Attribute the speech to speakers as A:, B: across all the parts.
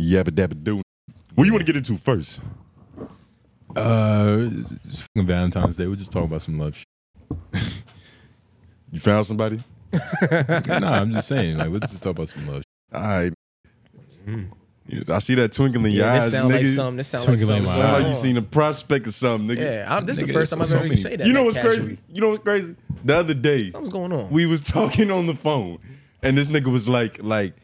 A: Yabba dabba doo. What you want to get into first?
B: Uh, it's, it's fucking Valentine's Day. We're just talking about some love shit.
A: You found somebody?
B: nah, I'm just saying. Like, let's just talk about some love.
A: All right. I see that twinkle in your
C: Yeah,
A: eyes,
C: this sound like
A: nigga.
C: something. This sound like
B: Twinkle in
C: something.
B: my
A: Sound
B: eye.
A: like you seen a prospect or something, nigga.
C: Yeah, I'm, this is the
B: Nigga,
C: first time I've
B: so
C: ever heard
B: many-
C: you say that.
A: You know
C: like,
A: what's
C: casually.
A: crazy? You know what's crazy? The other day,
C: Something's going on.
A: we was talking on the phone, and this nigga was like, like,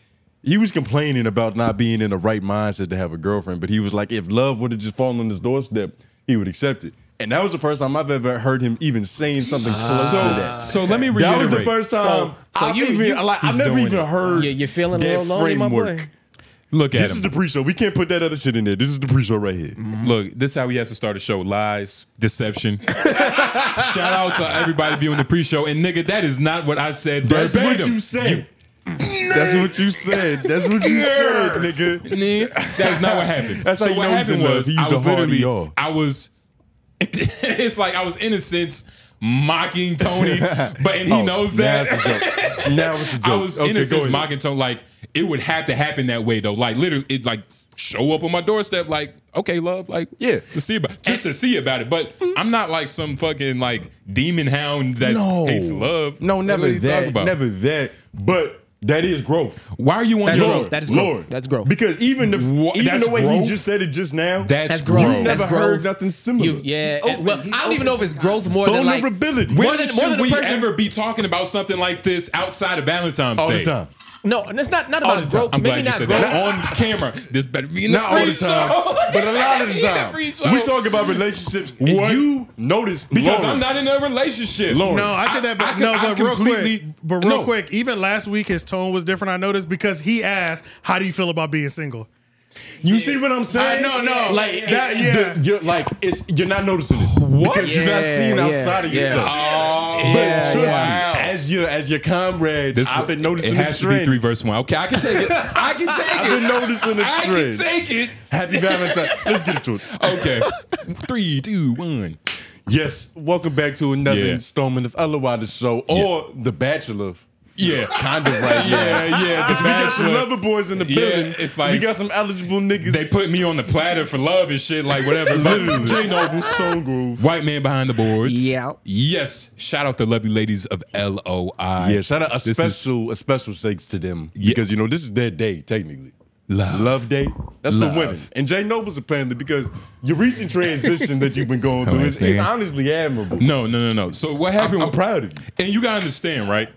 A: he was complaining about not being in the right mindset to have a girlfriend, but he was like, if love would have just fallen on his doorstep, he would accept it. And that was the first time I've ever heard him even saying something close to that.
B: So, so let me reiterate.
A: That was the first time.
C: So- so
A: I've
C: you-
A: even,
C: you-
A: like, I've
B: He's
A: never
B: doing
A: even
B: it.
A: heard.
C: You- you feeling a
A: that
C: little lonely, my boy?
A: framework.
B: Look at
A: This
B: him. Mm,
A: is the pre-show. We can't put that other shit in there. This is the pre-show right here.
B: Look, this is how we have to start a show: lies, deception. Shout out to everybody viewing the pre-show. And nigga, that is not what I said.
A: That's what
B: verbatim.
A: you said. That's what you said. That's what you said, nigga.
B: Nah, That's not what happened.
A: That's how
B: so
A: you
B: what
A: know he's
B: happened
A: in love.
B: was
A: He used
B: I
A: a
B: was
A: hard
B: literally
A: ER.
B: I was. it's like I was in a sense mocking Tony, but and he
A: Oh,
B: knows that.
A: Now it's a joke. Now it's a joke.
B: I was
A: Okay,
B: in a
A: go
B: sense
A: ahead.
B: mocking tone. Like it would have to happen that way though. Like literally, it like show up on my doorstep. Like okay, love. Like
A: Yeah.
B: let's see about just to see about it. But I'm not like some fucking like demon hound that hates love.
A: No,
B: Like,
A: never
B: what are you talking
A: that.
B: about?
A: Never that. But that is growth.
B: Why are you on
C: That's
B: your
C: growth. That is growth. That's growth.
A: Because even the
B: Wha-
A: even
B: that's
A: the way
B: growth?
A: he just said it just now.
B: That's,
C: That's growth.
B: growth.
A: You've never
C: That's
A: heard
C: growth.
A: nothing similar.
C: You- yeah.
A: He's open.
C: well,
A: He's
C: I don't even
A: open.
C: know if it's growth more than like
A: vulnerability
B: When
C: More than- more
B: should
C: than a
B: we
C: person-
B: ever be talking about something like this outside of Valentine's
A: all
B: Day?
A: the time.
C: no, and it's not not
B: All the
C: about
B: time.
C: growth.
B: I'm
C: Maybe
B: glad you
C: not
B: said
C: growth.
B: that on camera. This better be in the
A: Not all the
B: pre-show.
A: time, but a lot of the
B: In the
A: time.
B: pre-show.
A: We talk about relationships.
B: What?
A: You notice
B: because
A: Lauren.
B: I'm not in a relationship.
A: Lauren.
D: No, I said that,
B: Oh, I- I
D: but
B: could-
D: no,
B: I
D: but real quick,
B: completely-
D: but real
B: no.
D: quick, even last week his tone was different. I noticed because he asked, "How do you feel about being single?"
A: You see what I'm
D: I
A: saying?
D: no, no,
A: Like
D: that,
A: it-
D: yeah.
A: the- you're like it's you're not noticing it because you're not
C: Yeah,
A: seeing
C: yeah,
A: outside of
C: yeah.
A: yourself.
B: Oh,
A: But
C: Yeah,
A: trust
B: wow.
A: me, as your as your comrades,
B: This-
A: I've been noticing
B: it has
A: the
B: to be
A: trend.
B: three verse one. Okay, I can take it. I can take it.
A: I've been noticing the
B: I
A: trend.
B: can take it.
A: Happy Valentine. Let's get into it.
B: Okay, three, two, one.
A: Yes, welcome back to another
B: Yeah.
A: installment of Otherwise the Show or The Bachelor.
B: Yeah, kind of right. Yeah, yeah. This
A: Because we got some
B: bachelor-
A: lover boys in the
B: Yeah,
A: building.
B: it's like-
A: we got some eligible niggas.
B: They put me on the platter for love and shit, like whatever. But Jay Noble,
A: Soul Groove.
B: white man behind the boards.
C: Yeah.
B: Yes. Shout out the lovely ladies of LOI.
A: Yeah, shout out a
B: This is-
A: special a special thanks to them
B: Yeah.
A: because you know this is their day technically.
B: Love.
A: Love Day. That's
B: Love.
A: for women. And Jay Noble's apparently because your recent transition that you've been going through is, is
B: Understand.
A: honestly admirable.
B: No, no, no, no. So what happened?
A: I'm
B: was-
A: proud of you.
B: And you gotta understand, right?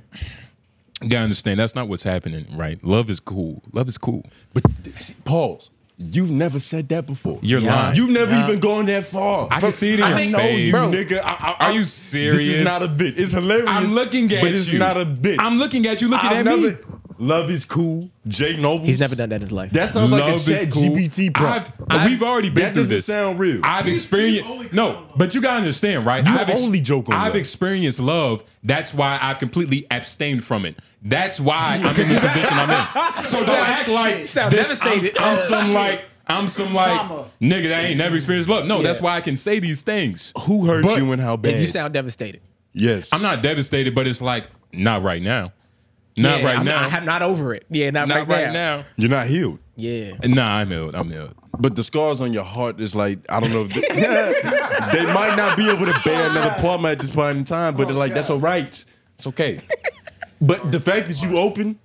B: You gotta understand. That's not what's happening, right? Love is cool. Love is cool.
A: But see, pause. You've never said that before.
B: You're lying.
A: You've never even gone that far.
B: I can see it in your
A: know
B: face.
A: you,
B: Bro,
A: nigga. I, I,
B: are you
A: This
B: serious?
A: is not a bit. It's hilarious.
B: I'm looking at
A: but
B: you.
A: it's not a bit.
B: I'm looking at you. Looking
A: I've
B: at me.
A: never- Love is cool. Jay Noble.
C: He's never done that in his life.
A: That sounds like a
B: Love is
A: chat
B: cool.
A: GPT prompt.
B: I've, we've already been
A: that
B: through
A: doesn't
B: this.
A: sound real.
B: I've experienced no, but you gotta understand, right?
A: You
B: I've
A: only joke on
B: I've
A: love.
B: experienced love. That's why I've completely abstained from it. That's why I'm in the position I'm in. So don't act like
C: sound
B: this-
C: devastated.
B: I'm, I'm some like I'm some like
E: Trauma.
B: nigga that ain't never experienced love. No, that's why I can say these things.
A: Who hurt
B: But-
A: you and how bad?
C: you sound devastated.
A: yes.
B: I'm not devastated, but it's like not right now, not
C: Yeah,
B: right
C: I'm
B: now,
C: I'm not over it. Yeah, not,
B: not right now.
A: You're not healed.
C: Yeah.
B: Nah, I'm ill. I'm ill.
A: But the scars on your heart is like I don't know. If they, they might not be able to bear another trauma at this point in time, but
B: Oh,
A: they're like that's all right. It's okay. but the fact that you open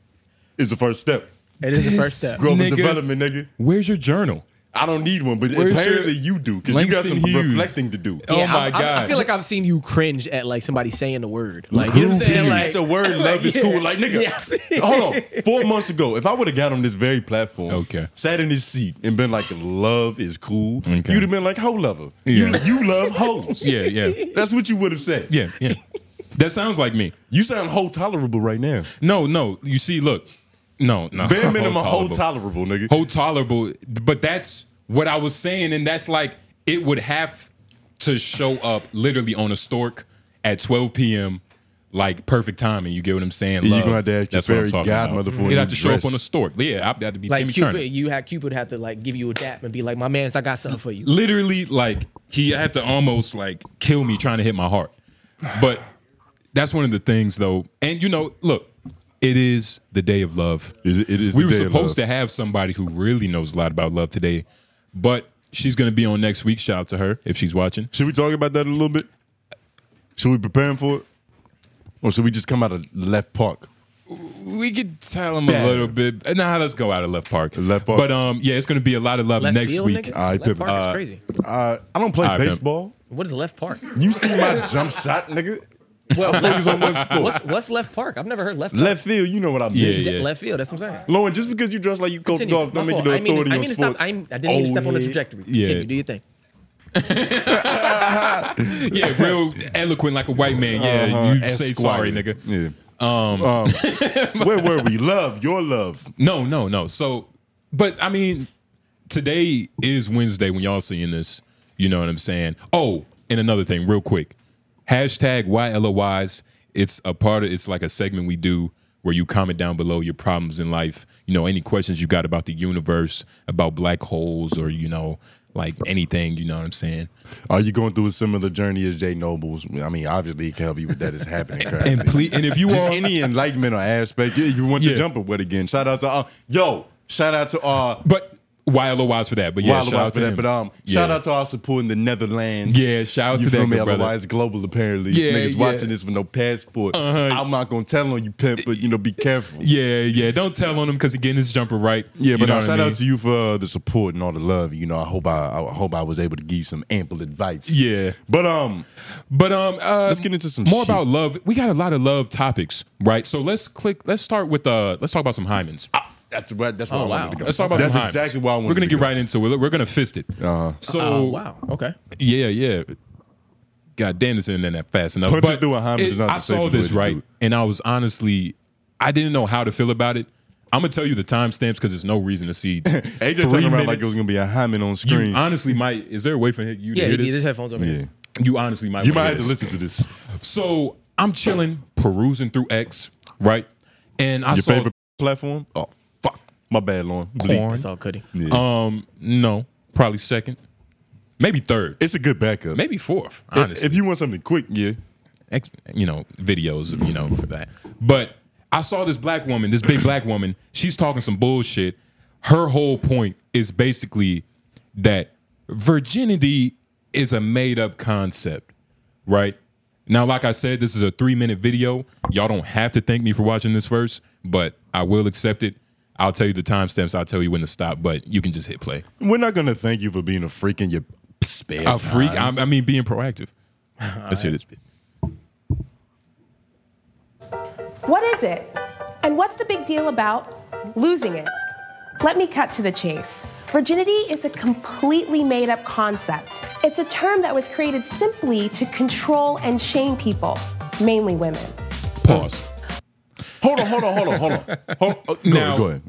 A: is the first step.
C: It is the first step.
A: Growth and
B: Nigga.
A: development, nigga.
B: Where's your journal?
A: I don't need one, but
B: Where's
A: apparently
B: your-
A: you do because you got
B: Langston
A: some
B: Hughes.
A: reflecting to do.
B: Oh
C: Yeah,
B: my
C: I've- I've- I,
B: God.
C: feel like I've seen you cringe at like somebody saying the word. Like you know what
A: Who
C: I'm saying?
A: cares?
C: Like
A: It's the word love is
C: yeah.
A: cool. Like, nigga,
C: Yeah, I've seen-
A: hold on. Four months ago, if I would have got on this very platform,
B: Okay.
A: sat in his seat and been like, love is cool,
B: Okay.
A: you'd have been like, hoe lover.
B: Yeah.
A: You, you love hoes.
B: Yeah, yeah.
A: That's what you would have said.
B: Yeah, yeah. That sounds like me.
A: You sound whole tolerable right now.
B: No, no. You see, look. No, no.
A: Bare minimum, whole
B: tolerable.
A: tolerable, nigga.
B: Whole tolerable. But that's what I was saying, and that's like it would have to show up literally on a stork at 12 p.m. Like perfect timing. You get what I'm saying?
A: You
B: Love.
A: gonna have to ask your
B: that's what I'm
A: fairy
B: talking
A: godmother
B: about.
A: for a
B: It'd
A: new
B: have to show
A: dress.
B: up on a stork. Yeah, I'd have to be
C: like
B: Timmy
C: Cupid,
B: Turner.
C: you had Cupid have to like give you a dap and be like, "My man's, I got something for you."
B: literally like he had to almost like kill me trying to hit my heart. But that's one of the things though. And you know, look, It is the day of love.
A: It is- it is
B: We
A: the
B: were
A: day of
B: supposed
A: love.
B: to have somebody who really knows a lot about love today, but she's going to be on next week. Shout out to her if she's watching.
A: Should we talk about that a little bit? Should we prepare him for it? Or should we just come out of the left park?
B: We could tell him a little bit. Nah, let's go out of left park.
A: Left park.
B: But um, yeah, it's going to be a lot of love
C: Left
B: next
C: field,
B: week.
C: nigga?
A: All right,
C: left
A: Pippen.
C: park is crazy.
A: Uh, I don't play
B: All right, man.
A: baseball.
C: What is left park?
A: You see my jump shot, nigga?
C: Well,
A: Focus on one sport.
C: what's, what's left park? I've never heard left. Park.
A: Left field, you know what I mean.
B: Yeah, yeah.
C: Yeah, left field. That's what I'm saying.
A: Lauren, just because you dress like you coach
C: Continue.
A: golf,
C: My
A: don't make you
C: fault.
A: no
C: I mean,
A: authority
C: I
A: on
C: mean to stop.
A: sports. Oh,
C: I, mean- I didn't mean to step on the
A: yeah.
C: trajectory.
B: Yeah.
C: Continue. Do your thing.
B: Yeah, real eloquent like a white man. Yeah,
A: Uh-huh,
B: you say
A: Esquire.
B: sorry, nigga.
A: Yeah. Um, where were we? Love, your love.
B: No, no, no. So, but I mean, today is Wednesday when y'all seeing this. You know what I'm saying? Oh, and another thing, real quick. Hashtag YLOYs. It's a part of it's like a segment we do where you comment down below your problems in life. You know, any questions you got about the universe, about black holes, or you know, like anything, you know what I'm saying?
A: Are you going through a similar journey as Jay Nobles? I mean, obviously, he can help you with that. It's happening. currently.
B: And please and if you
A: Just
B: are
A: any enlightenment or aspect, you, you want
B: Yeah.
A: your jumper wet again. Shout out to uh, yo. Shout out to uh, our
B: but YLOYs for that. But yeah,
A: wild
B: shout out
A: for
B: to
A: that.
B: him.
A: But um,
B: Yeah.
A: shout out to our support in the Netherlands.
B: Yeah, shout out
A: you
B: to that
A: feel me?
B: good brother.
A: Otherwise, global apparently.
B: Yeah,
A: These niggas
B: yeah. Uh-huh.
A: watching this with no passport. I'm not gonna tell on you, pimp. But you know, be careful.
B: Yeah, yeah. Don't tell on him because he getting his jumper right.
A: Yeah,
B: You
A: but
B: know
A: no,
B: what I
A: shout
B: mean?
A: out to you for uh, the support and all the love. You know, I hope I, I hope I was able to give you some ample advice.
B: Yeah.
A: but um,
B: But um, uh,
A: Let's get into some
B: more
A: shit.
B: about love. We got a lot of love topics, right? So let's click. Let's start with uh, let's talk about some hymens.
A: that's what that's what I
C: Oh, wow.
A: wanted to go.
B: Let's talk about
A: that's
B: some hymens.
A: exactly why I wanted.
B: We're gonna
A: to
B: get
A: go.
B: right into it. We're gonna fist it.
A: Uh-huh.
B: so
C: Oh wow. Okay.
B: yeah, yeah. God damn, this internet that fast enough.
A: Punching
B: But
A: through a hymen
B: it-
A: is not the
B: I saw
A: safest way
B: this
A: to do
B: right,
A: it.
B: and I was honestly, I didn't know how to feel about it. I'm gonna tell you the timestamps because there's no reason to see.
A: AJ
B: three
A: turned around like it
B: minutes.
A: was gonna be a hymen on screen.
B: You honestly might. Is there a way for you to
C: Yeah,
B: hear
C: he
B: this?
C: did his headphones over
A: yeah,
C: here.
B: You honestly might.
A: you
B: wanna
A: might
B: hear
A: have to
B: this.
A: listen to this.
B: So I'm chilling, perusing through X, right? And I
A: Your
B: saw
A: favorite platform? Oh fuck, my bad, Lauren. Bleep.
B: Corn.
C: That's all Cuddy.
A: Yeah.
B: Um, no, probably second, maybe third,
A: it's a good backup.
B: maybe fourth.
A: If-
B: Honestly,
A: If you want something quick, yeah.
B: Ex- you know, videos, you know, for that. But I saw this black woman, this big black woman. She's talking some bullshit. Her whole point is basically that virginity is a made up concept, right? Now, like I said, this is a three minute video. Y'all don't have to thank me for watching this first, but I will accept it. I'll tell you the timestamps. I'll tell you when to stop, but you can just hit play.
A: We're not gonna thank you for being a freak in your spare
B: A
A: time.
B: freak. I, I mean, being proactive. Let's hear this. bit.
E: What is it? And what's the big deal about losing it? Let me cut to the chase. Virginity is a completely made up concept. It's a term that was created simply to control and shame people, mainly women.
B: Pause.
A: Hold on, hold on, hold on, hold on. Hold on.
B: Now-
A: go ahead.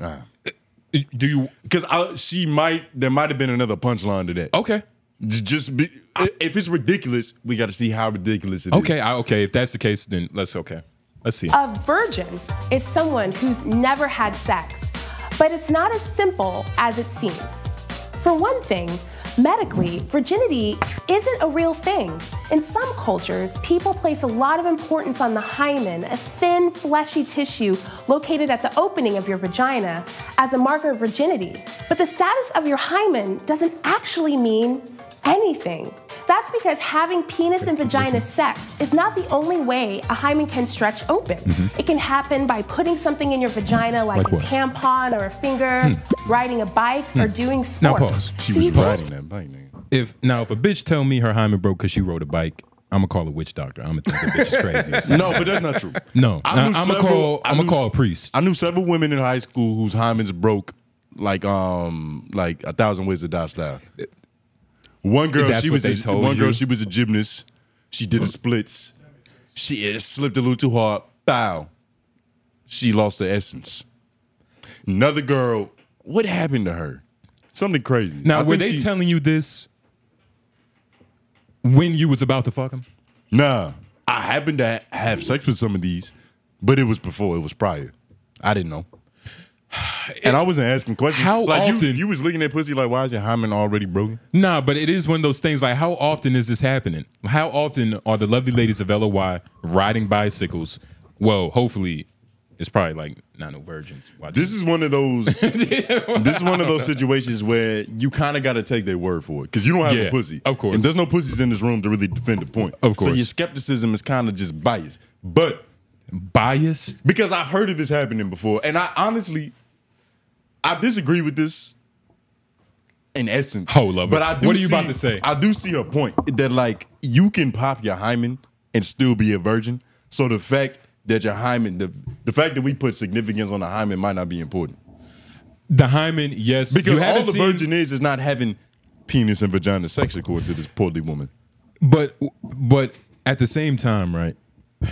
A: Uh.
B: Do you?
A: Because I, she might, there might have been another punchline to that.
B: Okay.
A: J- Just be, if it's ridiculous, we got to see how ridiculous it is.
B: Okay, I, okay. If that's the case, then let's okay. Let's see.
E: A virgin is someone who's never had sex, but it's not as simple as it seems. For one thing, medically, virginity isn't a real thing. In some cultures, people place a lot of importance on the hymen, a thin, fleshy tissue located at the opening of your vagina, as a marker of virginity. But the status of your hymen doesn't actually mean anything. That's because having penis and vagina sex is not the only way a hymen can stretch open. It can happen by putting something in your vagina, like,
B: Mm-hmm. Like
E: a
B: what? Hmm.
E: tampon or a finger, riding a bike, or doing sports.
B: Now pause.
A: She
E: So
A: was
E: you can't
A: riding that bike, nigga.
B: If now, if a bitch tell me her hymen broke because she rode a bike, I'm gonna call a witch doctor. I'm gonna think the bitch is crazy. or something.
A: No, but that's not true.
B: No,
A: I knew
B: I- I'ma
A: several-
B: call-
A: I
B: I'ma
A: knew
B: call
A: s-
B: a priest.
A: I knew several women in high school whose hymens broke like um like a thousand ways to die style. One girl,
B: That's
A: she
B: what
A: was
B: they
A: a,
B: told
A: one girl,
B: you?
A: she was a gymnast. She did the splits. She it slipped a little too hard. Bow. She lost her essence. Another girl, what happened to her? Something crazy.
B: Now,
A: I
B: were
A: think
B: they
A: she-
B: telling you this when you was about to fuck him?
A: Nah, I happened to ha- have sex with some of these, but it was before. It was prior. I didn't know, and I wasn't asking questions.
B: How
A: like you,
B: often-
A: you was licking that pussy? Like, why is your hymen already broken?
B: Nah, but it is one of those things. Like, how often is this happening? How often are the lovely ladies of LOY riding bicycles? Well, hopefully, It's probably like not no virgins. watching.
A: This is one of those. this is one of those situations where you kind of got to take their word for it because you don't have
B: Yeah,
A: a pussy,
B: of course.
A: And there's no pussies in this room to really defend the point,
B: Of
A: So
B: course.
A: your skepticism is kind of just biased, but
B: biased.
A: because I've heard of this happening before, and I honestly, I disagree with this. In essence,
B: Hold up.
A: But I
B: Oh,
A: do
B: What are you
A: see-
B: about to say?
A: I do see her point that like you can pop your hymen and still be a virgin. So the fact that your hymen, the the fact that we put significance on the hymen might not be important.
B: The hymen, yes.
A: Because
B: you
A: all
B: haven't
A: the
B: seen-
A: virgin is is not having penis and vagina sex according to this portly woman.
B: But but at the same time, right?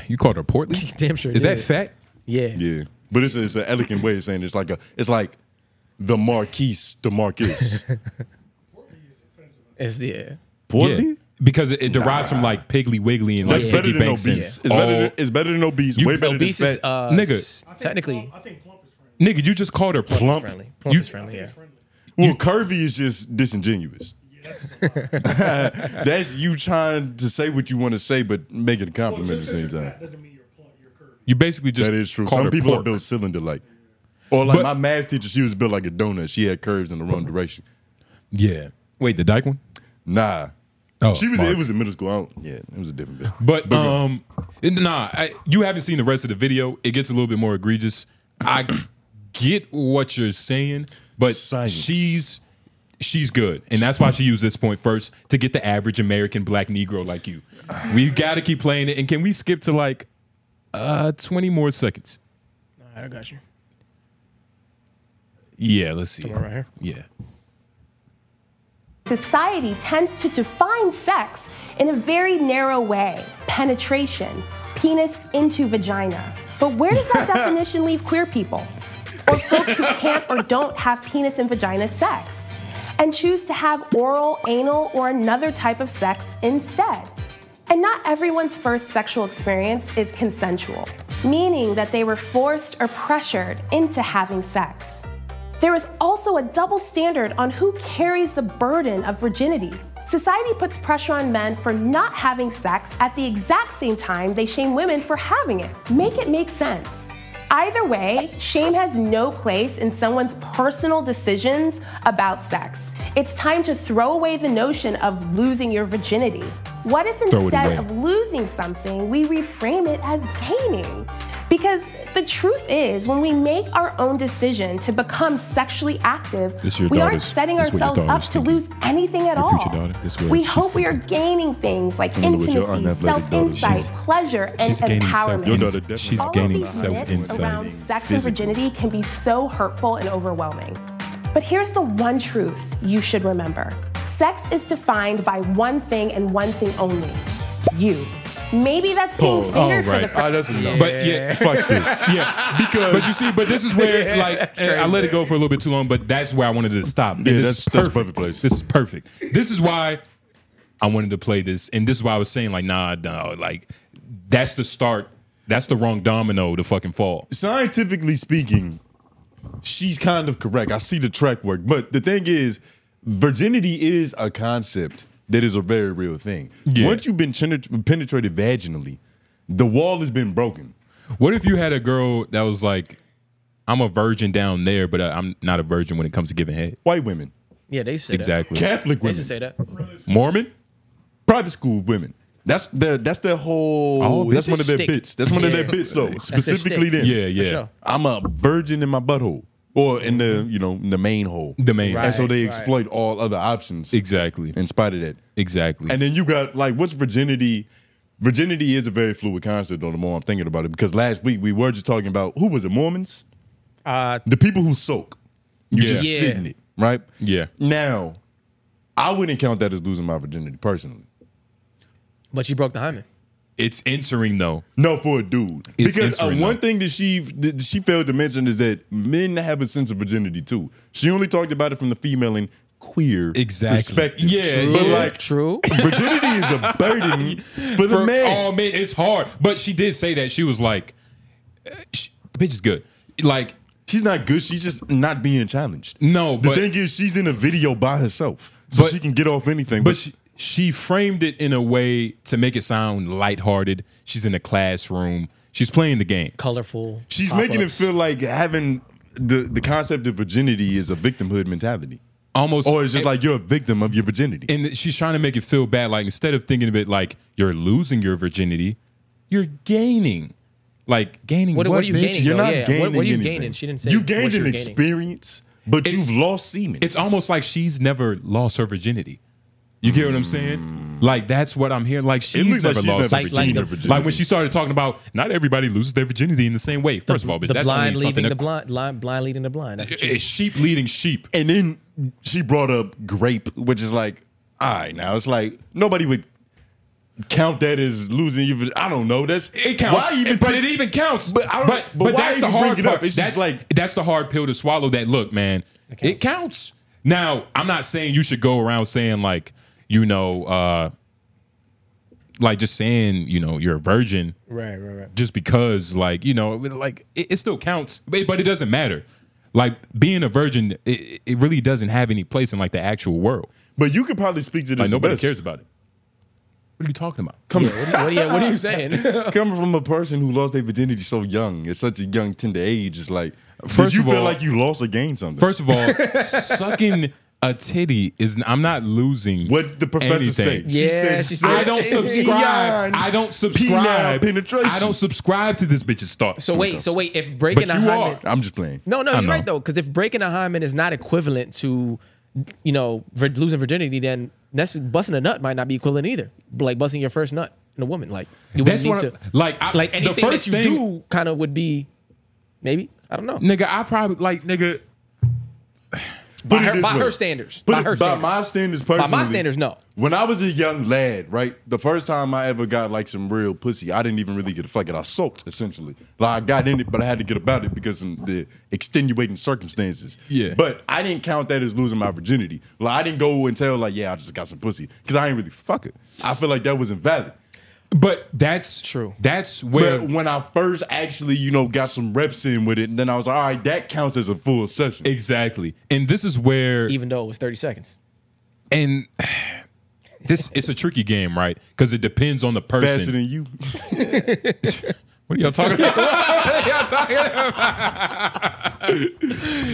B: You called her portly.
C: Damn sure
B: Is that
C: did.
B: fat?
C: Yeah.
A: Yeah, but it's it's an elegant way of saying it. it's like a it's like the Marquise, the Marquise.
C: It's yeah.
A: Portly.
B: Yeah. Because it, it derives from like Piggly Wiggly and
A: That's
B: like
A: better
B: Piggy
A: than
B: Banks.
A: obese.
B: and
A: It's better
B: all-
A: than, it's better than obese. way better
C: Obese
A: than
C: is
A: fat.
C: uh,
B: Nigga.
C: s- technically
D: I think plump is friendly.
B: Nigga, you just called her plump.
A: plump.
C: friendly. Plump
B: You-
C: is friendly. Yeah.
A: well, curvy is just disingenuous. That's you trying to say what you want to say, but make it a compliment at the same time.
D: doesn't mean you're plump. You're curvy.
B: You basically just
A: That is true.
B: called
A: Some
B: her
A: people are
B: pork.
A: built cylinder like. Or like
B: But-
A: my math teacher, she was built like a donut. She had curves in the wrong direction.
B: Yeah. Wait, the Dyke one.
A: Nah.
B: Oh,
A: she was
B: Mark.
A: it was in middle school. I don't, yeah, it was a different bit.
B: But
A: go.
B: um, nah, I, you haven't seen the rest of the video. It gets a little bit more egregious. I get what you're saying, but
A: Science.
B: she's she's good, and that's why she used this point first to get the average American black Negro like you. We got to keep playing it, and can we skip to like uh 20 more seconds?
C: All right, I got you.
B: Yeah, let's see.
C: Come on, right here.
B: Yeah.
E: Society tends to define sex in a very narrow way penetration, penis into vagina. But where does that definition leave queer people? Or folks who can't or don't have penis and vagina sex and choose to have oral, anal, or another type of sex instead? And not everyone's first sexual experience is consensual, meaning that they were forced or pressured into having sex. There is also a double standard on who carries the burden of virginity. Society puts pressure on men for not having sex at the exact same time they shame women for having it. Make it make sense. Either way, shame has no place in someone's personal decisions about sex. It's time to throw away the notion of losing your virginity. What if
B: Throw it
E: instead
B: away.
E: of losing something, we reframe it as gaining? Because the truth is, when we make our own decision to become sexually active,
B: This your
E: we aren't
B: daughter's-
E: setting
B: this what your
E: ourselves up
B: daughter's
E: to
B: thinking.
E: lose anything at
B: Your
E: all.
B: future daughter, this what
E: we
B: she's
E: hope we are
B: thinking.
E: gaining things like
A: wonder what your
E: intimacy,
A: unathletic daughter-
E: self-insight,
A: she's-
E: pleasure, and
B: She's gaining
E: empowerment.
B: self.
A: Your daughter definitely-
B: She's
E: All of
B: gaining
E: these
B: self
E: myths
B: insight.
E: around sex and
A: Physical.
E: virginity can be so hurtful and overwhelming. But here's the one truth you should remember sex is defined by one thing and one thing only you. Maybe that's being
A: Pause.
E: fingered for the
B: Alright.
E: first
A: Oh, that's enough.
B: But yeah,
A: Fuck this.
B: yeah.
A: Because
B: But you see, but this is where
C: Yeah,
B: like
C: that's
B: uh, I let
C: crazy.
B: it go for a little bit too long, but that's where I wanted to stop. And
A: Yeah,
B: this
A: that's-
B: is
A: that's a perfect place.
B: This is perfect. This is why I wanted to play this, and this is why I was saying like, nah, no, like that's the start. That's the wrong domino to fucking fall.
A: scientifically speaking, she's kind of correct. I see the track work, but the thing is, virginity is a concept that is a very real thing.
B: Yeah.
A: Once you've been chenet- penetrated vaginally, the wall has been broken.
B: What if you had a girl that was like, I'm a virgin down there, but uh, I'm not a virgin when it comes to giving head.
A: White women,
C: Yeah, they used to say
B: Exactly.
A: Catholic
C: that. They
A: women,
C: used to say that.
B: Mormon.
A: private school women. That's their that's their whole
B: All
A: that's
B: bitches
A: one of their
C: stick.
A: bits. That's one of their
C: Yeah.
A: bits though.
C: their
A: Specifically
C: stick.
A: then.
B: Yeah, yeah.
C: sure.
A: I'm a virgin in my butthole. Or in the, you know, in the main hole.
B: The main.
A: and so
C: Mm-hmm. Right,
A: they
C: right.
A: exploit all other options
B: Exactly.
A: in spite of that.
B: Exactly.
A: And then you got like what's virginity? Virginity is a very fluid concept. On the more I'm thinking about it, because last week we were just talking about who was it? Mormons,
C: Uh,
A: the people who soak. You
B: Yeah.
A: just
C: Yeah.
A: sitting it, right?
B: Yeah.
A: Now, I wouldn't count that as losing my virginity personally.
C: but you broke the hymen.
B: it's entering though.
A: No, for a dude,
B: It's
A: because uh,
B: entering,
A: one
B: though.
A: thing that she that she failed to mention is that men have a sense of virginity too. She only talked about it from the female and queer
B: Exactly.
A: perspective.
B: Yeah,
A: but
B: yeah.
A: like
C: True.
A: virginity is a burden for the
B: for
A: man.
B: all men. It's hard, but she did say that she was like, uh, she, "The bitch is good." Like,
A: She's not good. She's just not being challenged.
B: No,
A: the
B: but-
A: thing is, she's in a video by herself, so
B: But-
A: she can get off anything.
B: but she, she framed it in a way to make it sound lighthearted. She's in a classroom. She's playing the game.
C: Colorful.
A: She's making it
C: pop-ups.
A: feel like having the, the concept of virginity is a victimhood mentality.
B: Almost
A: Or it's just like you're a victim of your virginity.
B: and she's trying to make it feel bad. Like instead of thinking of it like you're losing your virginity, you're gaining. Like gaining what,
C: What, what are you
B: bitch?
C: gaining?
A: you're
C: though?
A: not
C: yeah.
A: gaining
C: What, what are you
A: anything.
C: gaining? She didn't say.
A: You've gained
C: what you're
A: an
C: gaining.
A: experience, but
B: It's-
A: you've lost semen.
B: It's almost like she's never lost her virginity. You get what I'm saying? Like that's what I'm hearing. Like she's
A: Mm. looks
B: never
A: like she's
B: lost
A: never
B: her
C: seen
B: virginity.
C: her
B: Like,
A: virginity.
B: when she started talking about not everybody loses their virginity in the same way. First of all, bitch,
C: The
B: that's
C: blind
B: only something
C: leading the
B: that-
C: blind, blind, blind leading the blind. That's what she
B: It's sheep leading sheep.
A: and then she brought up grape, which is like, all right, now it's like nobody would count that as losing your. I don't know. That's
B: It counts,
A: Why even?
B: but
A: think-
B: it even counts.
A: But I don't-
B: but,
A: but
B: but
A: why
B: that's the
A: even
B: hard
A: bring it up?
B: part.
A: It's
B: that's
A: just like-
B: that's the hard pill to swallow. That look, man, it counts. Now, I'm not saying you should go around saying like, you know, uh like just saying, you know, you're a virgin
C: Right, right, right.
B: just because, like, you know, like it, it still counts, but it, but it doesn't matter. Like being a virgin, it, it really doesn't have any place in like the actual world.
A: but you could probably speak to this.
B: Like
A: the
B: nobody
A: best.
B: cares about it. What are you talking about?
A: Come-
C: What are you, what are you saying?
B: Oh
A: Coming from a person who lost their virginity so young, at such a young tender age, it's like, did
B: First
A: you
B: of
A: feel
B: all-
A: like you lost or gained something?
B: First of all, sucking a titty is. I'm not losing.
A: what did the professor say?
B: anything.
A: She
C: Yeah,
A: said,
C: she
A: sex
B: I don't
A: is
B: subscribe.
A: beyond
B: I don't
A: penile
B: subscribe.
A: Penetration.
B: I don't subscribe to this bitch's thought.
C: So wait, so wait. If
B: But
C: breaking
B: you
C: a hymen,
B: are.
A: I'm just playing.
C: no, no,
B: I
C: you're right
B: know.
C: though, because if breaking a hymen is not equivalent to, you know, vir- losing virginity, then that's busting a nut might not be equivalent either. Like busting your first nut in a woman, like you
B: That's
C: wouldn't need
B: what.
C: to.
B: I'm- like, I,
C: like
B: the
C: anything
B: first
C: that you
B: thing,
C: do, kind of would be, maybe I don't know.
B: nigga. I probably like, nigga.
A: Put
C: by
A: it
C: her,
A: this
C: by
A: way.
C: her standards.
A: Put
C: by
A: it-
C: her standards.
A: my standards, personally.
C: standards, no.
A: When I was a young lad, right, the first time I ever got like some real pussy, I didn't even really get a fuck it. I soaked essentially. Like I got in it, but I had to get about it because of the extenuating circumstances.
B: Yeah.
A: But I didn't count that as losing my virginity. Like I didn't go and tell like, yeah, I just got some pussy because I ain't really fuck it. I feel like that was invalid.
B: But that's
C: True.
B: That's where.
A: But when I first actually, you know, got some reps in with it, and then I was like, all right, that counts as a full session.
B: Exactly, and this is where
C: even though it was 30 seconds.
B: and this it's a tricky game, right? Because it depends on the person.
A: Faster than you.
B: What are y'all talking about? what are y'all talking about?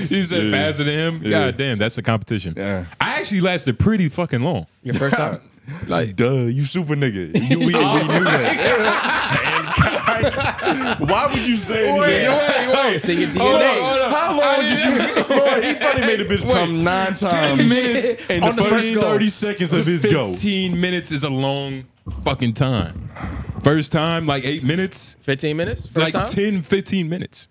B: he said
A: Yeah.
B: faster than him.
A: Yeah.
B: God damn, that's a competition.
A: Yeah.
B: I actually lasted pretty fucking long.
C: Your first time?
B: Like
A: Duh, you super nigga. You, we, we knew
B: Oh.
A: that. Why would you say anything?
B: wait.
C: So your DNA.
B: Hold on, hold on.
A: How long did you? Boy, he probably made a bitch
B: Wait.
A: come nine times
B: minutes
A: in
B: on
A: the
B: the first
A: first
B: go.
A: thirty seconds of his go.
B: 15 minutes is a long fucking time. First time, like eight minutes,
C: 15 minutes? First
B: like
C: time?
B: 10, 15 minutes.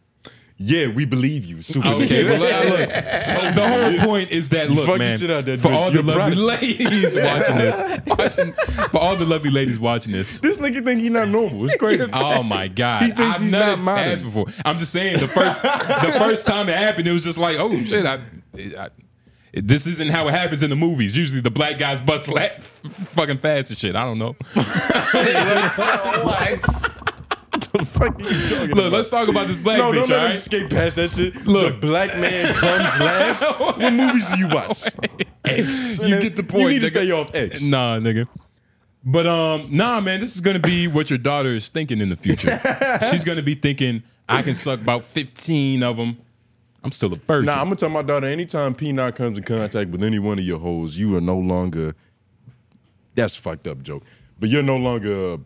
A: Yeah, we believe you, super.
B: Okay,
A: nigga.
B: well, look, look. So the whole point is that look,
A: fucked the
B: man,
A: shit out that
B: for
A: bitch.
B: all the
A: You're
B: lovely
A: proud
B: ladies watching this, watching, for all the lovely ladies watching this,
A: this nigga think he not normal. It's crazy.
B: Oh my god!
A: He thinks
B: I've
A: he's
B: never
A: not modern.
B: asked before. I'm just saying the first the first time it happened, it was just like, oh shit! I, I, this isn't how it happens in the movies. Usually the black guys bust la- f- fucking fast and shit. I don't know.
A: the fuck are you talking
B: Look,
A: about?
B: let's talk about this black
A: no,
B: bitch.
A: don't let
B: all
A: him
B: right?
A: skate past that shit.
B: Look.
A: the black man comes last. what movies do you watch? X.
B: You get the point.
A: You need to
B: nigga.
A: stay off X.
B: Nah, nigga. But um, nah, man, this is gonna be what your daughter is thinking in the future. She's gonna be thinking, I can suck about 15 of them. I'm still a virgin.
A: Nah, I'm gonna tell my daughter anytime Peanut comes in contact with any one of your hoes, you are no longer. That's a fucked up joke, but you're no longer a,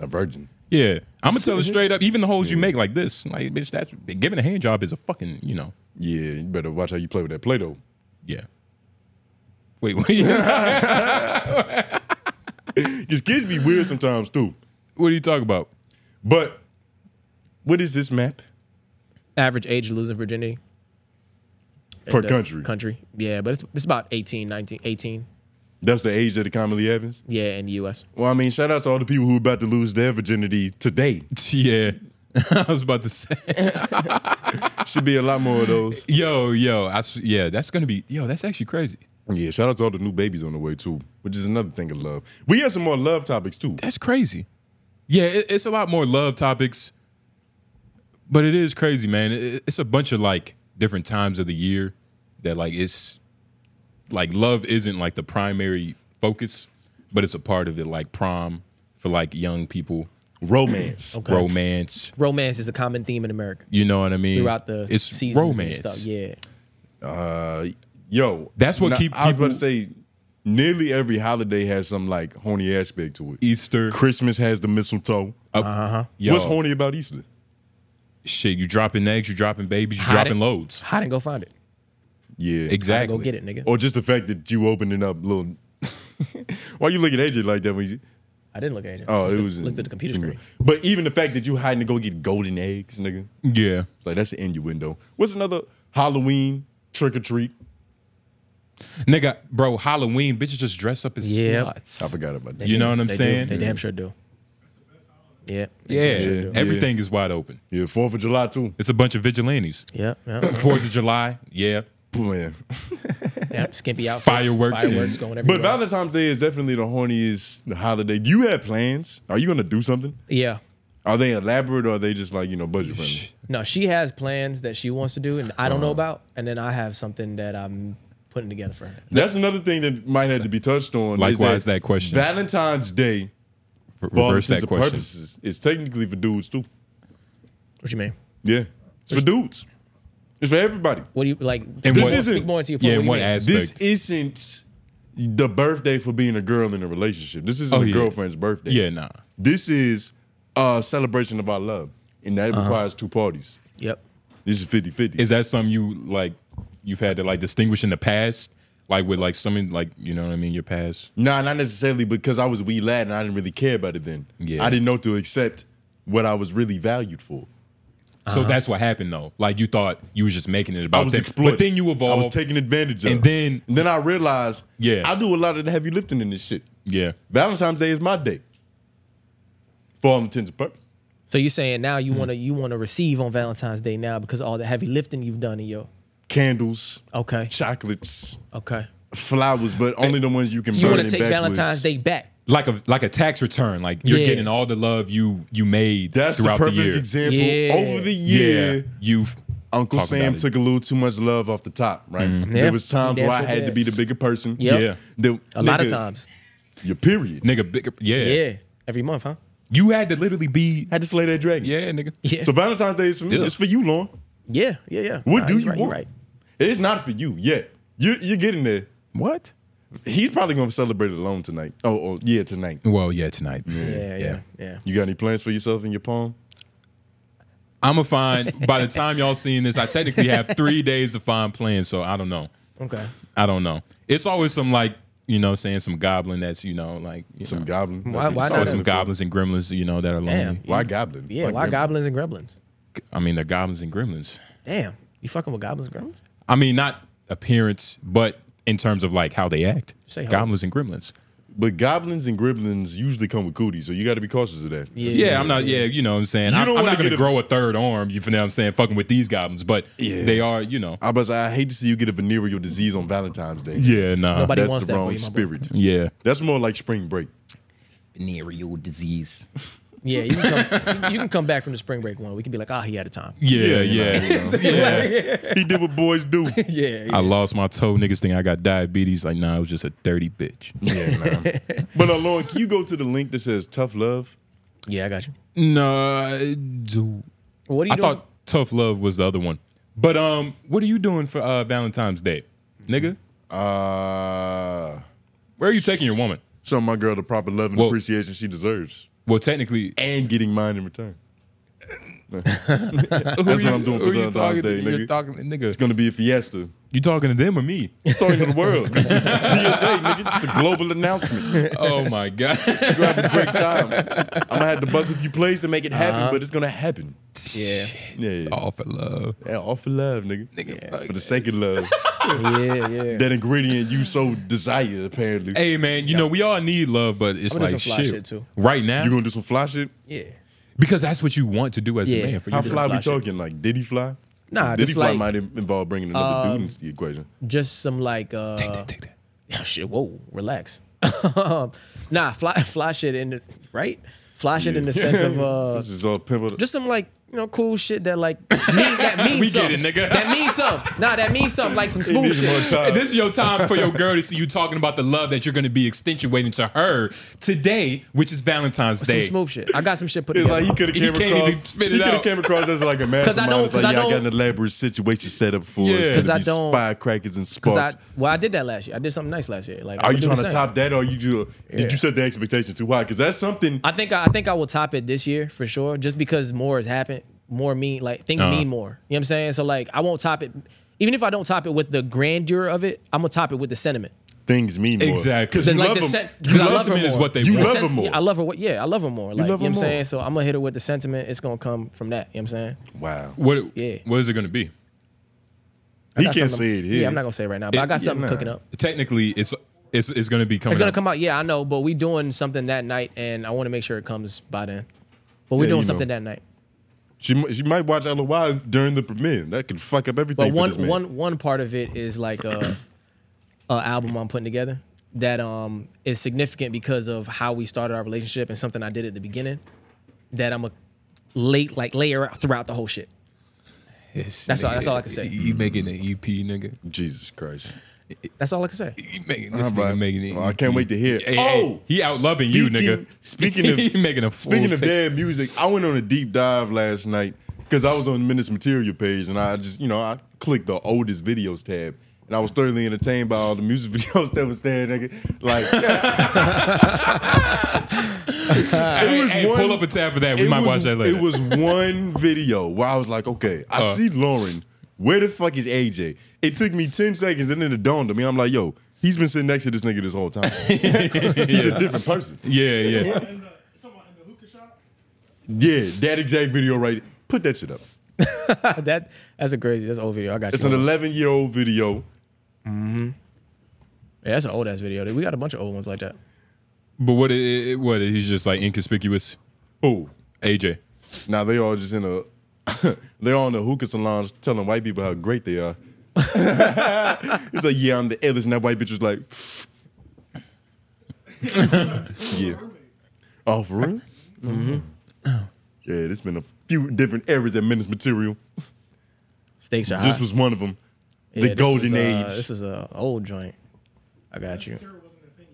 A: a virgin.
B: Yeah, I'm gonna tell her straight up. Even the holes you make like this, like bitch, that's giving a hand job is a fucking, you know,
A: Yeah, you better watch how you play with that Play-Doh.
B: yeah. Wait, wait, what
A: Because kids be weird sometimes too.
B: are you talking about?
A: But what is this map
C: Average age of losing virginity.
A: per
C: The
A: country?
C: Country. Yeah, but it's, it's about 18, 19, 18.
A: That's the age that it commonly happens.
C: Yeah, in the U.S.
A: Well, I mean, shout out to all the people who are about to lose their virginity today.
B: Yeah, I was about to say,
A: Should be a lot more of those.
B: yo, yo, I s yeah, that's gonna be, yo, that's actually crazy.
A: Yeah, shout out to all the new babies on the way too, which is another thing of love. We have some more love topics too.
B: That's crazy. Yeah, it, it's a lot more love topics, but it is crazy, man. It, it's a bunch of like different times of the year that like it's like love isn't like the primary focus, but it's a part of it. Like prom for like young people,
A: romance.
B: romance.
C: Romance is a common theme in America
B: You know what I mean?
C: throughout the
B: it's
C: seasons
B: romance.
C: and stuff. Yeah,
A: Uh, yo,
B: That's what
A: nah,
B: keep
A: I was about to
B: people-
A: say. Nearly every holiday has some like horny aspect to it.
B: Easter.
A: Christmas has the mistletoe.
B: Uh-huh. Yo,
A: What's horny about Easter?
B: Shit, you dropping eggs, you dropping babies, you
C: Hide
B: dropping
C: it.
B: loads.
C: hide and go find it.
A: Yeah,
C: Hide and
B: Exactly. Oh.
C: Go get it, nigga.
A: Or just the fact that you opening up little. Why you looking at you like that? When you,
C: I didn't look at it.
A: oh,
C: looked
A: it
C: at-
A: was Mm-hmm.
C: looked at the computer screen.
A: But even the fact that you hiding to go get golden eggs, nigga,
B: Yeah.
A: it's like that's an innuendo. What's another Halloween trick or treat?
B: Nigga, bro, Halloween, bitches just dress up as
C: Yeah.
A: I
B: sluts.
A: forgot about that.
B: You know what I'm
C: They do.
B: saying?
C: They damn sure do. Yeah. they
B: Yeah.
C: damn sure do.
B: Everything is wide open.
A: Yeah, Fourth of July too.
B: It's a bunch of vigilantes.
C: Yeah. yeah.
B: Fourth of July, yeah.
A: Man.
C: yeah. Skimpy outfits.
B: Fireworks and-
C: Fireworks going everywhere.
A: But Valentine's Day is definitely the horniest holiday. Do you have plans? Are you gonna do something?
C: yeah.
A: Are they elaborate or are they just like you know budget friendly?
C: No, she has plans that she wants to do and I don't
B: Uh-huh.
C: know about, and then I have something that I'm putting together for her.
A: That's another thing that might have to be touched on. is
B: Likewise, that question.
A: Valentine's Day,
B: Re-
A: for all
B: Reverse
A: intents
B: that
A: and
B: question.
A: purposes, is technically for dudes too.
C: What you mean?
A: Yeah, it's for dudes. It's for everybody.
C: What do you like?
B: And
C: speak
B: what-
C: more-
A: This
C: speak
A: isn't-
C: more into your point.
B: Yeah, in
C: what
B: what
C: do you mean?
B: aspect?
A: This isn't the birthday for being a girl in a relationship. This isn't
B: Oh,
A: a
B: yeah.
A: girlfriend's birthday.
B: yeah, nah.
A: This is a celebration of our love, and that
B: Uh-huh.
A: requires two parties.
C: Yep.
A: This is 50 50.
B: Is that something you like you've had to like distinguish in the past? Like with like something like you know what I mean, your past?
A: Nah, not necessarily because I was a wee lad and I didn't really care about it then.
B: Yeah.
A: I didn't know to accept what I was really valued for.
B: So that's what happened though. Like you thought you was just making it
A: Uh-huh. I
B: about
A: was
B: them.
A: exploited.
B: But then you
A: I
B: evolved.
A: was taken advantage of.
B: And then-
A: and then I realized,
B: Yeah.
A: I do a lot of the heavy lifting in this shit.
B: yeah.
A: Valentine's Day is my day. For all intents and purposes.
C: So you're saying now you wanna you wanna receive on Valentine's Day now because all the heavy lifting you've done in your
A: Candles,
C: okay
A: chocolates,
C: okay.
A: flowers, but only the ones you can
C: You
A: burn
C: wanna
A: and
C: take
A: backwards.
C: Valentine's Day back?
B: Like a like a tax return. Like you're
C: Yeah.
B: getting all the love you you made
A: That's the
B: throughout
A: perfect
B: year.
A: example.
C: Yeah.
A: Over the year,
B: You've
A: Uncle
B: Talk
A: Sam
B: about it. Mm-hmm.
A: took a little too much love off the top, right?
C: Yeah.
A: There was times
C: He
A: where I had
C: definitely
A: to
C: did.
A: be the bigger person.
C: Yep.
B: Yeah.
A: The-
C: A lot of
A: nigga,
C: times.
A: Your period.
B: nigga bigger yeah.
C: Yeah. Every month, huh?
B: You had to literally be
A: had to slay that dragon.
B: Yeah, nigga.
C: Yeah.
A: So Valentine's Day is for me.
B: Yeah.
A: It's for you, Lauren.
C: yeah. Yeah. Yeah.
A: What
C: Nah,
A: do
C: he's
A: you
C: right,
A: want?
C: Right.
A: It's not for you yet. You, you're getting there.
B: What?
A: He's probably gonna celebrate it alone tonight. Oh, oh yeah, tonight.
B: Well, yeah, tonight.
C: Yeah. Yeah. Yeah.
A: You got any plans for yourself in your palm?
B: I'm gonna find by the time y'all seeing this, I technically have three days to find plans, so I don't know.
C: Okay.
B: I don't know. It's always some like you know, saying some goblin that's you know like you
A: Some
B: know,
A: goblin.
C: Why-
A: That's what
C: why
A: you
B: it's always
C: not?
A: saw
B: some
A: it for.
B: goblins and gremlins you know that are lonely.
C: Damn.
A: Why goblin?
C: Yeah. Why
A: gremlin?
C: goblins and gremlins?
B: I mean, they're goblins and gremlins.
C: Damn. You fucking with goblins and gremlins?
B: I mean, not appearance, but in terms of like how they act.
C: Say
B: goblins and gremlins.
A: But goblins and gremlins usually come with cooties, so you got to be cautious of that.
B: Yeah, I'm not. Yeah, you know what I'm saying.
A: You
B: I'm,
A: don't
B: I'm
A: wanna
B: not going to
A: get a-
B: grow a third arm. You know what I'm saying? Fucking with these goblins, but
A: Yeah.
B: they are. You know.
A: I was. I hate to see you get a venereal disease on Valentine's Day.
B: Yeah, nah.
C: Nobody-
A: that's
C: wants
A: the
C: that for
A: wrong
C: you, my boy.
A: spirit.
B: yeah,
A: That's more like spring break.
F: venereal disease.
C: Yeah, you can, come, you can come back from the spring break one. We can be like, ah, he had a time.
B: yeah, yeah.
A: He did what boys do.
C: Yeah,
B: I lost my toe. Niggas think I got diabetes. Like, nah, it was just a dirty bitch.
A: yeah, nah. But uh, Lauren, can you go to the link that says tough love?
C: yeah, I got you.
B: nah, dude.
C: What are you
B: I
C: doing?
B: thought tough love was the other one. But um, what are you doing for uh, Valentine's Day, nigga?
A: Uh,
B: Where are you taking your woman?
A: show my girl the proper love and
B: Well-
A: appreciation she deserves,
B: Well, technically,
A: and getting mine in return.
B: Who
A: That's
B: are
A: what I'm doing
B: who
A: for
B: are you
A: Valentine's
B: talking
A: Day,
B: to? You're
A: nigga.
B: talking,
A: It's
B: nigga.
A: gonna be a fiesta.
B: You talking to them or me?
A: It's talking to the world. It's a PSA, nigga. It's a global announcement.
B: oh my god.
A: You have a great time. I'm gonna have to bust a few plays to make it happen, but it's gonna happen.
C: yeah,
A: Yeah, yeah.
B: All for love.
A: Yeah, all for love, Oh. nigga.
B: Nigga,
A: Yeah.
B: fuck
A: For the sake of love,
C: yeah, yeah.
A: that ingredient you so desire, apparently.
B: Hey man, you know we all need love, but it's
C: I'm gonna do
B: like
C: some fly
B: shit.
C: shit, too.
B: Right now,
A: You gonna do some fly shit?
C: yeah.
B: because that's what you want to do as
C: Yeah.
B: a man. For
A: How
B: your
C: do some
A: fly
C: fly
A: we
C: shit.
A: talking? Like Diddy fly? 'Cause
C: Nah,
A: Diddy
C: just
A: fly
C: like- um,
A: might in- involve bringing another dude into the equation.
C: Just some like uh,
B: take that, take that.
C: oh, shit. Whoa, relax. nah, fly, fly shit in the right. Fly shit in the sense of uh,
A: this is all pimple.
C: just some like you know, cool shit that like mean, that means
B: We get it,
C: something.
B: nigga.
C: That means something. Nah, that means something. Like some smooth
A: needs
C: shit.
A: more time.
B: This is your time for your girl to see you talking about the love that you're going to be extenuating to her today, which is Valentine's
C: Some
B: Day.
C: smooth shit. I got some shit put
A: It's
C: together.
A: like he could have
B: He
A: came
B: can't even
A: across.
B: spit it
A: he could
B: out.
A: have came across as like a
C: I
A: mastermind.
C: know-
A: It's
C: 'cause I
A: like, yeah, I
C: know-
A: got an elaborate situation set up for
B: Yeah.
A: us.
B: 'Cause
A: It's gonna
C: I
A: be
C: don't-
A: firecrackers and
C: Cause I,
A: sparks.
C: well, I did that last year. I did something nice last year. Like,
A: Are
C: I'm
A: you
C: gonna do
A: trying to
C: the same.
A: top that, or you do,
C: Yeah.
A: did you set the expectation too high? Because that's something.
C: I think I think I will top it this year for sure, just because more has happened. More mean like things
B: Uh-huh.
C: mean more. You know what I'm saying? So like I won't top it. Even if I don't top it with the grandeur of it, I'm gonna top it with the sentiment.
A: things mean more.
B: Exactly.
A: Because you
C: like
A: love
C: the
A: them.
C: sen-
A: You
C: 'cause I
A: love
C: love her
A: them.
B: sentiment is
C: more.
B: what they
A: You
B: want.
A: love her
C: Sens-
A: more.
C: I love her. Yeah, I love her more. Like you,
A: love
C: know
A: her
C: what I'm
A: more.
C: saying. So I'm gonna hit her with the sentiment. It's gonna come from that. You know what I'm saying?
A: Wow.
B: What,
C: Yeah.
B: what is it going to be?
A: He
C: Got
A: can't
C: something-
A: say it here.
C: Yeah, I'm not gonna say it right now, but
B: It-
C: I got
B: yeah,
C: something
A: nah.
C: cooking up.
B: Technically, it's it's, it's going to be coming.
C: It's gonna
B: up.
C: come out. Yeah, I know, but we doing something that night, and I want to make sure it comes by then. But
A: Yeah,
C: we're doing
A: you know.
C: something that night.
A: She mi- she might watch LOY during the premiere. That could fuck up everything.
C: But
A: for
C: one
A: this man.
C: one one part of it is like a, a album I'm putting together that um is significant because of how we started our relationship and something I did at the beginning that I'm a late like layer out throughout the whole shit. That's all- that's all I can say.
B: You making an EP, nigga.
A: Jesus Christ.
C: That's all I can say.
B: You making this
A: All right.
B: nigga making an E
A: Well,
B: EP.
A: Oh, I can't wait to hear. Oh,
B: Hey, hey, he out loving you, nigga.
A: Speaking of
B: He making a full
A: speaking of
B: take.
A: dead music, I went on a deep dive last night because I was on the minutes material page and I just you know I clicked the oldest videos tab. And I was thoroughly entertained by all the music videos that was there, nigga. Like,
B: Hey,
A: it was
B: hey,
A: one-
B: pull up a tab for that. We
A: it
B: might
A: was-
B: watch that later.
A: It was one video where I was like, okay, I
B: Uh.
A: see Lauren. Where the fuck is AJ? It took me 10 seconds and then it dawned on me. I'm like, yo, he's been sitting next to this nigga this whole time. he's a different person.
B: yeah, yeah.
D: In the, uh, talking about in the hookah shop?
A: Yeah, that exact video right. Put that shit up.
C: that that's a crazy. That's an old video. I got
A: It's
C: you.
A: an
C: on.
A: 11 year old video.
C: yeah, that's an old ass video. dude. We got a bunch of old ones like that.
B: But what? It, it, what? He's just like inconspicuous.
A: Oh,
B: AJ.
A: now they all just in a, they're all in the hookah salons telling white people how great they are. it's like, yeah, I'm the illest. And that white bitch was like, yeah. Oh, for real?
B: Mm-hmm.
A: Mm-hmm. Yeah, there's been a few different eras at Menace Material.
C: Stakes
B: Ah.
C: are high.
A: This was one of them.
C: Yeah,
A: the
C: this
A: golden
C: is, uh,
A: age.
C: This is a old joint. I got you.
D: Material wasn't a thing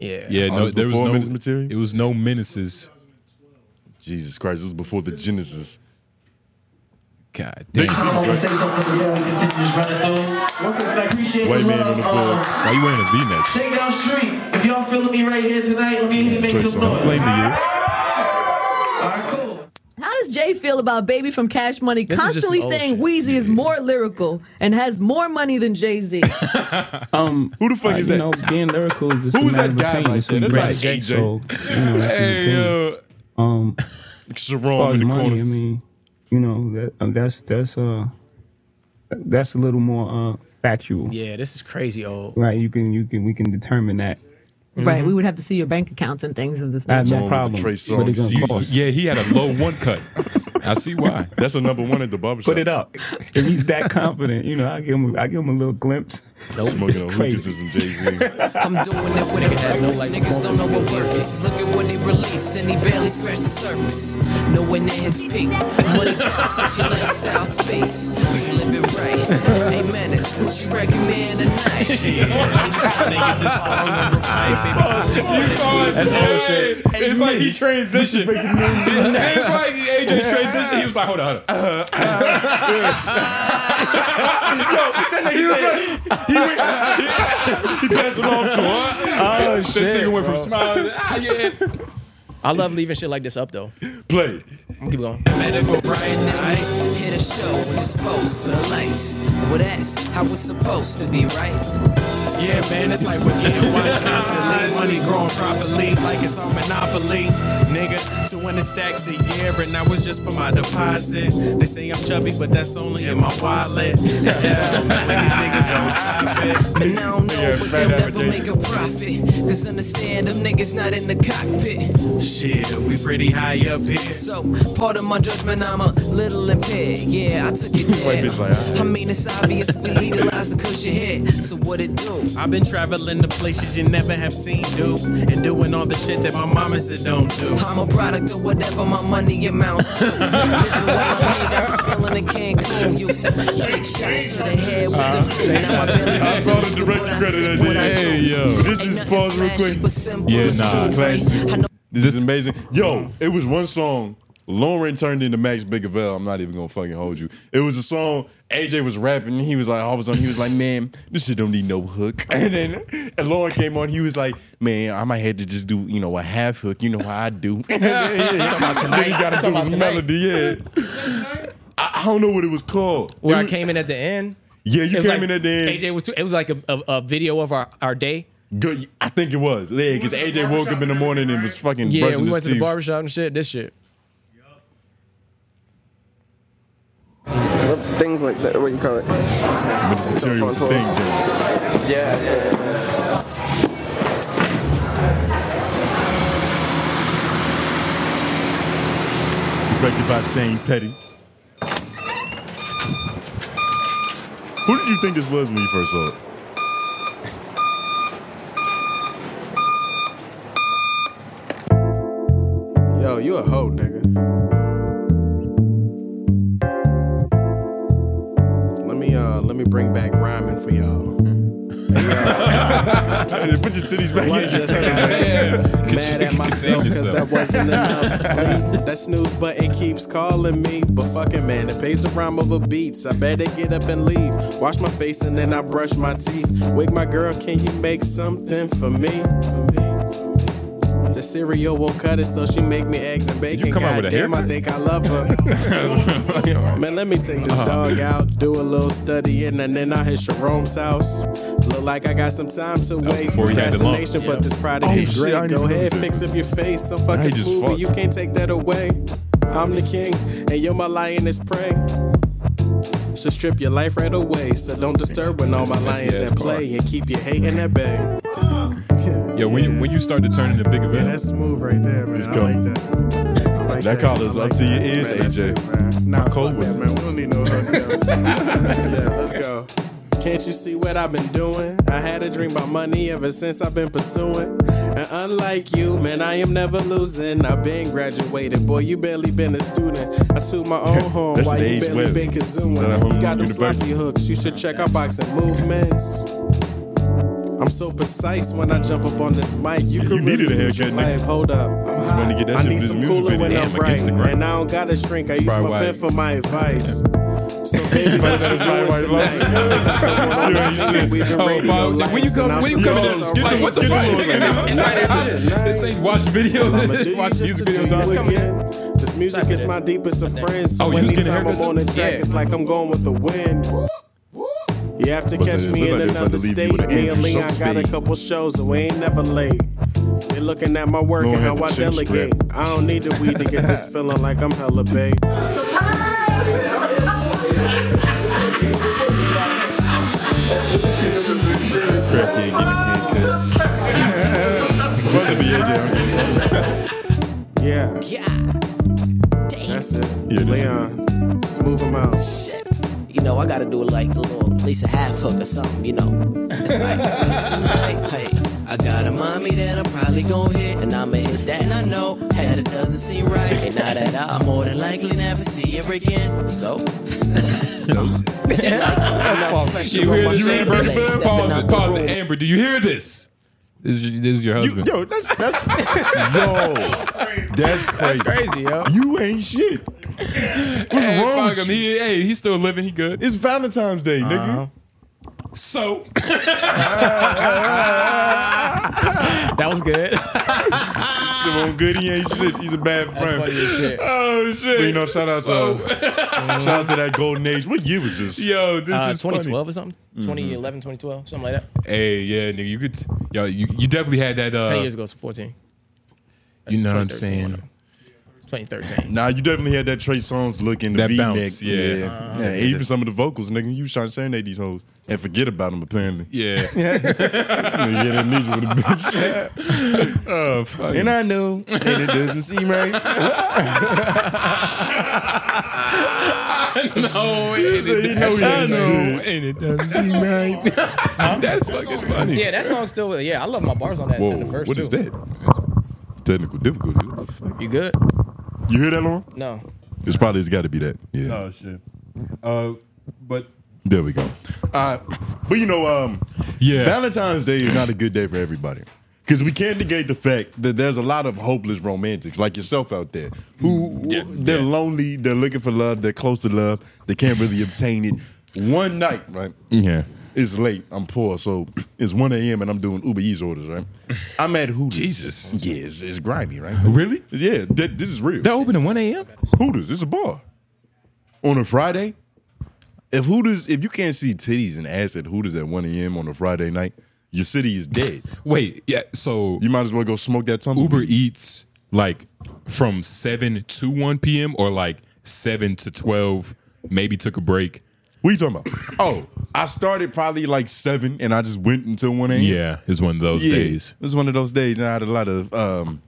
D: yet.
C: Yeah.
B: Yeah,
A: Oh,
B: no,
A: this
B: there was
A: before
B: no
A: Menace Material?
B: It was no menaces.
D: 2012.
A: Jesus Christ, this was before the Genesis.
B: God damn.
G: I want to say something to y'all and continue to run it through. What's this? I appreciate
A: White
G: the
A: man on
G: love.
A: the
G: Uh,
A: boards.
B: Why you wearing a V-neck?
G: Shakedown Street. If y'all feeling me right here tonight, let me make
A: Trey
G: some
A: Songz.
G: noise.
A: Blame
G: All
A: the year.
G: right, cool.
H: How does Jay feel about Baby from Cash Money
C: This is just
H: constantly
C: some old
H: saying
C: shit.
H: Wheezy is more lyrical and has more money than Jay Z?
I: Um,
A: Who the fuck
I: uh,
A: is
I: you
A: that?
I: know, being lyrical is just
A: Who
I: a
A: was
I: matter
A: that
I: of
A: guy
I: opinion.
A: right
I: It's who
A: there? That's
I: you like.
A: like AJ.
I: So, you know, that's his
B: Hey,
I: opinion.
B: yo.
I: Um,
A: Sharon
I: far as
A: in the
I: money, I
A: corner.
I: mean, you know, that, uh, that's that's uh, that's a little more uh factual.
C: Yeah, this is crazy old.
I: Right? You can you can we can determine that.
H: Right. We would have to see your bank accounts and things of this
I: I have
H: nature.
I: no
A: with
I: problem.
A: Trey
I: but it's
A: Songz.
I: gonna
B: You-
I: cost.
B: yeah, he had a low one cut. I see why.
A: That's a number one at the barbershop.
I: Put it up. If he's that confident, you know, I give him I give him a little glimpse.
A: Smoking
I: It's
A: on hookahs
I: crazy.
A: and some Jay-Z.
J: I'm doing it with a
C: had no, like,
J: purpose. Niggas don't know what
C: vocal
J: work is. Look at what he released, and he barely scratched the surface. No one at his peak. Money talks, but your lifestyle space. So live it right. Hey, menace, what you recommend tonight? Shit, I'm just tryna get this all over pipe, baby.
B: It's like he transitioned. it's like AJ transitioned. He was like, hold on, hold on.
A: he was like, he went, he passed it on to
B: Oh, this nigga went from smiling. to, Ah, yeah.
C: I love leaving shit like this up though.
A: Play.
C: I'm gonna keep going.
J: Medical right now. Hit a show and dispose for the lights. Well, that's how it's supposed to be, right?
K: Yeah, man, it's like we're getting watched constantly. Money growing properly, like it's all monopoly. Nigga, 200 stacks a year, and that was just for my deposit. They say I'm chubby, but that's only in my wallet. Yeah, these niggas don't stop it.
J: But now I don't know,
A: Yeah,
J: but
A: fat
J: they'll never
A: advertisers.
J: make a profit. Cause understand, them niggas not in the cockpit.
K: Shit, we pretty high up here.
J: So, part of my judgment, I'm a little impaired. Yeah, I took it
K: White
J: there.
K: bitch like, "Ah."
J: I mean, it's obvious we legalize the cushion here. So, what it do?
K: I've been traveling to places you never have seen, dude. And doing all the shit that my mama said don't do.
J: I'm a product of whatever my money amounts to. Living where I made, I was feeling in Cancun. Used to take shots to the head with the crew. Now I barely
A: Ah. I saw the director credit. I did. Hey yo, this is pause real quick.
B: Yeah,
A: this
B: nah.
A: is classic. This is amazing. Yo, it was one song. Lauren turned into Max Bigavell. I'm not even gonna fucking hold you. It was a song AJ was rapping. And he was like, all of a sudden, he was like, "Man, this shit don't need no hook." And then and Lauren came on. He was like, "Man, I might have to just do you know a half hook. You know how I do." And then-
C: Talking
A: Then
C: about
A: he
C: tonight.
A: got
C: Talking
A: into
C: about
A: his
C: tonight.
A: melody. Yeah. I, I don't know what it was called.
C: Where
A: It
C: I
A: was-
C: came in at the end.
A: Yeah, you
C: It was
A: came in
C: like-
A: at the end.
C: AJ was too, it was like a, a, a video of our, our day.
A: Good. I think it was. Yeah, because AJ woke up in the morning and was fucking
C: Yeah,
A: brushing
C: we
A: his
C: went to the
A: teeth.
C: barbershop and shit. This shit.
L: Things like that, what you call it? Yeah, yeah.
A: Directed by Shane Petty. Who did you think this was when you first saw it?
M: Yo, you a hoe, nigga. Let me uh let me bring back rhyming for y'all.
A: Put your titties back
M: I just got mad, mad at myself because that wasn't enough sleep. That snooze button keeps calling me, but fucking man, it pays the rhyme over beats. I better get up and leave. Wash my face and then I brush my teeth. Wake my girl, can you make something for me? The cereal won't cut it, so she make me eggs and bacon.
B: come out with a
M: Goddamn, I
B: haircut.
M: think I love her. Man, let me take this
B: Uh-huh.
M: dog out, do a little studying, and then I hit Sharon's house. Look like I got some time to waste.
B: before he had the lump.
M: Procrastination, but this product
B: Oh,
M: is
B: shit, I
M: great.
B: didn't
M: Go
B: even
M: ahead,
B: notice
M: fix up your face. Some
B: Now he
M: fucking
B: just
M: smoothie,
B: fucked.
M: you can't take that away. I'm the king, and you're my lioness prey. Should strip your life right away, so don't disturb when all my
B: That's
M: lions
B: the
M: at
B: ass
M: play and keep your hating at bay.
B: Yo, when, you, when you start to turn into big event,
M: That's smooth right there, man.
B: It's
M: I like
B: coming.
M: that. I like
B: That collar's up to your ears,
M: Man, that's
B: AJ.
M: it, man. Nah, fuck that, man. We don't need no hook. yo. yeah, let's go. Can't you see what I've been doing? I had a dream about money ever since I've been pursuing. And unlike you, man, I am never losing. I've been graduated, boy. You barely been a student. I took my own home
A: That's
M: while
A: the
M: you
A: age
M: barely
A: web.
M: been consuming.
A: That home
M: You got them
A: university.
M: sloppy hooks. You should check out boxing movements. I'm so precise when I jump up on this mic. You could
A: needed a
M: really lose your
A: haircut, nigga.
M: life. Hold up. I'm high.
A: to get that
M: I
A: shit
M: need
A: for this
M: some
A: music
M: cooler
A: video.
M: when I'm
A: Damn,
M: right.
A: Instagram.
M: And I don't gotta shrink. I use
A: Bright
M: my
A: white.
M: pen for my advice. So baby,
A: Bright
M: what you
A: white,
M: doing
A: bright white
M: tonight? Because the one on the screen, we been radio lights,
B: when you
M: and
B: come,
M: I'm
B: when you
M: so
B: come in
M: sorry.
B: this, get like, what the fuck? This ain't watch video.
M: I'ma do
B: This
M: you
B: watch
M: just
B: music
M: to
B: video.
M: do you
B: time.
M: again. This music is my deepest of friends. So
B: Oh, you was getting a
M: anytime I'm
B: haircut
M: on the
B: too?
M: track,
B: Yeah.
M: it's like I'm going with the wind. You have to
A: What's
M: catch
A: that?
M: me
A: Look like
M: in
A: they about
M: another
A: to leave you
M: state.
A: with an
M: Me and
A: Andrew
M: Leon
A: Schultz
M: got a
A: beat.
M: couple shows, and we ain't never late. They looking at my work
A: Lord
M: and
A: had
M: how
A: the
M: I
A: chin strap.
M: delegate. I don't need the weed to get this feeling like I'm hella big.
A: Crackhead getting a haircut. Just to be AJ.
M: Yeah. Yeah. That's it. Leon, smooth him out.
J: Shit. You know, I gotta do like a little, at least a half hook or something, you know. It's like, it's like, hey, I got a mommy that I'm probably gonna hit, and I'ma hit that, and I know that it doesn't seem right, and now that I'm more than likely never see her again, so. so. It's like, enough pressure
B: You
J: on
B: hear
J: my
B: this? You hear the
J: shoulder
B: break?
J: blades, stepping
B: Pause
J: out
B: it.
J: the
B: Pause it.
J: room.
B: Amber, do you hear this? This is, this is your husband.
A: Yo, that's that's yo, that's crazy.
C: crazy, yo.
A: You ain't shit. What's
B: hey,
A: wrong
B: fuck
A: with
B: him.
A: you?
B: He, hey, he's still living. He good.
A: It's Valentine's Day, nigga.
B: Uh-huh. So
C: That was good.
A: Siobhan Good, he ain't shit. He's a bad friend.
C: funny as shit. Uh,
B: Oh shit.
A: But, you know, shout out
B: So-
A: to shout out to that golden age. What year was this?
B: Yo, this
C: Uh,
B: is
C: 2012 or something?
B: Mhm.
A: Mm-hmm.
C: 2011, 2012, something like that.
B: Funny. Hey, yeah, nigga, you could. Yo, you, you definitely had that. Uh,
C: 10 years ago, so 14.
B: You know what I'm
C: 2013,
B: saying?
C: 2013.
A: Nah, you definitely had that Trey Songz look in the
B: That
A: V neck.
B: bounce, yeah. Uh,
A: yeah, even some of the vocals, nigga. You was trying to serenade these hoes and forget about them apparently.
B: Yeah.
A: yeah, that music with a big shit.
B: Oh, fuck.
A: And I know, and it doesn't seem right.
B: no, it,
A: said he know he ain't shit.
B: and it doesn't seem right. That's fucking funny.
C: Yeah, that song's still. Yeah, I love my bars on that.
A: Whoa,
C: in the first
A: what
C: two.
A: is that? Technical difficulty. What the fuck?
C: You good?
A: You hear that, Lauren?
C: No.
A: It's probably it's got to be that. Yeah.
B: Oh shit. Uh, but
A: There we go. Uh, but you know, um,
B: Yeah.
A: Valentine's Day is not a good day for everybody. Because we can't negate the fact that there's a lot of hopeless romantics like yourself out there who they're lonely, they're looking for love, they're close to love, they can't really obtain it. One night, right?
B: yeah.
A: It's late, I'm poor, so it's 1 a.m. and I'm doing Uber Eats orders, right? I'm at Hooters.
B: Jesus.
A: Yeah, it's, it's grimy, right?
B: Really?
A: Yeah, that, this is real.
B: That open at 1 a.m.
A: Hooters, it's a bar. On a Friday, if Hooters, if you can't see titties and ass at Hooters at 1 a.m. on a Friday night, your city is dead.
B: Wait, yeah. So
A: You might as well go smoke that tumble.
B: Uber Eats like from seven to 1 p.m. or like seven to 12. Maybe took a break.
A: What you talking about? Oh, I started probably like seven and I just went until 1 a.m.
B: Yeah, it's one of those
A: Yeah,
B: days.
A: It was one of those days and I had a lot of um,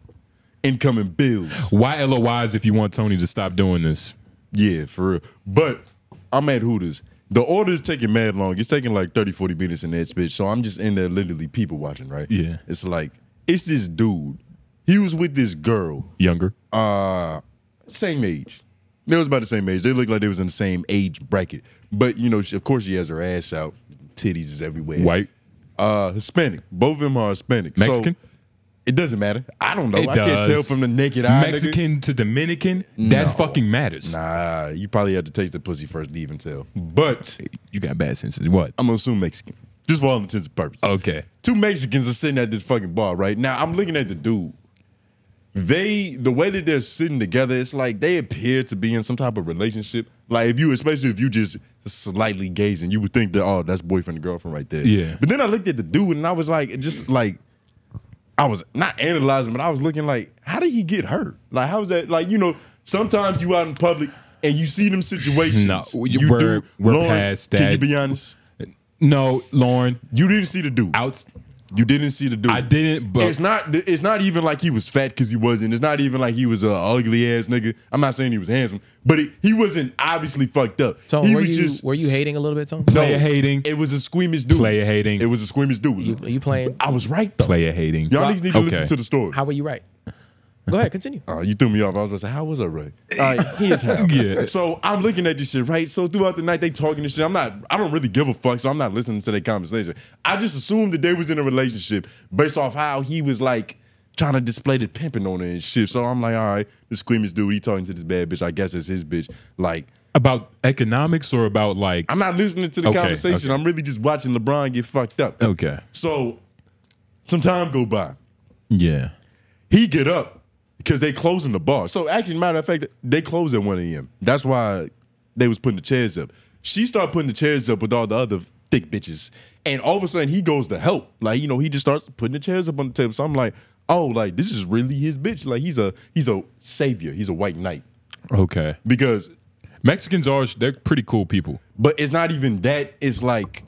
A: incoming bills.
B: Why LOIs if you want Tony to stop doing this?
A: Yeah, for real. But I'm at Hooters. The order's taking mad long. It's taking like 30, 40 minutes in that bitch. So I'm just in there literally people watching, right?
B: Yeah.
A: It's like, it's this dude. He was with this girl.
B: Younger.
A: uh same age. They was about the same age. They looked like they was in the same age bracket. But you know, she, of course, she has her ass out, titties is everywhere.
B: White.
A: uh, Hispanic. Both of them are Hispanic. So,
B: Mexican?
A: it doesn't matter. I don't know.
B: It
A: Oh, I can't
B: does.
A: tell from the naked eye. nigga.
B: Mexican to Dominican, that
A: No.
B: fucking matters.
A: Nah, Uh, you probably had to taste the pussy first to even tell. But
B: You got bad senses. What?
A: I'm gonna assume Mexican, just for all intents and purposes.
B: Okay.
A: two Mexicans are sitting at this fucking bar right now. I'm looking at the dude. They the way that they're sitting together, it's like they appear to be in some type of relationship. Like if you, especially if you just slightly gazing, you would think that oh, that's boyfriend and girlfriend right there.
B: Yeah.
A: But then I looked at the dude and I was like, just like I was not analyzing, but I was looking like, how did he get hurt? Like how's that? Like you know, sometimes you out in public and you see them situations.
B: No, we- we're- we're
A: Lauren,
B: past
A: Can you
B: that.
A: be honest?
B: No, Lauren,
A: You didn't see the dude.
B: out.
A: You didn't see the dude.
B: I didn't, but
A: it's not. It's not even like he was fat because he wasn't. It's not even like he was a ugly ass nigga. I'm not saying he was handsome, but it, he wasn't obviously fucked up.
C: Tone,
A: he
C: were
A: was
C: you were you hating a little bit, Tone?
A: No,
B: Player hating.
A: It was a squeamish dude.
B: Player hating.
A: It was a squeamish dude.
C: You, you playing?
A: I was right though.
B: player hating.
A: Y'all niggas need to
B: Okay.
A: listen to the story.
C: How were you right? Go ahead, continue.
A: Uh, you threw me off. I was about to say, how was I right? All right, he is half.
B: Yeah.
A: So I'm looking at this shit, right? So throughout the night, they talking this shit. I'm not, I don't really give a fuck, so I'm not listening to their conversation. I just assumed that they was in a relationship based off how he was like trying to display the pimping on her and shit. So I'm like, all right, this squeamish dude, he talking to this bad bitch. I guess it's his bitch. Like,
B: About economics or about like.
A: I'm not listening to the
B: Okay,
A: conversation.
B: okay.
A: I'm really just watching LeBron get fucked up.
B: okay.
A: So some time go by.
B: Yeah.
A: he get up because they closing the bar. So actually, matter of fact, they close at one a.m. That's why they was putting the chairs up. She started putting the chairs up with all the other thick bitches, and all of a sudden he goes to help. Like you know, he just starts putting the chairs up on the table. So I'm like, oh, like this is really his bitch. Like he's a he's a savior. He's a white knight
B: Okay.
A: because.
B: Mexicans are they're pretty cool people.
A: But it's not even that. It's like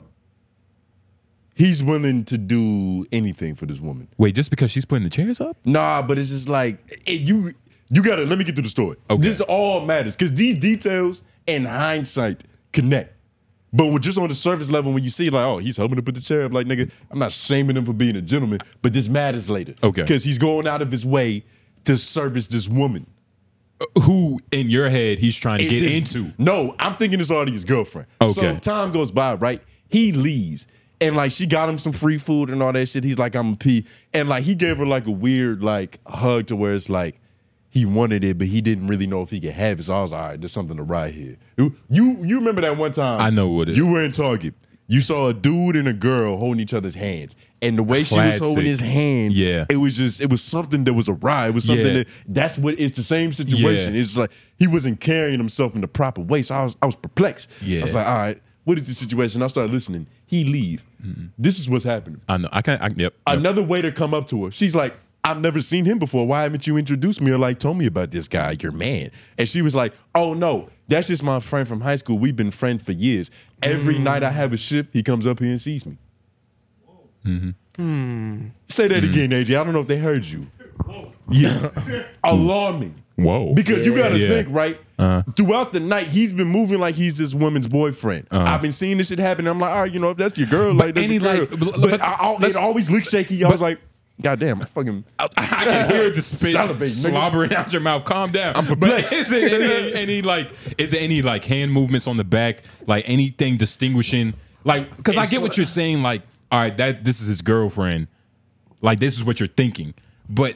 A: he's willing to do anything for this woman.
B: Wait, just because she's putting the chairs up?
A: Nah, but it's just like it, you you gotta let me get to the story.
B: Okay.
A: This all matters because these details and hindsight connect. But when just on the surface level, when you see like, oh, he's helping to put the chair up, like nigga, I'm not shaming him for being a gentleman, but this matters later.
B: Okay.
A: Because he's going out of his way to service this woman.
B: Who in your head he's trying to
A: It's
B: get
A: his-
B: into?
A: No, I'm thinking it's already his girlfriend. So
B: Okay.
A: time goes by, right? He leaves. And like she got him some free food and all that shit. He's like, I'm a pee. And like he gave her like a weird like hug to where it's like he wanted it, but he didn't really know if he could have it. So I was like, all right, there's something to ride here. You you, you remember that one time?
B: I know what it-
A: You were in Target. You saw a dude and a girl holding each other's hands. And the way she
B: Classic.
A: was holding his hand,
B: Yeah.
A: it was just, it was something that was a ride. It was something
B: Yeah.
A: that that's what it's the same situation.
B: Yeah.
A: It's like he wasn't carrying himself in the proper way. So I was I was perplexed. I was
B: Yeah.
A: like, all right, what is the situation? I started listening. He leave. This is what's happening.
B: I know. I can't. I, yep. yep.
A: Another waiter come up to her. She's like, I've never seen him before. Why haven't you introduced me or like told me about this guy, your man? And she was like, Oh no, that's just my friend from high school. We've been friends for years. Every
B: Mm.
A: night I have a shift, he comes up here and sees me.
B: Mm-hmm.
D: Hmm.
A: Say that again, AJ. I don't know if they heard you. Yeah. Alarming.
B: Whoa.
A: Because you gotta
B: Yeah.
A: think, right?
B: Uh-huh.
A: Throughout the night, he's been moving like he's this woman's boyfriend.
B: Uh-huh.
A: I've been seeing this shit happen. I'm like, all right, you know, if that's your girl, like, that's
B: any,
A: your girl.
B: like- but-
A: but
B: but-
A: I, I-
B: let's-
A: it always looked shaky. I was like, God damn, I fucking
B: I can hear the spit
A: Salivate, nigga.
B: slobbering out your mouth. Calm down. I'm
A: perplexed.
B: Is there any, any like is there any like hand movements on the back? Like anything distinguishing? Like because I
A: It's
B: get what you're saying. Like all right, that this is his girlfriend. Like this is what you're thinking, but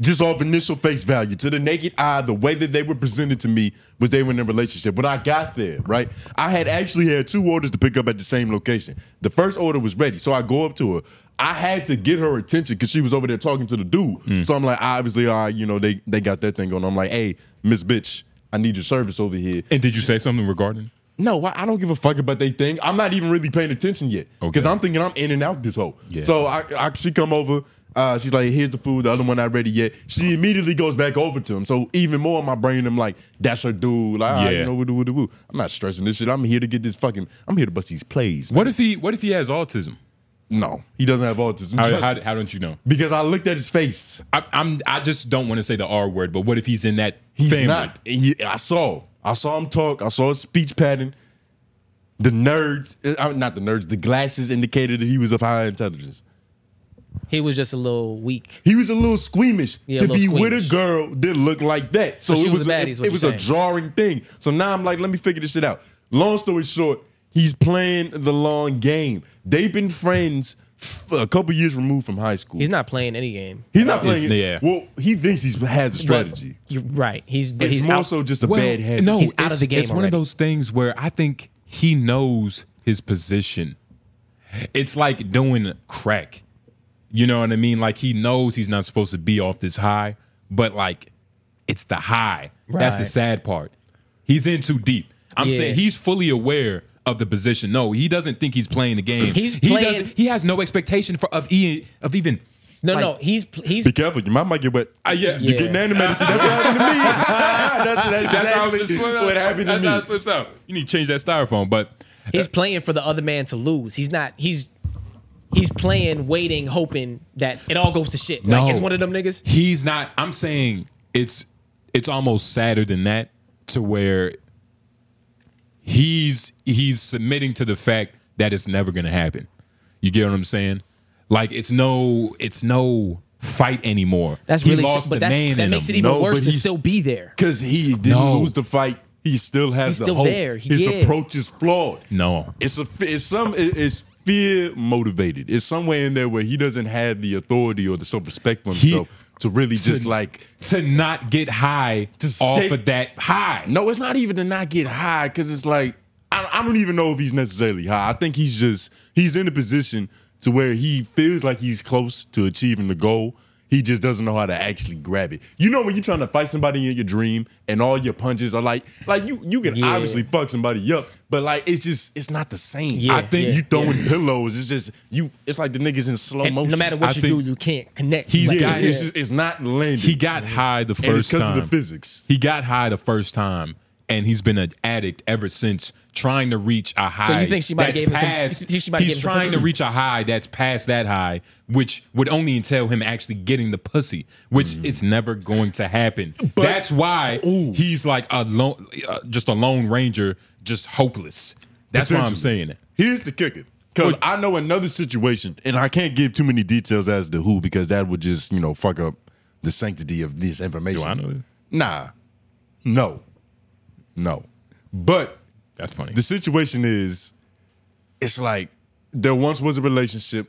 A: just off initial face value to the naked eye, the way that they were presented to me was they were in a relationship. But I got there, right? I had actually had two orders to pick up at the same location. The first order was ready, so I go up to her. I had to get her attention because she was over there talking to the dude. So I'm like, obviously, all right, you know, they they got that thing going. on. I'm like, hey, Miss Bitch, I need your service over here.
B: And did you say something regarding?
A: No, I, I don't give a fuck about they thing. I'm not even really paying attention yet because I'm thinking I'm in and out this whole.
B: Yeah.
A: So I, I she come over. Uh, she's like, "Here's the food. The other one not ready yet." She immediately goes back over to him. So even more in my brain, I'm like, "That's her dude." Like, "Ah,
B: Yeah.
A: you know, woo, woo, woo, woo. I'm not stressing this shit. I'm here to get this fucking. I'm here to bust these plays.
B: What if he What if he has autism?
A: No, he doesn't have autism.
B: How, how, how don't you know?
A: because I looked at his face.
B: I, I'm I just don't want to say the R word, but what if he's in that
A: He's
B: family?
A: not. He- I saw. I saw him talk. I saw his speech pattern. The nerds, uh, not the nerds. The glasses indicated that he was of high intelligence.
C: He was just a little weak.
A: He was a little squeamish
C: Yeah,
A: to
C: a little
A: be with
C: squeamish.
A: a girl that looked like that. So,
C: So she
A: it
C: was
A: was,
C: a
A: a,
C: baddie, is
A: it,
C: what you're
A: was
C: saying.
A: a jarring thing. So now I'm like, let me figure this shit out. Long story short, he's playing the long game. They've been friends f- a couple years removed from high school.
C: He's not playing any game.
A: He's not
B: It's-
A: playing.
B: yeah.
A: Well, he thinks he has a strategy.
C: You're right. He's but
A: It's
C: he's
A: more
C: out-
A: so just a
B: Well,
A: bad habit.
B: No,
C: He's out
B: it's-
C: of the game
B: It's one of
C: already.
B: those things where I think he knows his position. It's like doing crack. You know what I mean? Like he knows he's not supposed to be off this high, but like it's the high. That's the
C: Right.
B: sad part. He's in too deep. I'm
C: Yeah.
B: saying he's fully aware of the position. No, he doesn't think he's playing the game.
C: He's
B: he
C: playing-
B: doesn't he has no expectation for of e, of even
C: No,
B: like-
C: no. He's he's
A: Be careful. Your mouth might get wet.
B: Ah, yeah.
A: You're
C: Yeah.
A: getting animated. See, that's what happened to me. that's that's,
B: That's how it
A: exactly
B: slips out.
A: what happened to
B: That's
A: me.
B: how it slips out. You need to change that styrofoam, but
C: he's playing for the other man to lose. He's not. He's he's playing, waiting, hoping that it all goes to shit.
B: No,
C: Like it's one of them niggas.
B: He's not. I'm saying it's it's almost sadder than that to where he's he's submitting to the fact that it's never gonna happen. You get what I'm saying? Like it's no it's no fight anymore.
C: That's
B: he
C: really.
B: lost
C: but
B: the
C: that's,
B: man
C: that
B: in
C: makes
B: him.
C: it even
A: No,
C: worse
A: but
C: to
A: he's-
C: still be there.
A: Because he didn't
B: No.
A: lose the fight, he still has
C: He's
A: the
C: still
A: hope.
C: there. He-
A: His
C: yeah.
A: approach is flawed.
B: no.
A: It's a it's some it- it's fear motivated. It's somewhere in there where he doesn't have the authority or the self respect for
B: He-
A: himself to really just
B: to-
A: like.
B: To not get high
A: To stay-
B: off of that high.
A: No, it's not even to not get high because it's like I, I don't even know if he's necessarily high. I think he's just he's in a position to where he feels like he's close to achieving the goal. He just doesn't know how to actually grab it. You know when you're trying to fight somebody in your dream and all your punches are like like you you can
C: Yeah.
A: obviously fuck somebody up, but like it's just it's not the same.
C: Yeah,
A: I think
C: yeah,
A: you throwing pillows. It's just you. It's like the niggas in slow
C: And
A: motion.
C: no matter what
B: I
C: you do,
B: think-
C: you can't connect.
B: He's
C: Like,
B: got-
C: yeah.
A: it's, just, it's not landing.
B: He got high the first
A: and it's because
B: time.
A: of the physics.
B: He got high the first time, and he's been an addict ever since, trying to reach a high.
C: think she might
B: that's
C: have gave him some-
B: past-
C: you think she might have
B: He's
C: gave him some
B: trying to
C: pussy?
B: reach a high that's past that high, which would only entail him actually getting the pussy, which
C: Mm.
B: it's never going to happen.
A: But-
B: that's why
A: Ooh.
B: he's like a lone, uh, just a lone ranger, just hopeless. That's why I'm
A: Potentially.
B: saying it.
A: Here's the kicker. Because
B: What?
A: I know another situation, and I can't give too many details as to who because that would just, you know, fuck up the sanctity of this information.
B: Do I know this?
A: Nah. No. No. But
B: That's funny.
A: the situation is, it's like there once was a relationship,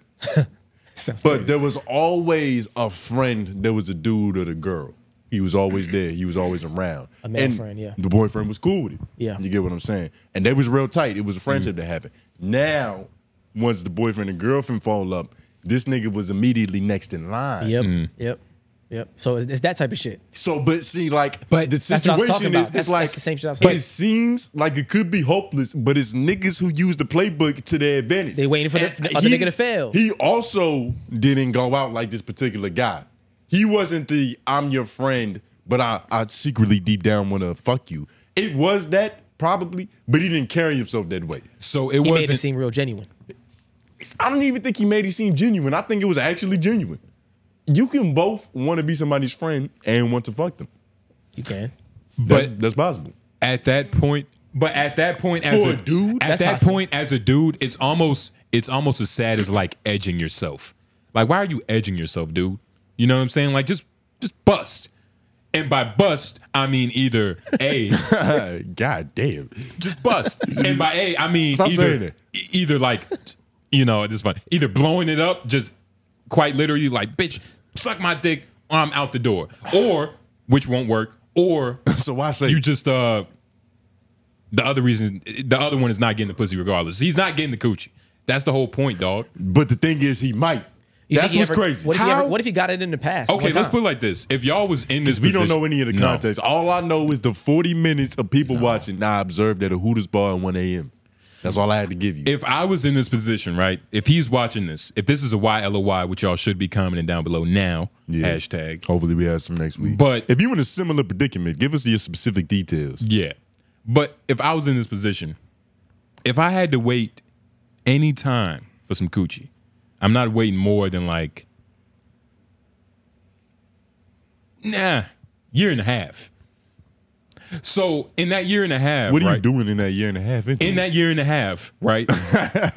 A: but there was always a friend. There was a dude or the girl. He was always there. He was always around.
C: A male
A: And
C: friend, yeah.
A: The boyfriend was cool with him.
C: Yeah. Mm-hmm.
A: You get what I'm saying? And they was real tight. It was a friendship that happened. Now, once the boyfriend and girlfriend fall up, this nigga was immediately next in line.
C: Yep. Yep. Yep. So it's, it's that type of shit.
A: So, but see, like,
B: But
A: the
C: that's what I was talking
A: situation
C: about.
A: is,
C: That's-
A: it's like,
C: that's the same shit I was
A: it
C: saying.
A: seems like it could be hopeless, but it's niggas who use the playbook to their advantage.
C: They waiting for the-
A: And
C: the other nigga to fail.
A: He also didn't go out like this particular guy. He wasn't the I'm your friend, but I, I secretly deep down want to fuck you. It was that probably, but he didn't carry himself that way.
B: So
C: he made it seem real genuine.
A: I don't even think he made it seem genuine. I think it was actually genuine. You can both want to be somebody's friend and want to fuck them.
C: You can.
A: That's, that's possible.
B: At that point, but at that point, as
A: For
B: a
A: a dude?
B: at
A: That's
B: that
A: possible.
B: point as a dude, it's almost it's almost as sad as like edging yourself. Like, why are you edging yourself, dude? You know what I'm saying? Like, just just bust. And by bust, I mean either a
A: God damn,
B: just bust. And by a, I mean
A: Stop saying
B: either
A: that.
B: e- either like you know this is fun either blowing it up, just quite literally like bitch, suck my dick, I'm out the door, or which won't work, or
A: so why say
B: you just uh the other reason the other one is not getting the pussy regardless. He's not getting the coochie. That's the whole point, dog.
A: But the thing is, he might.
C: You think
B: That's
C: he
B: what's
C: ever-
B: crazy.
C: What if, he ever,
B: How-
C: what if he got it in the past?
B: okay,
C: one
B: let's
C: time?
B: put it like this: If y'all was in this,
A: we don't
B: position-
A: know any of the
B: No.
A: context. All I know is the 40 minutes of people watching. I observed at a Hooters bar at 1 a.m. That's all I had to give you.
B: If I was in this position, right? If he's watching this, if this is a YLOY, which y'all should be commenting down below now, hashtag.
A: Hopefully, we have some next week.
B: But
A: if you're in a similar predicament, give us your specific details.
B: Yeah. But if I was in this position, if I had to wait any time for some coochie, I'm not waiting more than like, nah, year and a half. So in that year and a half,
A: What are
B: right,
A: you doing in that year and a half? into
B: in
A: it?
B: that year and a half, right?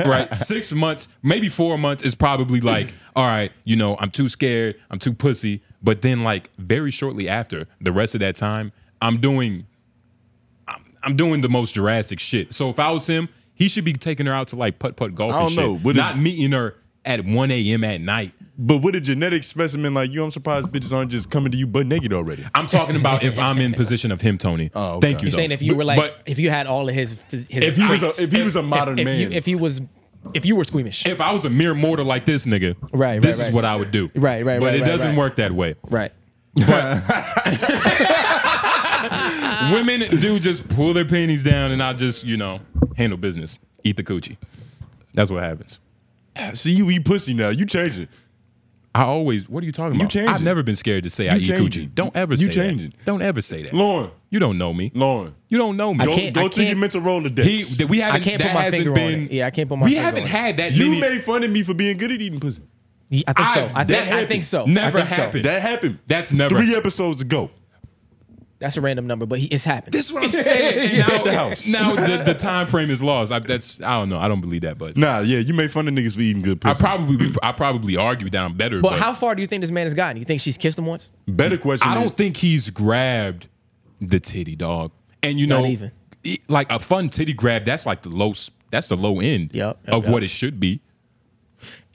B: right. Six months, maybe four months is probably like, all right, you know, I'm too scared, I'm too pussy. But then, like, very shortly after the rest of that time, I'm doing, I'm, I'm doing the most drastic shit. So if I was him, he should be taking her out to like putt putt golf.
A: I don't
B: and shit,
A: know, but
B: not
A: it's-
B: meeting her at 1 a.m. at night.
A: But with a genetic specimen like you, I'm surprised bitches aren't just coming to you butt naked already.
B: I'm talking about if I'm in position of him, Tony.
A: Oh, okay.
B: Thank you.
A: You're
B: though.
C: saying if you were like,
B: but
C: if you had all of his, his
A: If he was a-
C: traits.
A: if he was a modern
C: if, you-
A: man.
C: if he was, if you were squeamish,
B: if I was a mere mortal like this nigga,
C: Right,
B: this
C: right,
B: is
C: right.
B: what I would do.
C: Right, right,
B: But
C: right,
B: it
C: right,
B: doesn't
C: right.
B: work that way.
C: right?
B: Women do just pull their panties down and I just, you know, handle business. Eat the coochie. That's what happens.
A: See, you eat pussy now. You changing.
B: I always, what are you talking
A: You
B: about?
A: changing.
B: I've never been scared to say I
A: You
B: eat
A: changing.
B: coochie. Don't ever
A: You
B: say that.
A: changing.
B: Don't ever say that.
A: Lauren,
B: You don't know me.
A: Lauren,
B: You don't know me.
C: I
A: go,
C: can't-
A: go through your
C: can't-
A: mental Rolodex.
B: He, that we haven't,
C: I can't
B: that
C: put my
B: hasn't
C: finger
B: been,
C: on it. Yeah, I can't put my.
B: we
C: finger
B: haven't
C: on it.
B: had that
A: you
B: many.
A: made fun of me for being good at eating pussy.
C: Yeah, I think so. I
B: I've- that
C: think, I
B: happened.
C: think so.
B: Never
C: I think so.
B: happened.
A: That happened
B: That's never.
A: three episodes ago.
C: That's a random number, but he, it's happened.
B: This is what I'm saying. And
A: Yeah,
B: now
A: at the house.
B: now the, the time frame is lost. I, that's I don't know. I don't believe that, but
A: Nah, yeah, you made fun of niggas for eating good
B: I
A: pussy.
B: probably I probably argue down better.
C: but how far do you think this man has gotten? You think she's kissed him once?
A: Better question.
B: I
A: is-
B: don't think he's grabbed the titty dog. And you
C: Not
B: know,
C: even.
B: e- like a fun titty grab, that's like the low. s- That's the low end
C: Yep, yep,
B: of
C: yep.
B: what it should be.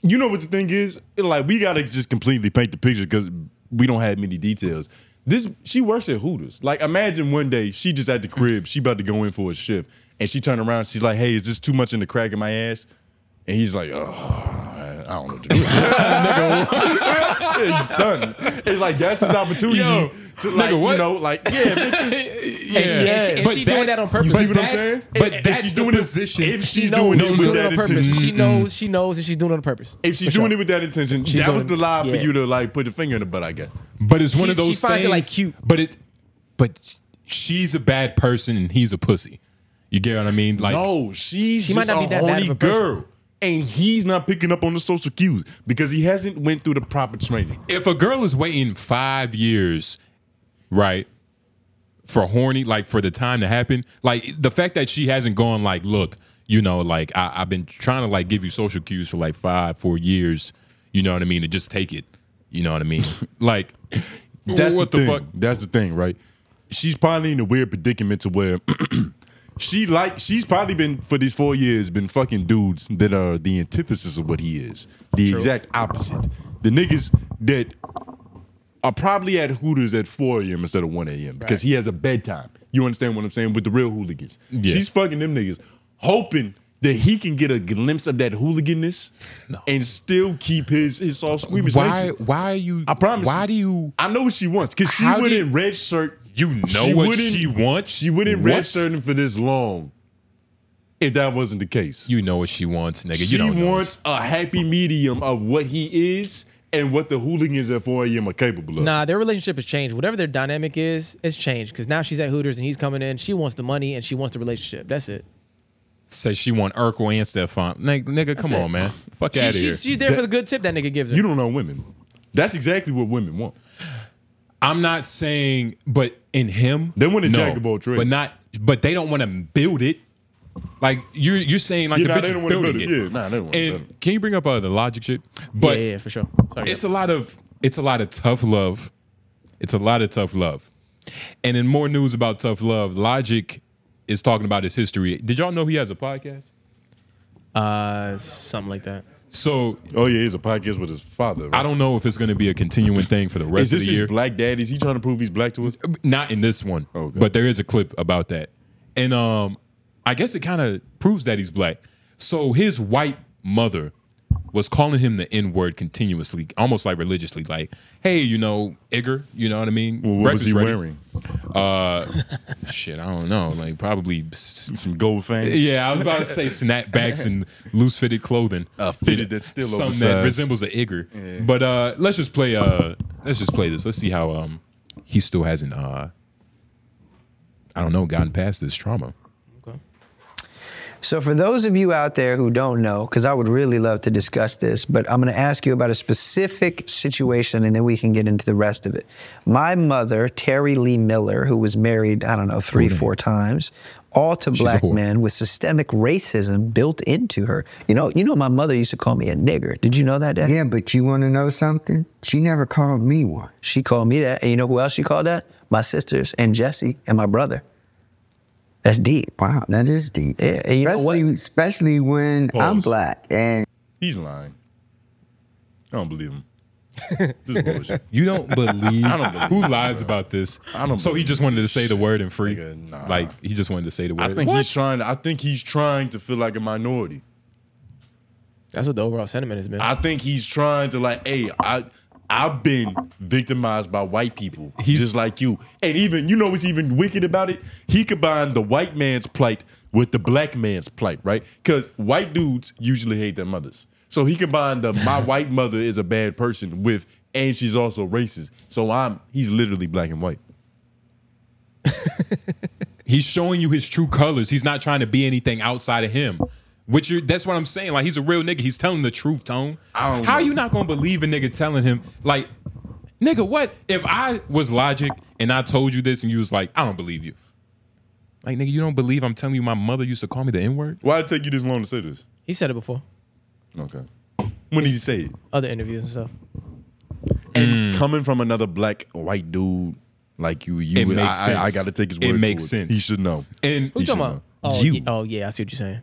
A: You know what the thing is? Like we gotta just completely paint the picture because we don't have many details. This she works at Hooters. Like imagine one day she just at the crib, she about to go in for a shift, and she turn around, she's like, "Hey, is this too much in the crack of my ass?" And he's like, "Oh, I don't know." What to do. Nigga, it's done. It's like that's his opportunity
B: Yo,
A: to like
B: nigga, what?
A: you know like yeah,
B: Yeah,
A: bitches.
C: she- and she- and she doing
B: that's-
C: that on purpose?
A: You see what I'm
B: that's-
A: saying?
B: But
A: If
B: that's
A: she's
B: the
A: doing it-
B: position.
A: if she's
C: knows
A: doing it
C: she's
A: with
C: doing
A: that
C: it on purpose.
A: intention.
C: She knows. She knows, and she's doing it on purpose.
A: If she's
C: For
A: doing
C: sure.
A: it with that intention,
C: She's
A: that was the
C: doing-
A: lie for
C: yeah.
A: you to like put the finger in the butt, I guess.
B: But it's one
C: She-
B: of those
C: she finds
B: things.
C: it, like, cute.
B: But it, but she's a bad person and he's a pussy. You get what I mean? Like,
A: No, she's
C: She might
A: just
C: not
A: a
C: be that bad
A: horny
C: of a person.
A: girl, and he's not picking up on the social cues because he hasn't went through the proper training.
B: if a girl is waiting five years, right, for horny, like for the time to happen, like the fact that she hasn't gone, like, look, you know, like I, I've been trying to like give you social cues for like five, four years, you know what I mean, and just take it, you know what I mean, like
A: That's
B: what
A: the,
B: the,
A: thing.
B: fuck.
A: That's the thing, right? She's probably in a weird predicament to where she like she's probably been for these four years been fucking dudes that are the antithesis of what he is, the exact opposite. The niggas that are probably at Hooters at 4 a.m. instead of 1 a.m. because he has a bedtime. You understand what I'm saying? With the real hooligans.
B: Yeah.
A: She's fucking them niggas, hoping that he can get a glimpse of that hooliganess and still keep his his soft squeamish
B: Why?
A: nature.
B: Why are you?
A: I promise
B: Why
A: you.
B: do you?
A: I know what she wants because she
B: How do
A: went
B: you-
A: in red shirt.
B: You know what she wants?
A: She went in
B: What?
A: red shirt for this long. If that wasn't the case,
B: You know what she wants, nigga.
A: she
B: you don't know.
A: wants a happy medium of what he is and what the hooligans at 4 a.m. are capable of.
C: Nah, their relationship has changed. Whatever their dynamic is, it's changed because now she's at Hooters and he's coming in. She wants the money and she wants the relationship. That's it.
B: Says she want Urkel and Stefan. Nigga, nigga come
C: it.
B: on, man. Fuck
C: She-
B: out of
C: she-
B: here.
C: she's there for the good tip that nigga gives her.
A: You don't know women. That's exactly what women want.
B: I'm not saying, but in him, they
A: want a
B: no,
A: jack of all trades.
B: but not, but they don't want to build it. Like you're you're saying, like
A: Yeah,
B: the
A: nah,
B: bitch
A: they don't
B: is
A: wanna
B: building
A: build it.
B: it.
A: Yeah, nah, they don't wanna build
B: And can you bring up uh, the logic shit? But
C: yeah, yeah, for sure. Sorry,
B: it's a lot of it's a lot of tough love. It's a lot of tough love. And in more news about tough love, Logic is talking about his history. Did y'all know he has a podcast?
C: Uh, something like that.
B: So,
A: oh yeah, he's a podcast with his father.
B: I don't know if it's going to be a continuing thing for the rest
A: Is this
B: of the year.
A: his black dad? Is he trying to prove he's black to us?
B: Not in this one,
A: Oh,
B: but there is a clip about that, and um, I guess it kind of proves that he's black. So his white mother was calling him the N word continuously, almost like religiously, like, "Hey, you know, Igor, you know what I mean?"
A: Well, what was
B: Breakfast
A: he
B: ready.
A: wearing?
B: Uh, shit, I don't know. Like probably some
A: gold fangs.
B: Yeah, I was about to say snapbacks and loose fitted clothing. Uh,
A: fitted that's still
B: something that
A: oversized.
B: resembles an igger.
A: Yeah.
B: But uh, let's just play. Uh, let's just play this. Let's see how um he still hasn't. Uh, I don't know, gotten past this trauma.
N: So, for those of you out there who don't know, because I would really love to discuss this, but I'm going to ask you about a specific situation and then we can get into the rest of it. My mother, Terry Lee Miller, who was married, I don't know, three, four times, all to black men with systemic racism built into her. You know, you know, my mother used to call me a nigger. Did you know that, Dad? Yeah, but you want to know something? She never called me one. She called me that. And you know who else she called that? My sisters and Jesse and my brother. That's deep. Wow, that is deep. Yeah, and you know what?
O: especially when I'm black and
A: He's lying. I don't believe him. This is bullshit.
B: You don't believe.
A: I don't believe
B: who lies about this.
A: I don't
B: so he
A: believe
B: just wanted to say the word and free. Like he just wanted to say the word.
A: I think he's trying. To, I think he's trying to feel like a minority.
C: That's what the overall sentiment has been.
A: I think he's trying to like, hey, I I've been victimized by white people. He's just like you. And even you know what's even wicked about it? He combined the white man's plight with the black man's plight, right? Because white dudes usually hate their mothers. So he combined the my white mother is a bad person with and she's also racist. So I'm he's literally black and white.
B: He's showing you his true colors. He's not trying to be anything outside of him. Which you that's what I'm saying. Like he's a real nigga. He's telling the truth, Tone. How you not gonna believe a nigga telling him like, nigga, what if I was logic and I told you this and you was like, I don't believe you. Like nigga, you don't believe I'm telling you my mother used to call me the N word.
A: Why did it take you this long to say this?
C: He said it before.
A: Okay. When did he say it?
C: Other interviews and stuff.
A: And coming from another black white dude like you, you
B: It
A: I-
B: makes
A: I, I,
B: sense.
A: gotta take his
B: It
A: word.
B: makes
A: for
B: sense.
A: He should know.
B: And
A: He
C: Who you
A: should
C: talking about?
A: know.
C: Oh,
A: You.
C: Yeah, oh yeah, I see what you're saying.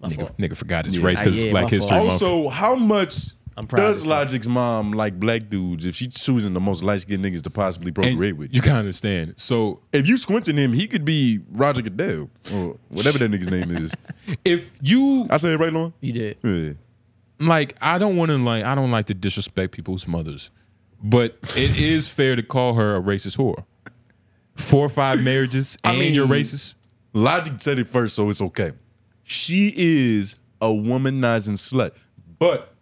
C: My fault.
B: Nigga forgot his
A: Yeah.
B: race because
A: Yeah,
B: it's Black
A: my
B: History
A: fault.
B: Month.
A: Also, how much
C: proud of
A: does
C: this
A: Logic's mom like black dudes if she's choosing the most light skinned niggas to possibly procreate with?
B: You gotta understand. So
A: if you squinting him, he could be Roger Goodell or whatever that nigga's name is.
B: If you,
A: I said it right, Lauren.
C: You did.
A: Yeah.
B: like I don't want to like I don't like to disrespect people's mothers, but it is fair to call her a racist whore. Four or five marriages and you're racist.
A: Logic said it first, so it's okay. She is a womanizing slut, but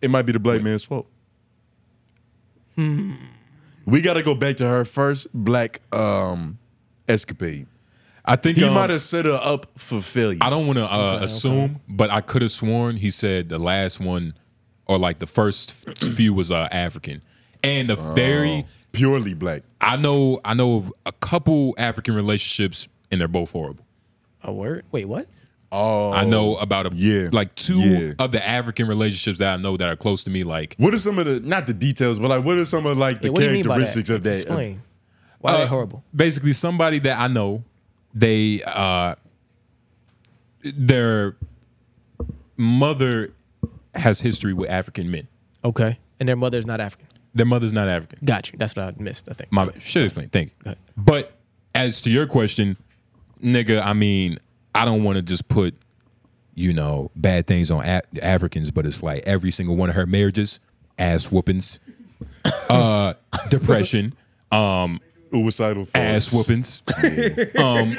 A: it might be the black man's fault. We got to go back to her first black um, escapade.
B: I think
A: he
B: um,
A: might have set her up for failure.
B: I don't want to uh, assume, but I could have sworn he said the last one or like the first f- few was uh, African and the
A: Oh.
B: very
A: purely black.
B: I know I know of a couple African relationships and they're both horrible.
C: A word? Wait, what?
A: Oh,
B: I know about a
A: yeah,
B: like two
A: Yeah.
B: of the African relationships that I know that are close to me. Like
A: What are some of the not the details, but like what are some of like the
C: Yeah, what do you mean by that?
A: characteristics of that? uh,
C: Explain. Why are they horrible?
B: Uh, Basically, somebody that I know, they uh their mother has history with African men.
C: Okay. And their mother's not African.
B: Their mother's not African.
C: Got you. That's what I missed. I think.
B: My should explain. Thank you. But as to your question, nigga, I mean, I don't want to just put you know bad things on a- Africans, but it's like every single one of her marriages, ass whoopings, uh, depression, um,
A: Suicidal
B: ass whoopings. um,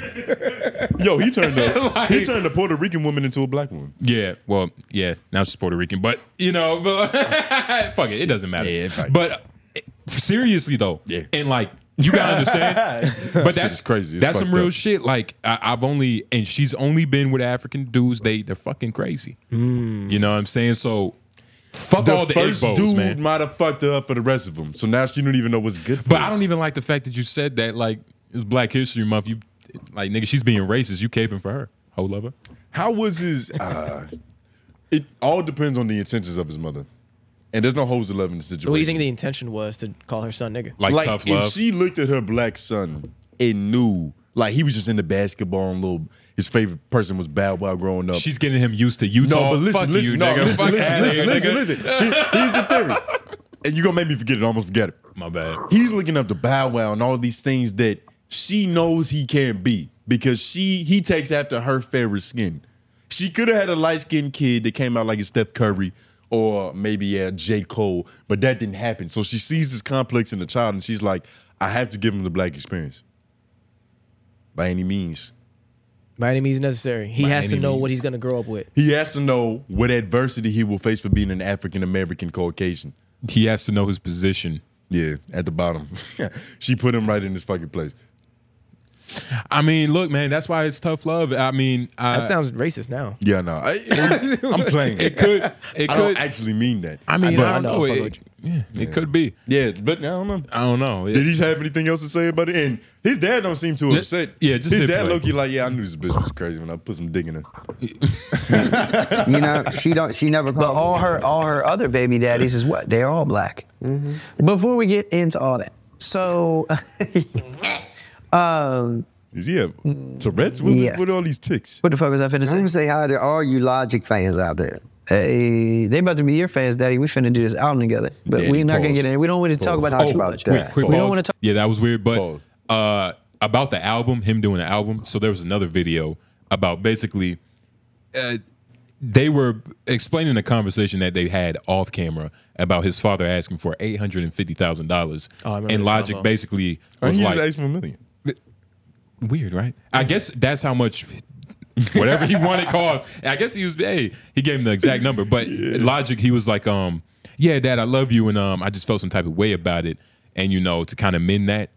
A: Yo, he turned a he
B: Like-
A: turned a Puerto Rican woman into a black woman.
B: Yeah, well, yeah. Now she's Puerto Rican, but you know, but fuck it, it doesn't matter. but uh, it- seriously though, yeah. and like you gotta understand, but
A: Shit
B: that's
A: is crazy. It's
B: that's some
A: fucked
B: real
A: up.
B: shit. Like I, I've only and she's only been with African dudes. They they're fucking crazy. You know what I'm saying? So fuck all the
A: Hmm. first
B: egg bowls,
A: dude
B: man.
A: might have fucked her up for the rest of them. So now you don't even know what's good. for
B: But I don't even like the fact that you said that. Like it's Black History Month. You like nigga, she's being racist. You caping for her, hoe lover.
A: How was his? Uh, it all depends on the intentions of his mother, and there's no hoes to love in the situation.
C: So what do you think the intention was to call her son nigga?
A: if she looked at her black son and knew, like he was just into basketball and little, his favorite person was Bow Wow growing up.
B: She's getting him used to Utah.
A: No, but listen,
B: Fuck
A: listen,
B: you,
A: no,
B: nigga.
A: listen,
B: Fuck
A: listen,
B: outta
A: listen,
B: here,
A: listen,
B: nigga.
A: listen. He- here's the theory, and you're gonna make me forget it. I almost forget it.
B: My bad.
A: He's looking up to Bow Wow and all these things that she knows he can't be because she he takes after her fairer skin. She could have had a light skinned kid that came out like a Steph Curry or maybe a J Cole, but that didn't happen. So she sees this complex in the child and she's like, I have to give him the black experience by any means.
C: By any means necessary. He
A: By
C: has to
A: any
C: know
A: means.
C: what he's gonna grow up with.
A: He has to know what adversity he will face for being an African American Caucasian.
B: He has to know his position.
A: Yeah, at the bottom. she put him right in his fucking place.
B: I mean, look, man, that's why it's tough love. I mean, uh,
C: that sounds racist now.
A: Yeah, no. I, I'm playing.
B: It could- it
A: I
B: could-
A: don't actually mean that.
B: I mean,
A: but
B: I don't know. It, yeah, it could be.
A: Yeah, but I don't know.
B: I don't know.
A: Did he have anything else to say about it? And his dad don't seem too
B: Yeah,
A: upset.
B: yeah, just hit
A: his dad
B: play.
A: Loki like, yeah, I knew this bitch was crazy when I put some dick in her.
O: You know, she don't. She never.
N: But all her all her other baby daddies is what they're all black.
O: Mm-hmm.
N: Before we get into all that, so um,
A: Is he a Tourette's? What, what are all these ticks?
N: What the fuck was I finna say?
O: I'm gonna say hi to all you Logic fans out there.
N: Hey, they about to be your fans, Daddy. We finna do this album together, but
B: Daddy,
N: we're not gonna
B: pause.
N: get in. We don't want to talk about
B: Oh,
N: that Oh. too much.
B: Quick, quick
N: we don't
B: pause.
N: want to talk.
B: Yeah, that was weird. But uh, about the album, him doing the album. So there was another video about basically uh, they were explaining a conversation that they had off camera about his father asking for eight hundred and fifty thousand dollars,
A: Oh, I remember
B: and
A: this
B: Logic
A: combo.
B: basically
A: I
B: was
A: he
B: like,
A: just asked for a million.
B: Weird, right? I guess that's how much whatever he wanted cost. I guess he was hey, he gave him the exact number. But logic, he was like, um, yeah, dad, I love you, and um I just felt some type of way about it. And you know, to kind of mend that,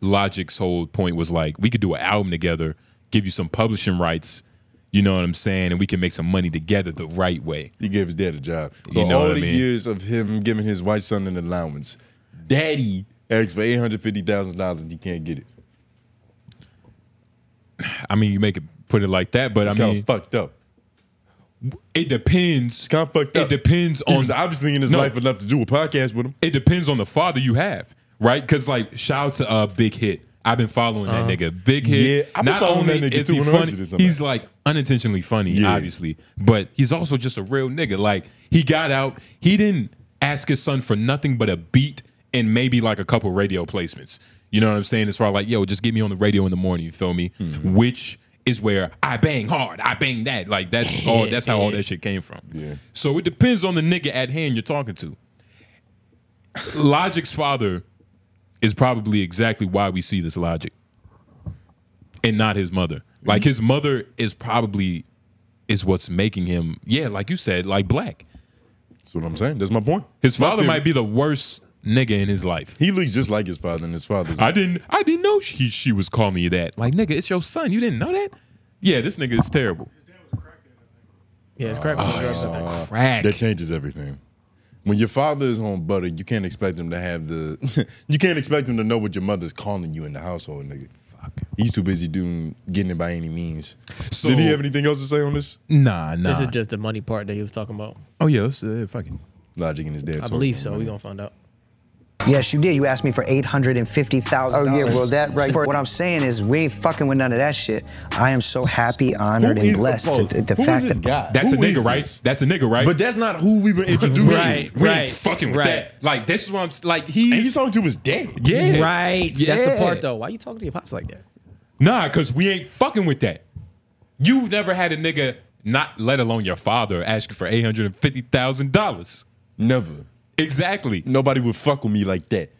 B: logic's whole point was like, we could do an album together, give you some publishing rights, you know what I'm saying, and we can make some money together the right way.
A: He gave his dad a job.
B: you know
A: all
B: what I
A: the
B: mean?
A: years of him giving his white son an allowance, daddy asked for eight hundred fifty thousand dollars. He can't get it.
B: I mean, you make it put it like that, but
A: It's
B: I
A: kinda
B: mean,
A: fucked up.
B: It depends. It's
A: kind of fucked
B: up. It depends on
A: He was obviously in his
B: No.
A: life enough to do a podcast with him.
B: It depends on the father you have, right? Because like, shout out to uh, Big Hit. I've been following
A: Uh-huh.
B: that nigga. Big Hit.
A: Yeah, I've been
B: not
A: following
B: only
A: that nigga
B: is
A: too
B: he
A: when I
B: funny,
A: mentioned it somewhere.
B: he's like unintentionally funny,
A: Yeah.
B: obviously, but he's also just a real nigga. Like he got out. He didn't ask his son for nothing but a beat and maybe like a couple radio placements. You know what I'm saying? As far like, yo, just get me on the radio in the morning. You feel me? Which is where I bang hard. I bang that. Like that's all. That's how all that shit came from. Yeah. So it depends on the nigga at hand you're talking to. Logic's father is probably exactly why we see this Logic and not his mother. Like his mother is probably is what's making him, yeah, like you said, like black.
A: That's what I'm saying. That's my point.
B: His
A: My
B: father
A: theory-
B: might be the worst nigga in his life.
A: He looks just like his father, and his father's.
B: I didn't I didn't know she she was calling me that. Like nigga, it's your son. You didn't know that? Yeah, this nigga is terrible.
C: Yeah, it's crack.
A: Oh, yeah. That changes everything. When your father is on butter, you can't expect him to have the. you can't expect him to know what your mother's calling you in the household, nigga. Fuck. He's too busy doing getting it by any means.
B: So-
A: Did he have anything else to say on this?
B: Nah, nah.
C: This is just the money part that he was talking about.
B: oh yeah, let's uh, fucking
A: Logic and his dad.
C: I believe so. We're gonna find out.
N: Yes, you did. You asked me for eight hundred and fifty thousand.
O: Oh, yeah, well, that right-
N: For what I'm saying is, we ain't fucking with none of that shit. I am so happy, honored,
A: Who
N: and
A: is the
N: blessed to
A: boss?
N: the, the
A: Who is
N: fact
A: this
N: that
A: guy?
B: That's
A: Who
B: a nigga,
A: is
B: right?
A: this?
B: That's a nigga, right?
A: But that's not who we were introduced to.
B: Right,
A: We ain't
B: right,
A: fucking with
B: right.
A: that.
B: Like this is what I'm s- like. He
A: And he's talking to his dad.
B: Yeah.
C: Right. That's the
B: Yeah.
C: part though. Why you talking to your pops like that?
B: Nah, because we ain't fucking with that. You've never had a nigga, not let alone your father, ask you for eight hundred and fifty thousand dollars.
A: Never.
B: Exactly.
A: Nobody would fuck with me like that.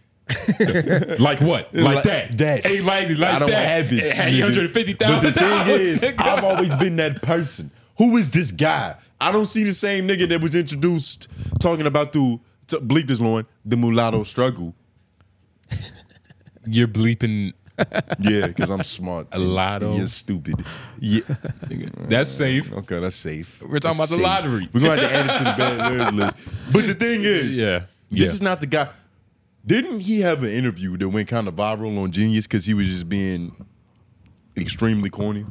B: like what? Like, that?
A: That.
B: Hey, like, like
A: I don't
B: that.
A: have it.
B: Hey,
A: nigga.
B: $850,000,
A: But the thing is,
B: nigga.
A: I've always been that person. Who is this guy? I don't see the same nigga that was introduced talking about through to bleep this one, the mulatto struggle.
B: You're bleeping.
A: yeah, because I'm smart.
B: A lotto.
A: You're stupid. Yeah.
B: That's safe.
A: Okay, that's safe.
B: We're talking
A: That's
B: about the lottery.
A: We're gonna have to add it to the bad words list. But the thing is,
B: Yeah.
A: this
B: Yeah.
A: is not the guy. Didn't he have an interview that went kind of viral on Genius because he was just being extremely corny,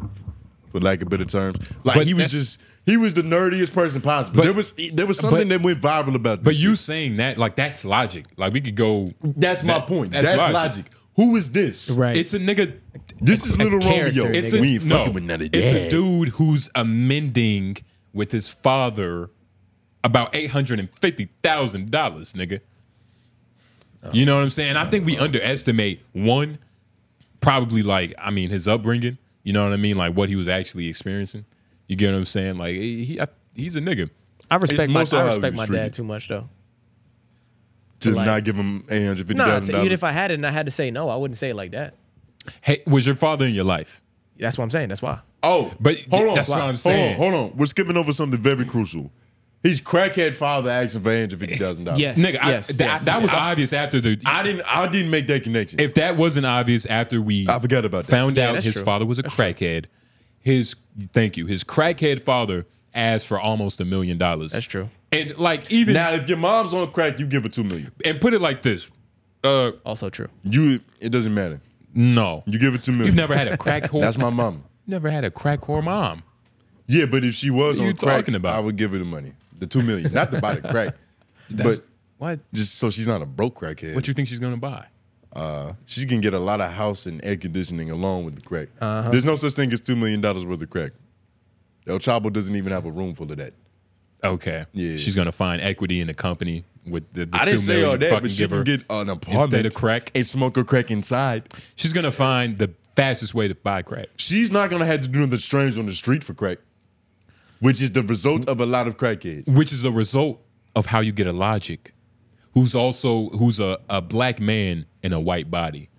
A: for lack of better terms? Like
B: But
A: he was
B: that's-
A: just he was the nerdiest person possible.
B: But-
A: there was there was something
B: but-
A: that went viral about.
B: But
A: this
B: you
A: shit.
B: saying that, like, that's logic. Like, we could go.
A: that's my
B: that-
A: point. That's, logic. Who is this?
C: Right.
B: It's a nigga.
A: This is
B: a
A: Little
B: character,
A: Romeo.
B: It's a,
A: we ain't
B: no,
A: fucking with none of that.
B: It's a dude who's amending with his father about eight hundred and fifty thousand dollars, nigga. You know what I'm saying? I think we underestimate one, probably like I mean his upbringing. You know what I mean? Like what he was actually experiencing. You get what I'm saying? Like he, he- I, he's a nigga.
C: I respect my,
A: more so
C: I
A: how
C: respect
A: he
C: my
A: was
C: dad
A: treated.
C: too much though.
A: to
C: like-
A: not give him eight hundred fifty
C: No,
A: thousand
C: even
A: dollars.
C: if I had it and I had to say no, I wouldn't say it like that.
B: Hey, was your father in your life?
C: That's what I'm saying. That's why.
A: Oh,
B: But
A: Hold on.
B: that's what I'm saying.
A: Hold on, hold on. We're skipping over something very crucial. He's crackhead father asking for $850,000.
C: Yes.
B: Nigga, I-
C: Yes,
B: that,
C: yes,
B: that was
A: yes.
B: obvious after the.
A: I didn't I didn't make that connection.
B: If that wasn't obvious after we
A: I forgot about that.
B: found out
C: that's
B: his
C: true.
B: father was a crackhead, his thank you, his crackhead father asked for almost a million dollars.
C: That's true.
B: And like even
A: now, if your mom's on crack, you give her two million.
B: and put it like this, uh,
C: Also true.
A: You it doesn't matter.
B: no,
A: You give her two million.
B: you've never had a crack whore.
A: That's my mom.
B: never had a crack whore mom.
A: Yeah, but if she was
B: What are
A: on
B: you
A: crack,
B: talking about?
A: I would give her the money. The two million. Not to buy the crack. but
B: What?
A: just so she's not a broke crackhead.
B: What you think she's gonna buy?
A: uh, she can get a lot of house and air conditioning along with the crack.
B: Uh-huh.
A: There's no such thing as two million dollars worth of crack. El Chavo doesn't even have a room full of that.
B: Okay,
A: Yeah.
B: she's gonna find equity in the company with the, the
A: I
B: two
A: didn't say
B: million
A: all
B: you
A: that,
B: fucking
A: but she
B: give her.
A: can get an apartment
B: instead of crack.
A: and smoke her crack inside.
B: she's gonna find the fastest way to buy crack.
A: She's not gonna have to do nothing strange on the street for crack, which is the result of a lot of crackheads.
B: which is a result of how you get a logic who's also who's a, a black man in a white body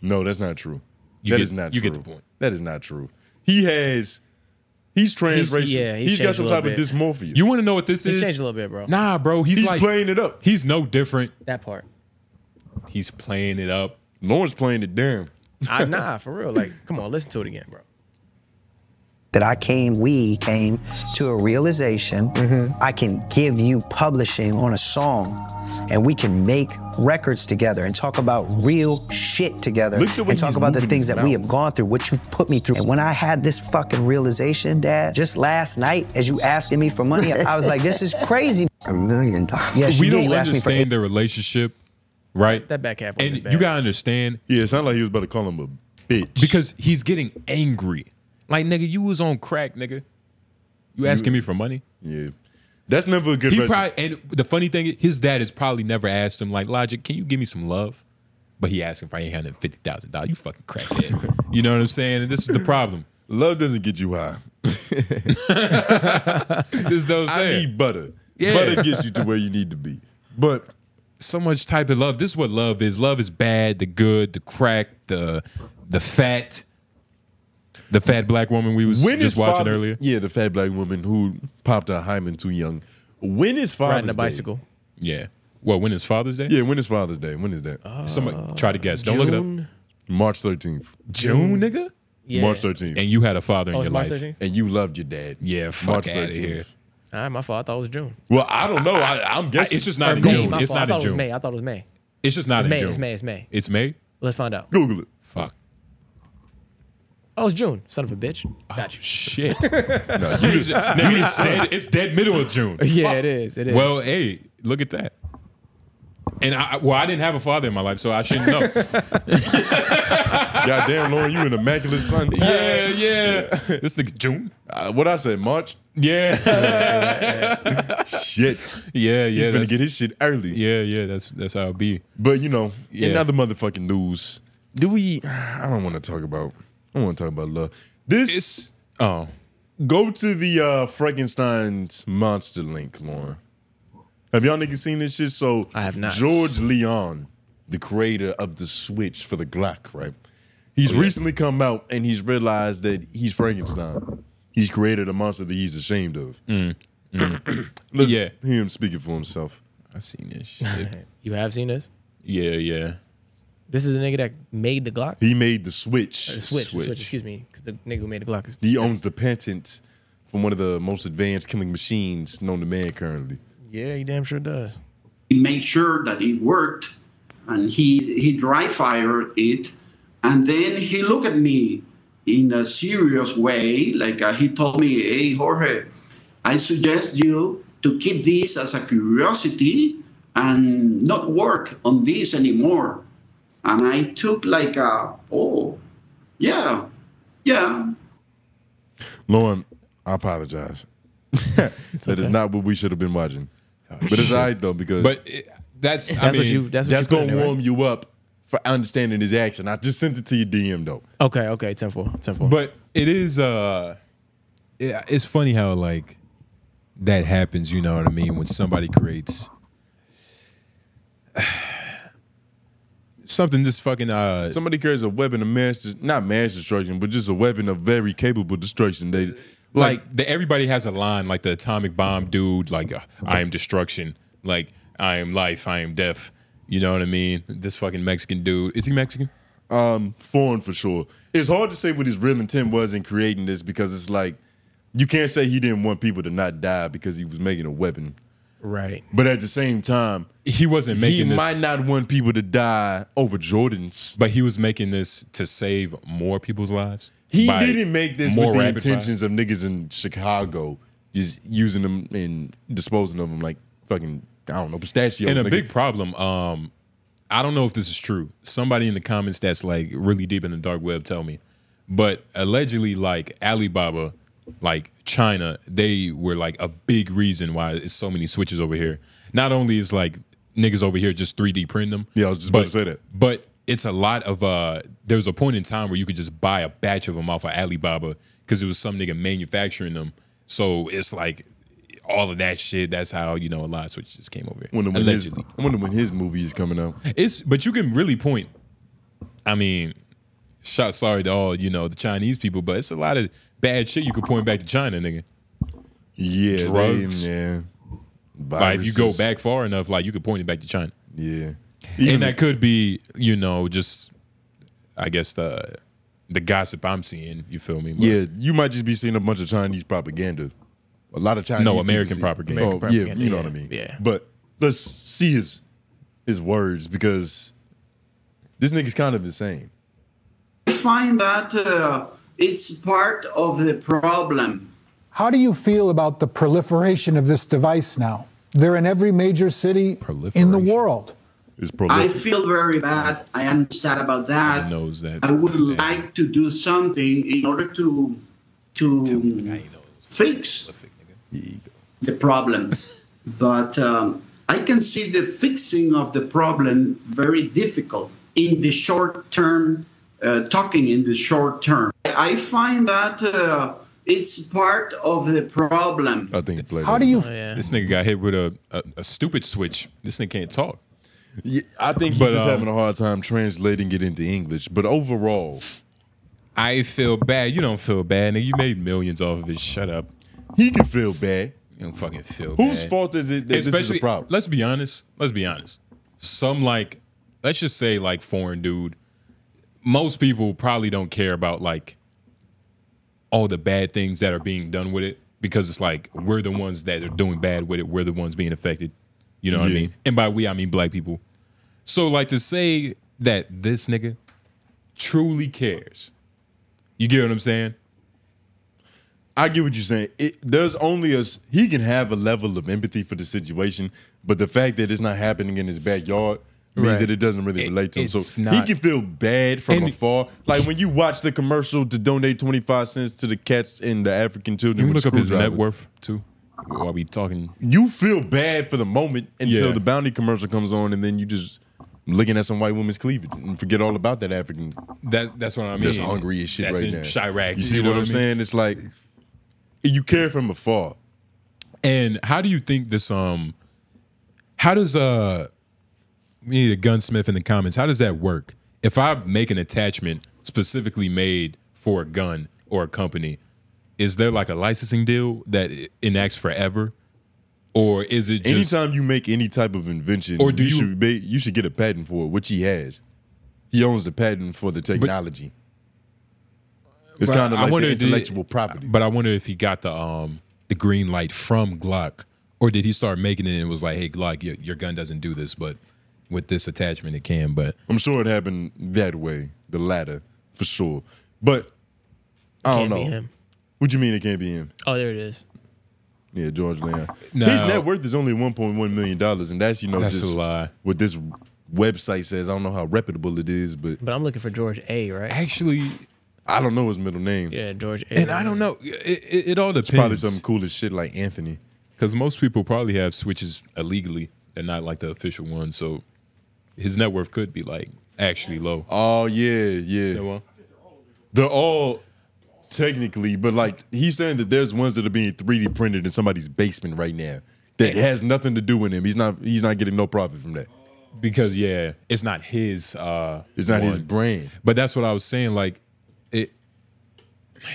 A: No, that's not true.
B: You
A: That
B: get-
A: is not
B: you
A: true.
B: get the point.
A: That is not true. He has, he's transracial.
C: yeah, he's
A: he's got
C: changed
A: some
C: a little
A: type of
C: bit.
A: dysmorphia.
B: you want to know what this
C: It's
B: is
C: changed a little bit, bro.
B: nah bro he's,
A: he's
B: like
A: playing it up.
B: he's no different
C: That part.
B: he's playing it up
A: Lawrence playing it down.
C: I, nah, for real. Like, come on, listen to it again, bro.
N: that I came, we came to a realization I can give you publishing on a song and we can make records together and talk about real shit together
A: Look at the way
N: and talk
A: he's
N: about the
A: moving
N: things
A: his
N: that we
A: mouth.
N: have gone through, what you put me through. And when I had this fucking realization, Dad, just last night, as you asking me for money, I was like, this is crazy. A million dollars. Yes,
B: we
N: you did.
B: don't
N: You asked me for
B: understand their relationship right
C: That back half. wasn't
B: and
C: bad.
B: you gotta understand
A: Yeah, it sounded like he was about to call him a bitch.
B: because he's getting angry like nigga you was on crack nigga you asking me for money
A: yeah, that's never a good.
B: he
A: recipe.
B: probably and the funny thing is his dad has probably never asked him like logic can you give me some love but he asked him for $850000 you fucking crackhead you know what i'm saying and this is the problem
A: Love doesn't get you high.
B: this is what i'm
A: I
B: saying
A: need butter.
B: Yeah.
A: Butter gets you to where you need to be. But
B: so much type of love this is what love is love is bad the good the crack the the fat the fat black woman we was
A: when
B: just
A: is
B: watching
A: father,
B: earlier
A: Yeah, the fat black woman who popped out hymen too young. When is Father's
C: riding a
A: Day?
C: bicycle.
B: yeah well when is father's day
A: Yeah, when is Father's Day? When is that?
B: Oh. somebody try to guess don't look it up
C: June?
A: March 13th.
B: june nigga
C: Yeah.
A: March 13th.
B: and
A: And,
B: you had a father in
C: Oh, it's
B: your
C: Mm-hmm. Oh, March
B: life
C: 13th?
A: you loved your dad.
B: yeah fuck out of here
C: All right, my fault. I thought it was June.
A: Well, I don't know. I, I'm
B: I-
A: guessing.
B: it's just not
C: Or
B: in
C: May,
B: june
C: my
B: it's
C: fault.
B: not
C: I
B: in
C: thought it was
B: june
C: May. I thought it was May.
B: it's just not
C: It's
B: in
C: May.
B: june
C: It's May. It's May.
B: It's May?
C: Let's find out.
A: Google it.
B: Fuck.
C: Oh, it's June. Son of a bitch. Got you.
B: Shit. You just- nigga, it's, dead, it's dead middle of June.
C: Yeah,
B: Fuck.
C: it is. It is.
B: Well, hey, look at that. And I, I- well, I didn't have a father in my life, so I shouldn't know.
A: Goddamn, Lauren, you an immaculate son.
B: yeah, yeah. This nigga June.
A: Uh, what I said, March?
B: Yeah,
A: Shit.
B: yeah, yeah.
A: He's gonna
B: that's-
A: get his shit early.
B: yeah, yeah. That's that's how it be.
A: But you know, in
B: Yeah.
A: other motherfucking news, do we? I don't want to talk about. I don't want to talk about love. This
B: It's oh,
A: go to the uh, Frankenstein's monster link, Lauren. Have y'all niggas seen this shit? So
C: I have not.
A: George Leon the creator of the switch for the Glock, right? He's
C: Oh,
A: recently come out and he's realized that he's Frankenstein. He's created a monster that he's ashamed of.
C: Mm,
A: Let's
B: Yeah.
A: hear him speaking for himself.
B: I seen this shit.
C: you have seen this?
B: yeah, yeah.
C: This is the nigga that made the Glock.
A: He made the switch.
C: Uh, the switch, the switch. Excuse me, because the nigga who made the Glock is
A: He owns the patent from one of the most advanced killing machines known to man currently.
C: yeah, he damn sure does.
P: he made sure that it worked and he he dry fired it and then he looked at me in a serious way like uh, he told me hey jorge i suggest you to keep this as a curiosity and not work on this anymore and i took like a oh yeah yeah
A: Lauren, I apologize. That is not what we should have been watching. but it's
B: shit.
A: all right though, because
B: But it- that's I mean,
A: That's what Oh, you. That's, gonna warm you up for understanding his action. I just sent it to your DM though.
C: Okay, okay, 10 4, 10 4.
B: But it is uh it- it's funny how like that happens, you know what I mean, when somebody creates something this fucking uh
A: Somebody carries a weapon of mass, not mass destruction, but just a weapon of very capable destruction. They
B: like, the, everybody has a line like the atomic bomb dude like uh, i am destruction like i am life i am death you know what i mean this fucking mexican dude is he mexican
A: um foreign for sure. It's hard to say what his real intent was in creating this because it's like you can't say he didn't want people to not die because he was making a weapon.
C: Right.
A: But at the same time,
B: he wasn't making
A: He
B: this-
A: might not want people to die over Jordans,
B: but he was making this to save more people's lives
A: He
B: by
A: didn't make this
B: more
A: with the
B: rapid fire?
A: intentions of niggas in Chicago just using them and disposing of them like fucking I don't know pistachios.
B: and a
A: nigga.
B: big problem. Um, I don't know if this is true. Somebody in the comments that's like really deep in the dark web, tell me. But allegedly, like Alibaba, like China, they were like a big reason why it's so many switches over here. Not only is like niggas over here just 3D print them.
A: Yeah, I was just about to say that.
B: But it's a lot of uh there was a point in time where you could just buy a batch of them off of Alibaba because it was some nigga manufacturing them. So it's like all of that shit. That's how you know a lot of switches came over here.
A: I wonder when his,
B: allegedly.
A: I wonder when his movie is coming out.
B: It's but you can really point. I mean, shot sorry to all you know the Chinese people, but it's a lot of bad shit you could point back to China, nigga.
A: Yeah, they-
B: drugs.
A: yeah,
B: like if you go
A: Viruses.
B: back far enough, like you could point it back to China.
A: Yeah,
B: and that could be you know just I guess the the gossip I'm seeing. You feel me? But-
A: Yeah, you might just be seeing a bunch of Chinese propaganda. A lot of Chinese
B: No,
A: people
B: American
A: see-
B: propaganda.
A: Oh,
B: American
A: yeah,
B: propaganda,
A: you know what I
B: yeah,
A: mean.
B: yeah.
A: But let's see his his words because this nigga's kind of insane.
P: i find that uh, it's part of the problem
Q: How do you feel about the proliferation of this device now? They're in every major city in the world.
A: Is
P: I feel very bad. I am sad about that.
B: knows that.
P: I would like to do something in order to to fix the problem, but um, I can see the fixing of the problem very difficult in the short term. Uh, talking in the short term, I find that uh, it's part of the problem.
A: I think.
Q: How do you?
B: This nigga got hit with a, a a stupid switch. This nigga can't talk.
A: Yeah, I think he's
B: But,
A: just
B: um,
A: having a hard time translating it into English. But overall,
B: I feel bad. You don't feel bad, nigga. You made millions off of it. Shut up.
A: He can feel bad.
B: You don't fucking feel bad.
A: Whose fault is it that this is a problem?
B: Let's be honest. Let's be honest. Some like, let's just say like foreign dude. Most people probably don't care about like all the bad things that are being done with it because it's like we're the ones that are doing bad with it. We're the ones being affected. You know what I
A: Yeah.
B: mean? And by we, I mean black people. So like to say that this nigga truly cares. You get what I'm saying?
A: I get what you're saying. It, there's only a s- he can have a level of empathy for the situation, but the fact that it's not happening in his backyard means
B: Right.
A: that it doesn't really relate to him.
B: it's
A: So he
B: not-
A: can feel bad from
B: And-
A: afar. Like when you watch the commercial to donate 25 cents to the cats and the African
B: You
A: children.
B: can
A: with
B: look up his net
A: screwdriver,
B: worth too. While we talking
A: You feel bad for the moment until
B: Yeah.
A: the bounty commercial comes on, and then you just looking at some white woman's cleavage and forget all about that African.
B: That that's what I mean.
A: That's hungry as shit
B: That's
A: right
B: in
A: now.
B: Chirac.
A: You see what,
B: know
A: I'm
B: I mean?
A: saying? It's like you care from afar.
B: And how do you think this um how does uh we need a gunsmith in the comments. How does that work? If I make an attachment specifically made for a gun or a company, is there like a licensing deal that i- enacts forever, or is it just
A: Anytime you make any type of invention, or do you, should be, you should get a patent for it, which he has. He owns the patent for the technology. it's
B: Right,
A: kind of
B: I
A: like
B: wonder
A: the
B: if the-
A: intellectual property.
B: But I wonder if he got the um the green light from Glock, or did he start making it and was like, "Hey, Glock, your, your gun doesn't do this, but with this attachment, it can." But
A: I'm sure it happened that way, the latter for sure. But
B: Oh,
A: I don't
C: Can't be
A: know.
C: him.
A: What you mean it can't be him?
C: Oh, there it is.
A: Yeah, George Leon.
B: Now-
A: His net worth is only 1.1 million dollars, and that's you know
B: That's a
A: just
B: lie.
A: what this website says. I don't know how reputable it is, but
C: But I'm looking for George A, right?
B: Actually,
A: I don't know his middle name.
C: Yeah, George A.
B: and I don't know, it, it, it all depends.
A: It's probably some cool as shit like Anthony.
B: Because most people probably have switches illegally. They're not like the official one. So his net worth could be like actually low.
A: Oh yeah, yeah.
B: So, uh,
A: They're all technically, but like he's saying that there's ones that are being 3D printed in somebody's basement right now that has nothing to do with him. He's not he's not getting no profit from that.
B: because yeah, it's not his. uh
A: It's not his
B: one.
A: brand.
B: But that's what I was saying. Like it,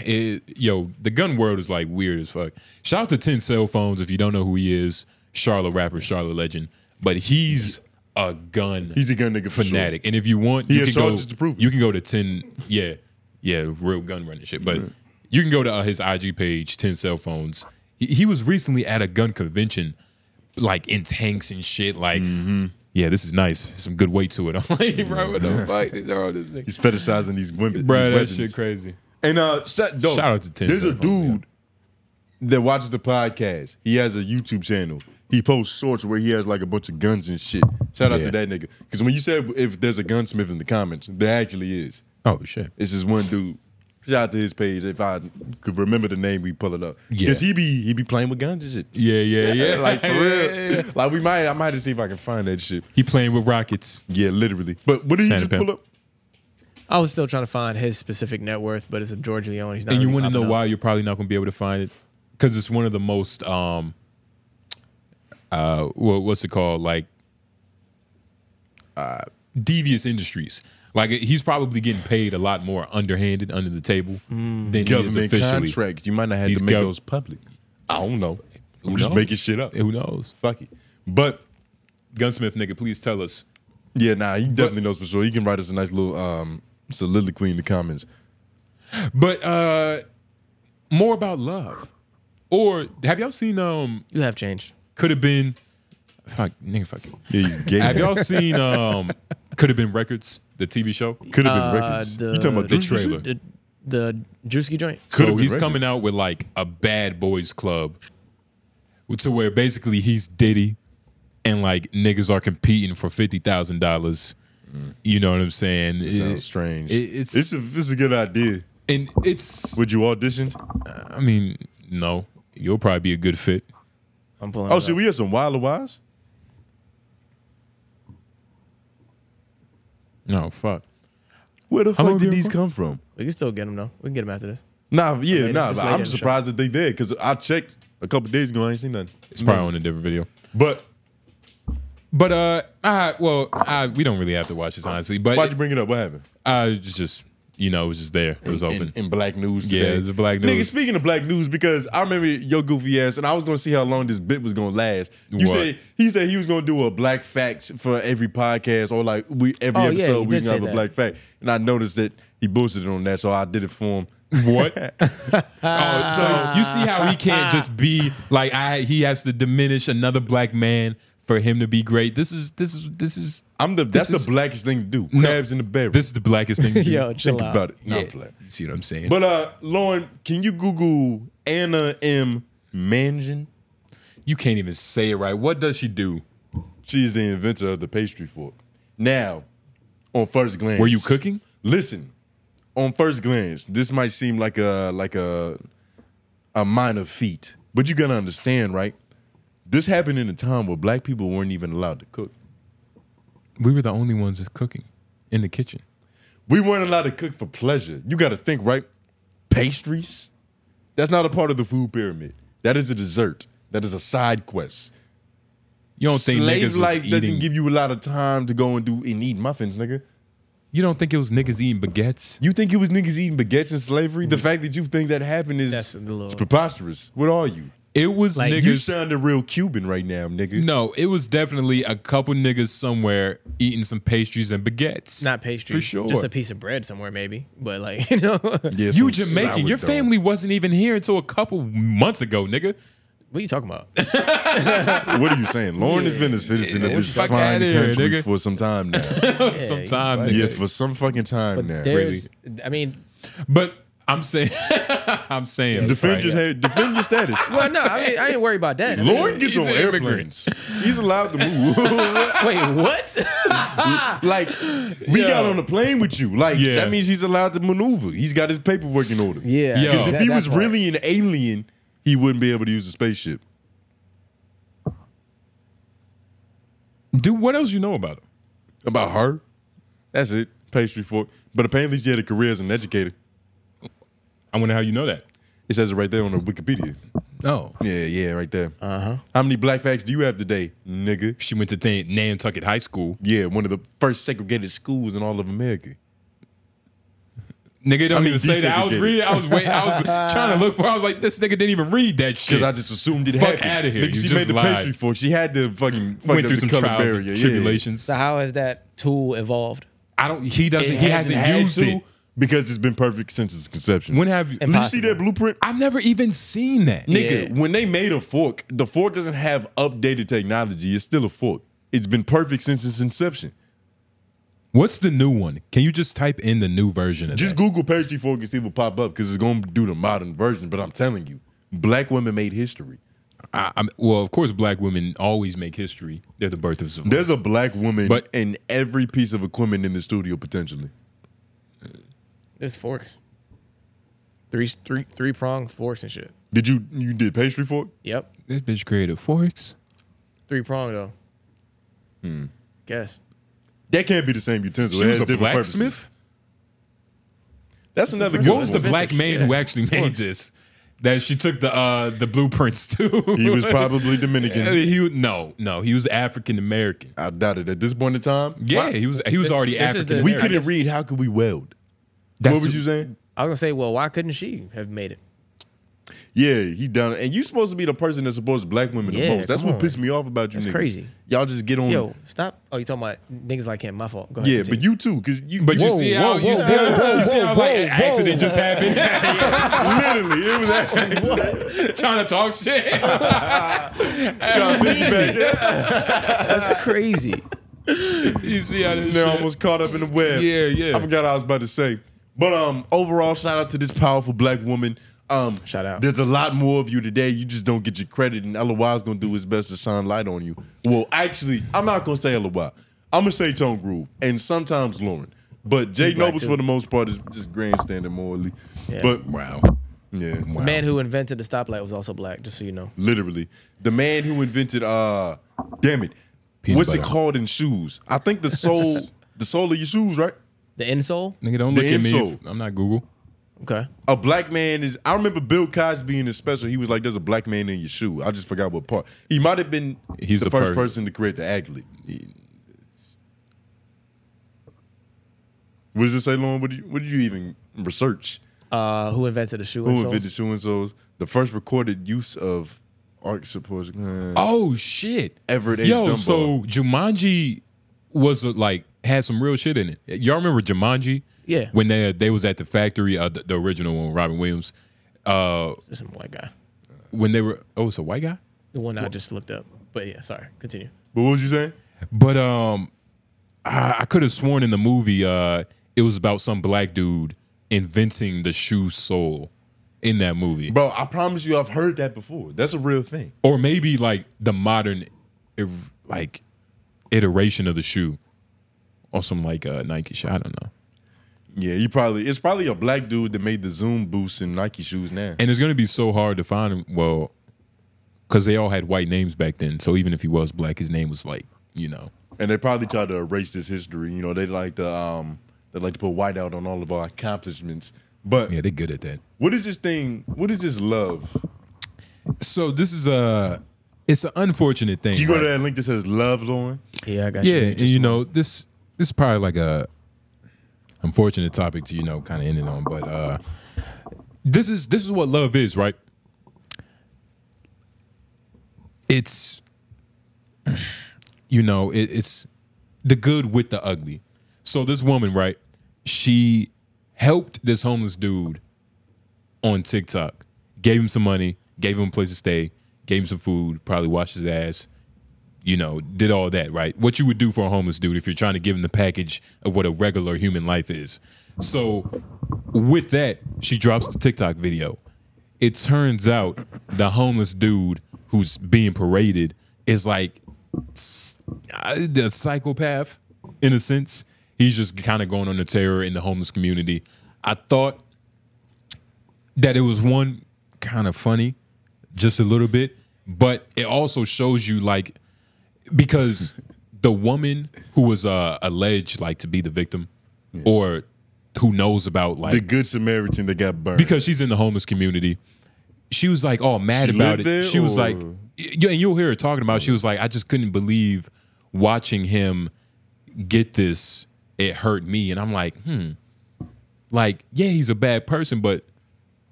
B: it, yo, the gun world is like weird as fuck. Shout out to Ten Cell Phones if you don't know who he is, Charlotte rapper, Charlotte legend. But he's a gun.
A: He's a gun nigga for sure.
B: fanatic. And if you want,
A: He
B: you
A: has
B: can go.
A: charges to prove
B: You can go to ten. Yeah, yeah, real gun running shit. But you can go to uh, his IG page, ten cell phones. He, he was recently at a gun convention, like in tanks and shit. Like,
A: Mm-hmm.
B: yeah, this is nice. Some good weight to it. I'm like, bro, what the fuck is all this? nigga?
A: He's fetishizing these women.
B: Bro,
A: these
B: that
A: weapons.
B: shit crazy.
A: And uh, shout, dog,
B: Shout out to Ten
A: There's a
B: Cell Phone,
A: dude that watches the podcast. He has a YouTube channel. He posts shorts where he has like a bunch of guns and shit. Shout out
B: Yeah.
A: to that nigga. Because when you said if there's a gunsmith in the comments, there actually is.
B: Oh shit.
A: It's just one dude. Shout out to his page. If I could remember the name, we pull it up.
B: Yeah.
A: Because he be he be playing with guns and shit.
B: Yeah, yeah, yeah.
A: like for
B: Yeah, yeah,
A: real. Like we might I might have to see if I can find that shit.
B: He playing with rockets.
A: Yeah, literally. But what did he
B: Santa
A: just
B: Pimp.
A: pull up?
C: I was still trying to find his specific net worth, but it's a George Leone. He's not
B: and you
C: really
B: want to
C: popping
B: know
C: up.
B: why you're probably not going to be able to find it because it's one of the most um uh wha- what's it called like uh devious industries like he's probably getting paid a lot more underhanded under the table than he is
A: Mm. Government
B: officially
A: contracts. You might not have
B: He's
A: to make
B: gov-
A: those public. I don't know. I'm
B: Who
A: just
B: knows?
A: making shit up.
B: who knows
A: Fuck it. But
B: gunsmith nigga please tell us
A: yeah, nah, he definitely knows for sure. He can write us a nice little um soliloquy in the comments.
B: but uh more about love or have y'all seen um
C: you have changed
B: could have been fuck nigga fuck it.
A: Yeah, he's gay.
B: Have y'all seen um Could Have Been Records, the TV show?
C: Uh, The,
B: the trailer?
C: The, the Drewski joint.
B: so he's coming out with like a bad boys club to where basically he's Diddy and like niggas are competing for fifty thousand dollars. You know what I'm saying?
A: Mm. It sounds strange.
B: it- it's
A: it's a it's a good idea.
B: And it's
A: would you audition?
B: I mean, no. You'll probably be a good fit.
C: I'm pulling.
A: Oh, shit, we had some Wilder Wives?
B: No, fuck.
A: Where the
C: How
A: fuck
C: long have
A: did
C: you
A: these
C: been-
A: come from?
C: We can still get him though. We can get him after this.
A: Nah, yeah,
C: Later,
A: nah.
C: just
A: but
C: later in
A: I'm
C: the show.
A: surprised that they did because I checked a couple days ago. I ain't seen nothing.
B: It's probably on a different video.
A: But
B: But uh, I, well, I, we don't really have to watch this honestly. But
A: why'd you bring it up? What happened?
B: I was just, you know, it was just there. It was open.
A: In, in black news
B: Yeah,
A: today.
B: it was a black
A: Nigga,
B: news.
A: speaking of black news, because I remember your goofy ass, and I was gonna see how long this bit was gonna last. You
B: What?
A: said he said he was gonna do a black fact for every podcast, or like we every
C: Oh, yeah,
A: episode
C: he
A: we
C: did
A: can
C: say
A: have a
C: that.
A: black fact. And I noticed that he boosted on that, so I did it for him.
B: What? oh, so you see how he can't just be like I. He has to diminish another black man for him to be great. This is this is this is.
A: I'm the
B: this
A: that's
B: is-
A: the blackest thing to do.
B: No.
A: Crabs in the barrel.
B: This is the blackest thing. to do.
C: Yo, chill
A: Think
C: out.
A: about it. No,
B: Yeah.
A: I'm playing.
B: You see what I'm saying?
A: But uh, Lauren, can you Google Anna M. Mansion?
B: you can't even say it right. What does she do?
A: She's the inventor of the pastry fork. Now, on first glance,
B: Were you cooking?
A: Listen, on first glance, this might seem like a like a a minor feat, but you gotta understand, right? This happened in a time where black people weren't even allowed to cook.
B: We were the only ones cooking in the kitchen.
A: We weren't allowed to cook for pleasure. You gotta think, right? Pastries? That's not a part of the food pyramid. That is a dessert. That is a side quest.
B: You don't think
A: slave
B: niggas was
A: life doesn't
B: eating-
A: give you a lot of time to go and do and eat muffins, nigga.
B: You don't think it was niggas eating baguettes?
A: You think it was niggas eating baguettes in slavery? The fact that you think that happened is
B: Mm. That's a little-
A: it's preposterous. What are you?
B: It was niggas.
A: You sounded real Cuban right now, nigga.
B: No, it was definitely a couple niggas somewhere eating some pastries and baguettes.
C: Not pastries,
B: for sure.
C: just a piece of bread somewhere, maybe. But like, you know,
B: you Jamaican. Your family wasn't even here until a couple months ago, nigga.
C: What are you talking about?
A: what are you saying? Lauren has been a citizen of
B: Yeah,
A: this
B: fuck
A: fine
B: outta here,
A: country
B: nigga.
A: for some time now.
B: some time,
A: Yeah,
B: nigga.
A: for some fucking time
B: But
A: now.
B: there's-
C: I mean,
B: but I'm saying, I'm saying,
A: Defend your,
B: right.
A: head- defend your status.
C: Well, no, I, mean, I ain't worried about that. I mean,
A: Lauren gets on airplanes. He's allowed to move.
C: Wait, what?
A: like, we got on a plane with you. Like,
B: Yeah.
A: that means he's allowed to maneuver. He's got his paperwork in order.
C: Yeah.
B: Yo.
A: Because if
B: That-
A: he
B: that
A: was
B: part.
A: really an alien, he wouldn't be able to use a spaceship.
B: Dude, what else you know about him?
A: About her? That's it. Pastry fork. But apparently she had a career as an educator.
B: I wonder how you know that.
A: It says it right there on the Wikipedia.
B: Oh.
A: Yeah, yeah, right there.
B: Uh huh.
A: How many black facts do you have today, nigga?
B: She went to T- Nantucket High School.
A: Yeah, one of the first segregated schools in all of America.
B: Nigga, it don't
A: I mean,
B: even say that. I was
A: desegregated.
B: reading. I was wait. I was trying to look for. I was like, this nigga didn't even read that shit.
A: Because I just assumed it
B: Fuck
A: happened.
B: outta here.
A: Nigga,
B: You
A: she
B: just
A: made the
B: lied.
A: pastry fork. She had to fucking fuck
B: went
A: up
B: through
A: the
B: some
A: color
B: trials
A: barrier.
B: and
A: Yeah.
B: tribulations.
C: So how has that tool evolved?
B: I don't. He doesn't.
A: It
B: he hasn't,
A: had
B: used
A: to
B: it.
A: because it's been perfect since its conception.
B: When have you?
A: you see that blueprint?
B: I've never even seen that.
A: Nigga, when they made a fork, the fork doesn't have updated technology. It's still a fork. It's been perfect since its inception.
B: What's the new one? Can you just type in the new version of
A: Just
B: that?
A: Google pastry fork and see what pop up because it's gonna do the modern version. But I'm telling you, black women made history.
B: I, I'm, well, of course, black women always make history. They're the birth of civilization.
A: There's a black woman
B: But-
A: in every piece of equipment in the studio potentially.
C: There's forks. Three three three prong forks and shit.
A: Did you you did pastry fork?
C: Yep.
B: This bitch created forks.
C: Three prong though.
A: Hmm.
C: Guess.
A: That can't be the same utensil.
B: She
A: it
B: was
A: has
B: a
A: different purposes.
B: blacksmith.
A: That's
C: the
A: another
C: first
A: good
B: What was the
A: one.
B: black man
C: yeah.
B: who actually made this? That she took the uh, the blueprints to.
A: He was probably Dominican.
B: Yeah, he was- no no he was African American.
A: I doubt it. At this point in time,
B: Yeah, he was he was
C: This-
B: already
C: this is
B: African.
C: the-
A: we
C: I
A: couldn't
C: guess-
A: read. How could we weld?
B: That's
A: what was
B: the-
A: you saying?
C: I was gonna say, well, why couldn't she have made it?
A: Yeah, he done. it. And you supposed to be the person that supports black women
C: Yeah,
A: the most. That's
C: come
A: what
C: on.
A: pissed me off about you
C: That's
A: niggas.
C: crazy.
A: Y'all just get on.
C: Yo, stop. Oh, you talking about niggas like him? My fault. Go ahead.
A: Hmm. yeah,
C: continue.
A: but you too, because you.
B: But you see how you see how you see how like an accident just happened.
A: Literally, it was that.
B: Trying to talk shit.
A: John Piggyback.
C: that's crazy.
B: you see how this
A: They're
B: shit-
A: almost caught up in the web.
B: Yeah, yeah.
A: I forgot what I was about to say. But um, overall, shout out to this powerful black woman. Um,
C: Shout out.
A: There's a lot more of you today. You just don't get your credit, and LOY's gonna do his best to shine light on you. Well, actually, I'm not gonna say LOY. I'm gonna say Tone Groove, and sometimes Lauren. But Jay
C: He's black
A: Nobles,
C: too.
A: for the most part, is just grandstanding morally.
C: Yeah.
A: But
B: Wow.
A: yeah,
C: The man who invented the stoplight was also black. Just so you know.
A: literally, the man who invented uh, damn it,
B: Peanut
A: what's it
B: butter.
A: called in shoes? I think the sole, the sole of your shoes, right?
C: The insole.
B: Nigga, don't
A: The
B: look at me.
A: insole.
B: if- I'm not Google.
C: Okay.
A: a black man is. I remember Bill Cosby in his special. He was like, "There's a black man in your shoe." I just forgot what part. He might have been
B: He's
A: the,
B: the
A: first
B: per-
A: person to create the aglet. What does it say, Lauren? What did you, what did you even research?
C: Uh, who invented the shoe
A: Who
C: insoles?
A: invented shoe insoles? The first recorded use of art supposed uh,
B: Oh shit.
A: Everett H.
B: Yo,
A: Dumbo.
B: so Jumanji was uh, like had some real shit in it. Y'all remember Jumanji?
C: Yeah.
B: When they uh, they was at the factory, uh, the, the original one, Robin Williams. Uh,
C: There's some white guy.
B: when they were oh, it's a white guy.
C: The one I just looked up. But yeah, sorry. Continue.
A: but what was you saying?
B: But um, I, I could have sworn in the movie, uh, it was about some black dude inventing the shoe sole in that movie,
A: Bro, I promise you, I've heard that before. That's a real thing.
B: or maybe like the modern, ir- like iteration of the shoe, or some like uh, Nike shit. I don't know.
A: Yeah, you probably. It's probably a black dude that made the Zoom boost in Nike shoes now.
B: And it's gonna be so hard to find him. Well, because they all had white names back then, so even if he was black, his name was like you know.
A: And they probably try to erase this history. You know, they like to um they like to put white out on all of our accomplishments. But
B: Yeah, they're good at that.
A: what is this thing? What is this love?
B: So this is uh it's an unfortunate thing.
A: You go
B: right?
A: to that link that says love, Lauren.
C: Yeah, I
B: yeah, and you know this this is probably like a unfortunate topic to you know kind of ending on, but uh this is this is what love is, right? It's you know it, it's the good with the ugly. So this woman, right? She helped this homeless dude on TikTok, gave him some money, gave him a place to stay, gave him some food, probably washed his ass, you know, did all that, right? What you would do for a homeless dude if you're trying to give him the package of what a regular human life is. So, with that, she drops the TikTok video. It turns out the homeless dude who's being paraded is like s- uh, the psychopath in a sense. He's just kind of going on the terror in the homeless community. I thought that it was one kind of funny, just a little bit, but it also shows you like because the woman who was uh, alleged like to be the victim or who knows about like
A: The Good Samaritan that got burned.
B: because she's in the homeless community. She was like all mad
A: She
B: about
A: lived
B: it.
A: there,
B: she was like,
A: or-
B: you, and you'll hear her talking about. it. She was like, I just couldn't believe watching him get this. It hurt me, and I'm like, hmm, like yeah, he's a bad person, but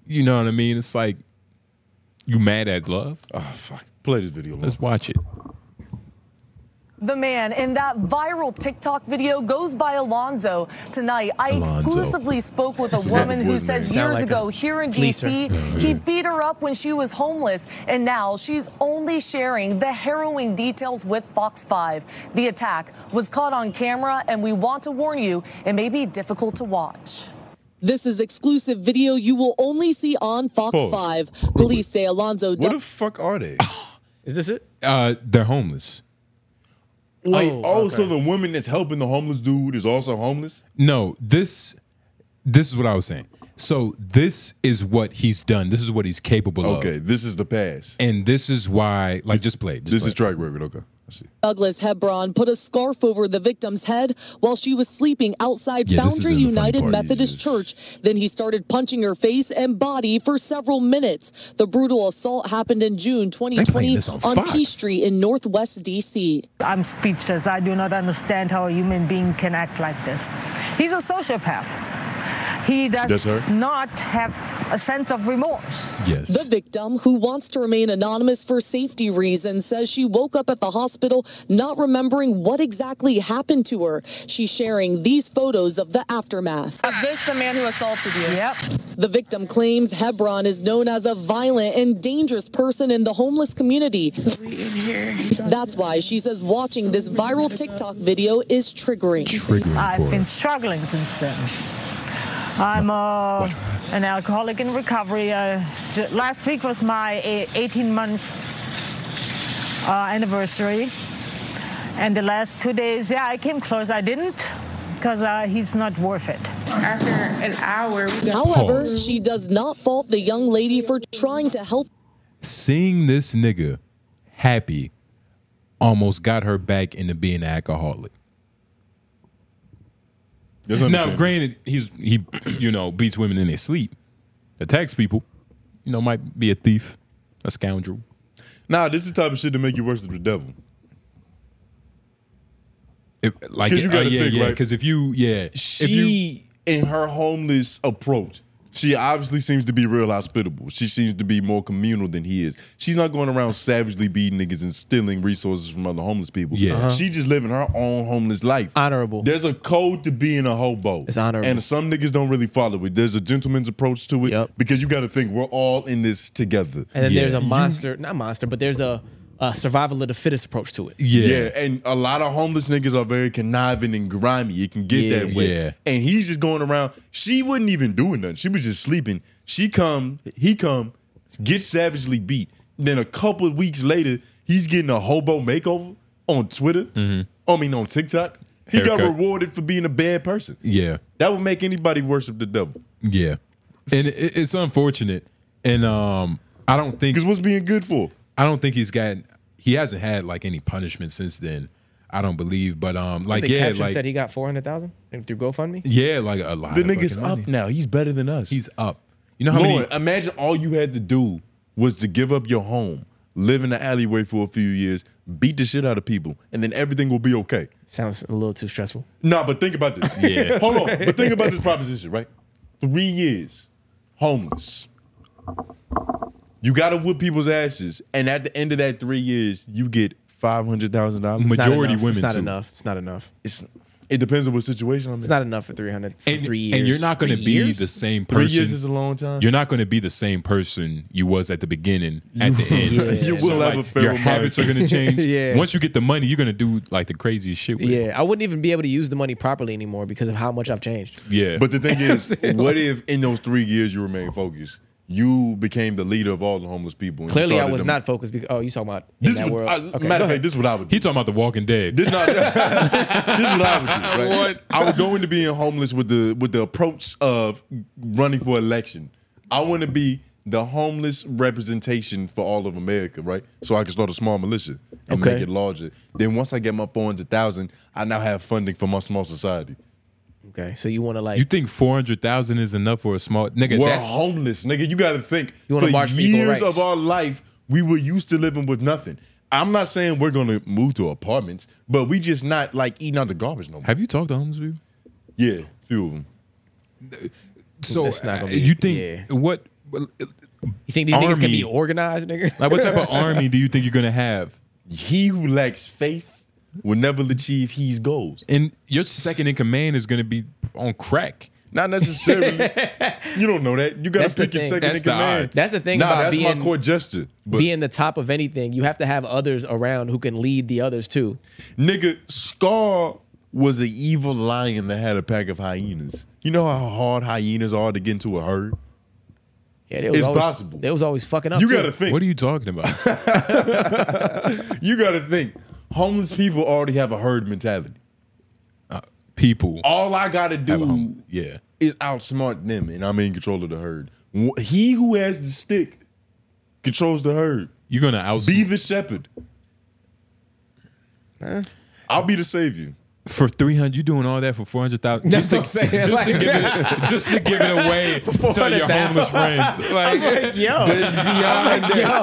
B: you know what I mean. It's like you mad at love.
A: Oh fuck! Play this video.
B: Let's watch it.
R: The man in that viral TikTok video goes by Alonzo. Tonight, I
B: Alonzo.
R: exclusively spoke with a
B: Sound
R: woman who
B: good
R: says
B: name.
R: years
B: Sound like
R: ago
B: a
R: here in
B: fleecer.
R: D.C., he beat her up when she was homeless, and now she's only sharing the harrowing details with Fox 5. The attack was caught on camera, and we want to warn you, it may be difficult to watch.
S: This is exclusive video you will only see on Fox
B: Pause.
S: 5. Police say Alonzo. What the
A: fuck are they?
B: Oh,
C: Is this it?
B: Uh, they're homeless.
A: Wait,
B: Oh,
A: oh, so
B: okay.
A: the woman that's helping the homeless dude is also homeless?
B: No, this this is what I was saying. So this is what he's done. This is what he's capable of.
A: Okay, this is the pass.
B: And this is why, like, just play. it, Just
A: This
B: play
A: is
B: it.
A: track record. Okay, I see.
S: Douglas Hebron put a scarf over the victim's head while she was sleeping outside
B: Yeah, this
S: Foundry
B: isn't the funny
S: United
B: part, you
S: Methodist Church. Then he started punching her face and body for several minutes. The brutal assault happened in June 2020
T: this on
S: on
T: Fox.
S: Peachtree in Northwest D.C.
T: I'm speechless. I do not understand how a human being can act like this. He's a sociopath. He does
S: That's her?
T: not have a sense of remorse.
B: Yes.
S: The victim, who wants to remain anonymous for safety reasons, says she woke up at the hospital not remembering what exactly happened to her. She's sharing these photos of the aftermath.
U: Is this the man who assaulted you? Yep.
S: The victim claims Hebron is known as a violent and dangerous person in the homeless community. That's why she says watching this viral TikTok video is triggering.
T: I've been struggling since then. I'm uh, an alcoholic in recovery. Uh, j- last week was my a- 18 months uh, anniversary, and the last two days, yeah, I came close. I didn't, because uh, he's not worth it. After an hour,
S: However, she does not fault the young lady for trying to help
B: Seeing this nigga happy almost got her back into being an alcoholic.
A: That's
B: now,
A: understandable.
B: granted, he's he, you know, beats women in their sleep, attacks people, you know, might be a thief, a scoundrel.
A: Nah, this is the type of shit to make you worship the devil.
B: If, like,
A: 'Cause you gotta
B: uh, yeah,
A: think,
B: yeah,
A: right?
B: because if you, yeah, if you,
A: She, in her homeless approach, she obviously seems to be real hospitable. She seems to be more communal than he is. She's not going around savagely beating niggas and stealing resources from other homeless people.
B: Yeah. Uh-huh.
A: She just living her own homeless life.
C: Honorable.
A: There's a code to being a hobo. It's honorable. And some niggas don't really follow it. There's a gentleman's approach to it because you got to think we're all in this together.
C: And then there's a
A: You-
C: monster, not monster, but there's a, a survival of the fittest approach to it.
A: Yeah. and a lot of homeless niggas are very conniving and grimy. It can get
C: Yeah.
A: that way.
B: Yeah.
A: And he's just going around. She wasn't even doing nothing. She was just sleeping. She come, he come, gets savagely beat. Then a couple of weeks later, he's getting a hobo makeover on Twitter. I mean, on TikTok. He got
B: Haircut.
A: rewarded for being a bad person.
B: yeah.
A: That would make anybody worship the devil.
B: Yeah, and it, it's unfortunate, and um, I don't think because
A: what's being good for?
B: I don't think he's got he hasn't had like any punishment since then. I don't believe, but um,
C: I
B: like
C: think
B: yeah,
C: Caption
B: like
C: said he got 400,000 through GoFundMe.
B: yeah, like a lot.
A: The
B: of
A: nigga's
B: fucking money.
A: up now. He's better than us. He's
B: up. You know how
A: Lauren,
B: many-
A: Imagine all you had to do was to give up your home, live in the alleyway for a few years, beat the shit out of people, and then everything will be okay.
C: Sounds a little too stressful.
A: Nah, but think about this.
C: Yeah.
A: Hold on. But think about this proposition, right? Three years, homeless. You gotta whoop people's asses, and at the end of that three years, you get five hundred thousand dollars.
C: It's not enough. It's not enough. It's not enough.
A: It's it depends on what situation I'm
C: It's
A: in.
C: not enough for 300 for
B: and,
C: three years.
B: and you're not going to
C: Three
B: be
C: years?
B: the same
A: Three
B: person.
A: years is a long time.
B: You're not going to be the same person you was at the beginning. at the end,
A: Yeah. You will have a feral
B: Your habits are
A: mind.
B: going to change.
C: Yeah.
B: Once you get the money, you're going to do like the craziest shit with it.
C: Yeah, I wouldn't even be able to use the money properly anymore because of how much I've changed.
B: Yeah.
A: But the thing is, what if in those three years you remain focused? You became the leader of all the homeless people. and you
C: Clearly, I
A: started
C: was
A: them-
C: not focused. Because, oh, you talking about in
A: This
C: that
A: would-
C: world?
A: I- matter of fact, this is what I would do.
B: He talking about The Walking Dead.
A: This, not, this is what I would do. Right? I would go into being homeless with the with the approach of running for election. I want to be the homeless representation for all of America, right? So I can start a small militia and
C: Okay.
A: make it larger. Then once I get my four hundred thousand, I now have funding for my small society.
C: Okay, so you want to like
B: You think four hundred thousand is enough for a small nigga?
A: We're
B: that's
A: homeless, nigga. You got to think.
B: You wanna
A: for
B: march for
A: years
B: equal rights.
A: of our life, we were used to living with nothing. I'm not saying we're gonna move to apartments, but we just not like eating out the garbage no more.
B: Have you talked to homeless people?
A: Yeah, few of them.
B: so.
A: That's not gonna
B: uh,
A: be-
B: you think
A: yeah.
B: what?
C: You think these niggas can be organized, nigga?
B: Like what type of army do you think you're gonna have?
A: He who lacks faith will never achieve his goals.
B: And your second in command is gonna be on crack.
A: Not necessarily. you don't know that. You gotta
C: That's the
A: pick your
C: thing.
A: second
B: That's
A: in
B: the
A: command.
B: odds.
C: That's the thing
A: Nah,
C: about
A: that's
C: being
A: my court jester. But
C: being the top of anything. You have to have others around who can lead the others too.
A: nigga, Scar was an evil lion that had a pack of hyenas. You know how hard hyenas are to get into a herd.
C: Yeah,
A: it's possible.
C: They was always fucking up.
A: You
C: too.
A: gotta think.
B: What are you talking about?
A: you gotta think. Homeless people already have a herd mentality.
B: people.
A: All I gotta do
B: Yeah.
A: is outsmart them, and I'm in control of the herd. Wh- He who has the stick controls the herd.
B: You're gonna outsmart.
A: Be the shepherd. I'll be the savior.
B: For three hundred, you doing all that for four hundred thousand? Just, to,
A: That's what I'm saying,
B: just to
A: like-
B: give it, just to give it away
A: For
B: to your
A: 400,000.
B: homeless friends. Like,
A: I'm like, yo.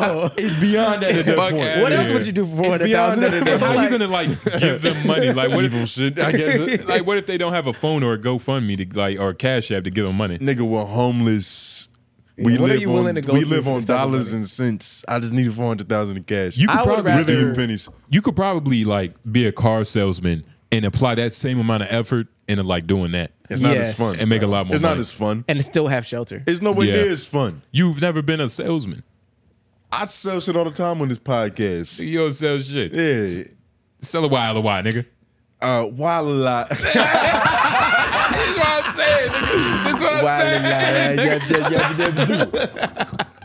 A: But it's beyond that. It's beyond that at that
B: Fuck
A: point.
B: outta
A: What else
B: here.
A: would you do for It's beyond 400,000? that at that
B: How you
A: point.
B: gonna like give them money? Like what
A: Evil
B: if,
A: shit, I guess.
B: Like what if they don't have a phone or a GoFundMe to like or a Cash App to give them money?
A: Nigga, we're homeless. We
B: Yeah, what are
A: live
B: you
A: on
B: willing to go
A: we
B: through
A: live
B: for
A: on
B: this type of
A: dollars and cents. I just need four hundred thousand in cash.
B: You could probably
A: really do pennies.
B: You could probably like be a car salesman and apply that same amount of effort into like doing that.
A: It's not as Yes. fun.
B: and make a lot more.
A: It's not
B: money.
A: as fun.
C: and still have shelter.
A: It's nowhere
B: Yeah.
A: near as fun.
B: You've never been a salesman.
A: I sell shit all the time on this podcast.
B: You don't sell shit.
A: Yeah.
B: Sell a while a while, nigga.
A: Uh, while a lot.
B: That's what I'm saying. nigga. That's what I'm saying.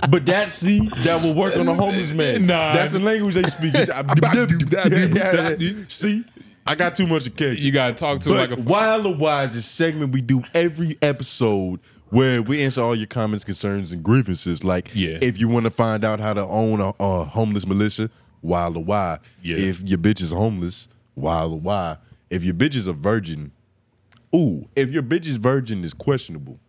A: But that see that will work on a homeless man.
B: Nah.
A: that's the language they speak. It's- see, I got too much of cake.
B: You gotta talk to him
A: But
B: like a
A: Wild or Wise is a segment we do every episode where we answer all your comments, concerns, and grievances. Like,
B: Yeah.
A: if you want to find out how to own a, a homeless militia, Wild or Why.
B: Yeah.
A: If your bitch is homeless, Wild or Why. If your bitch is a virgin, ooh. If your bitch is virgin is questionable,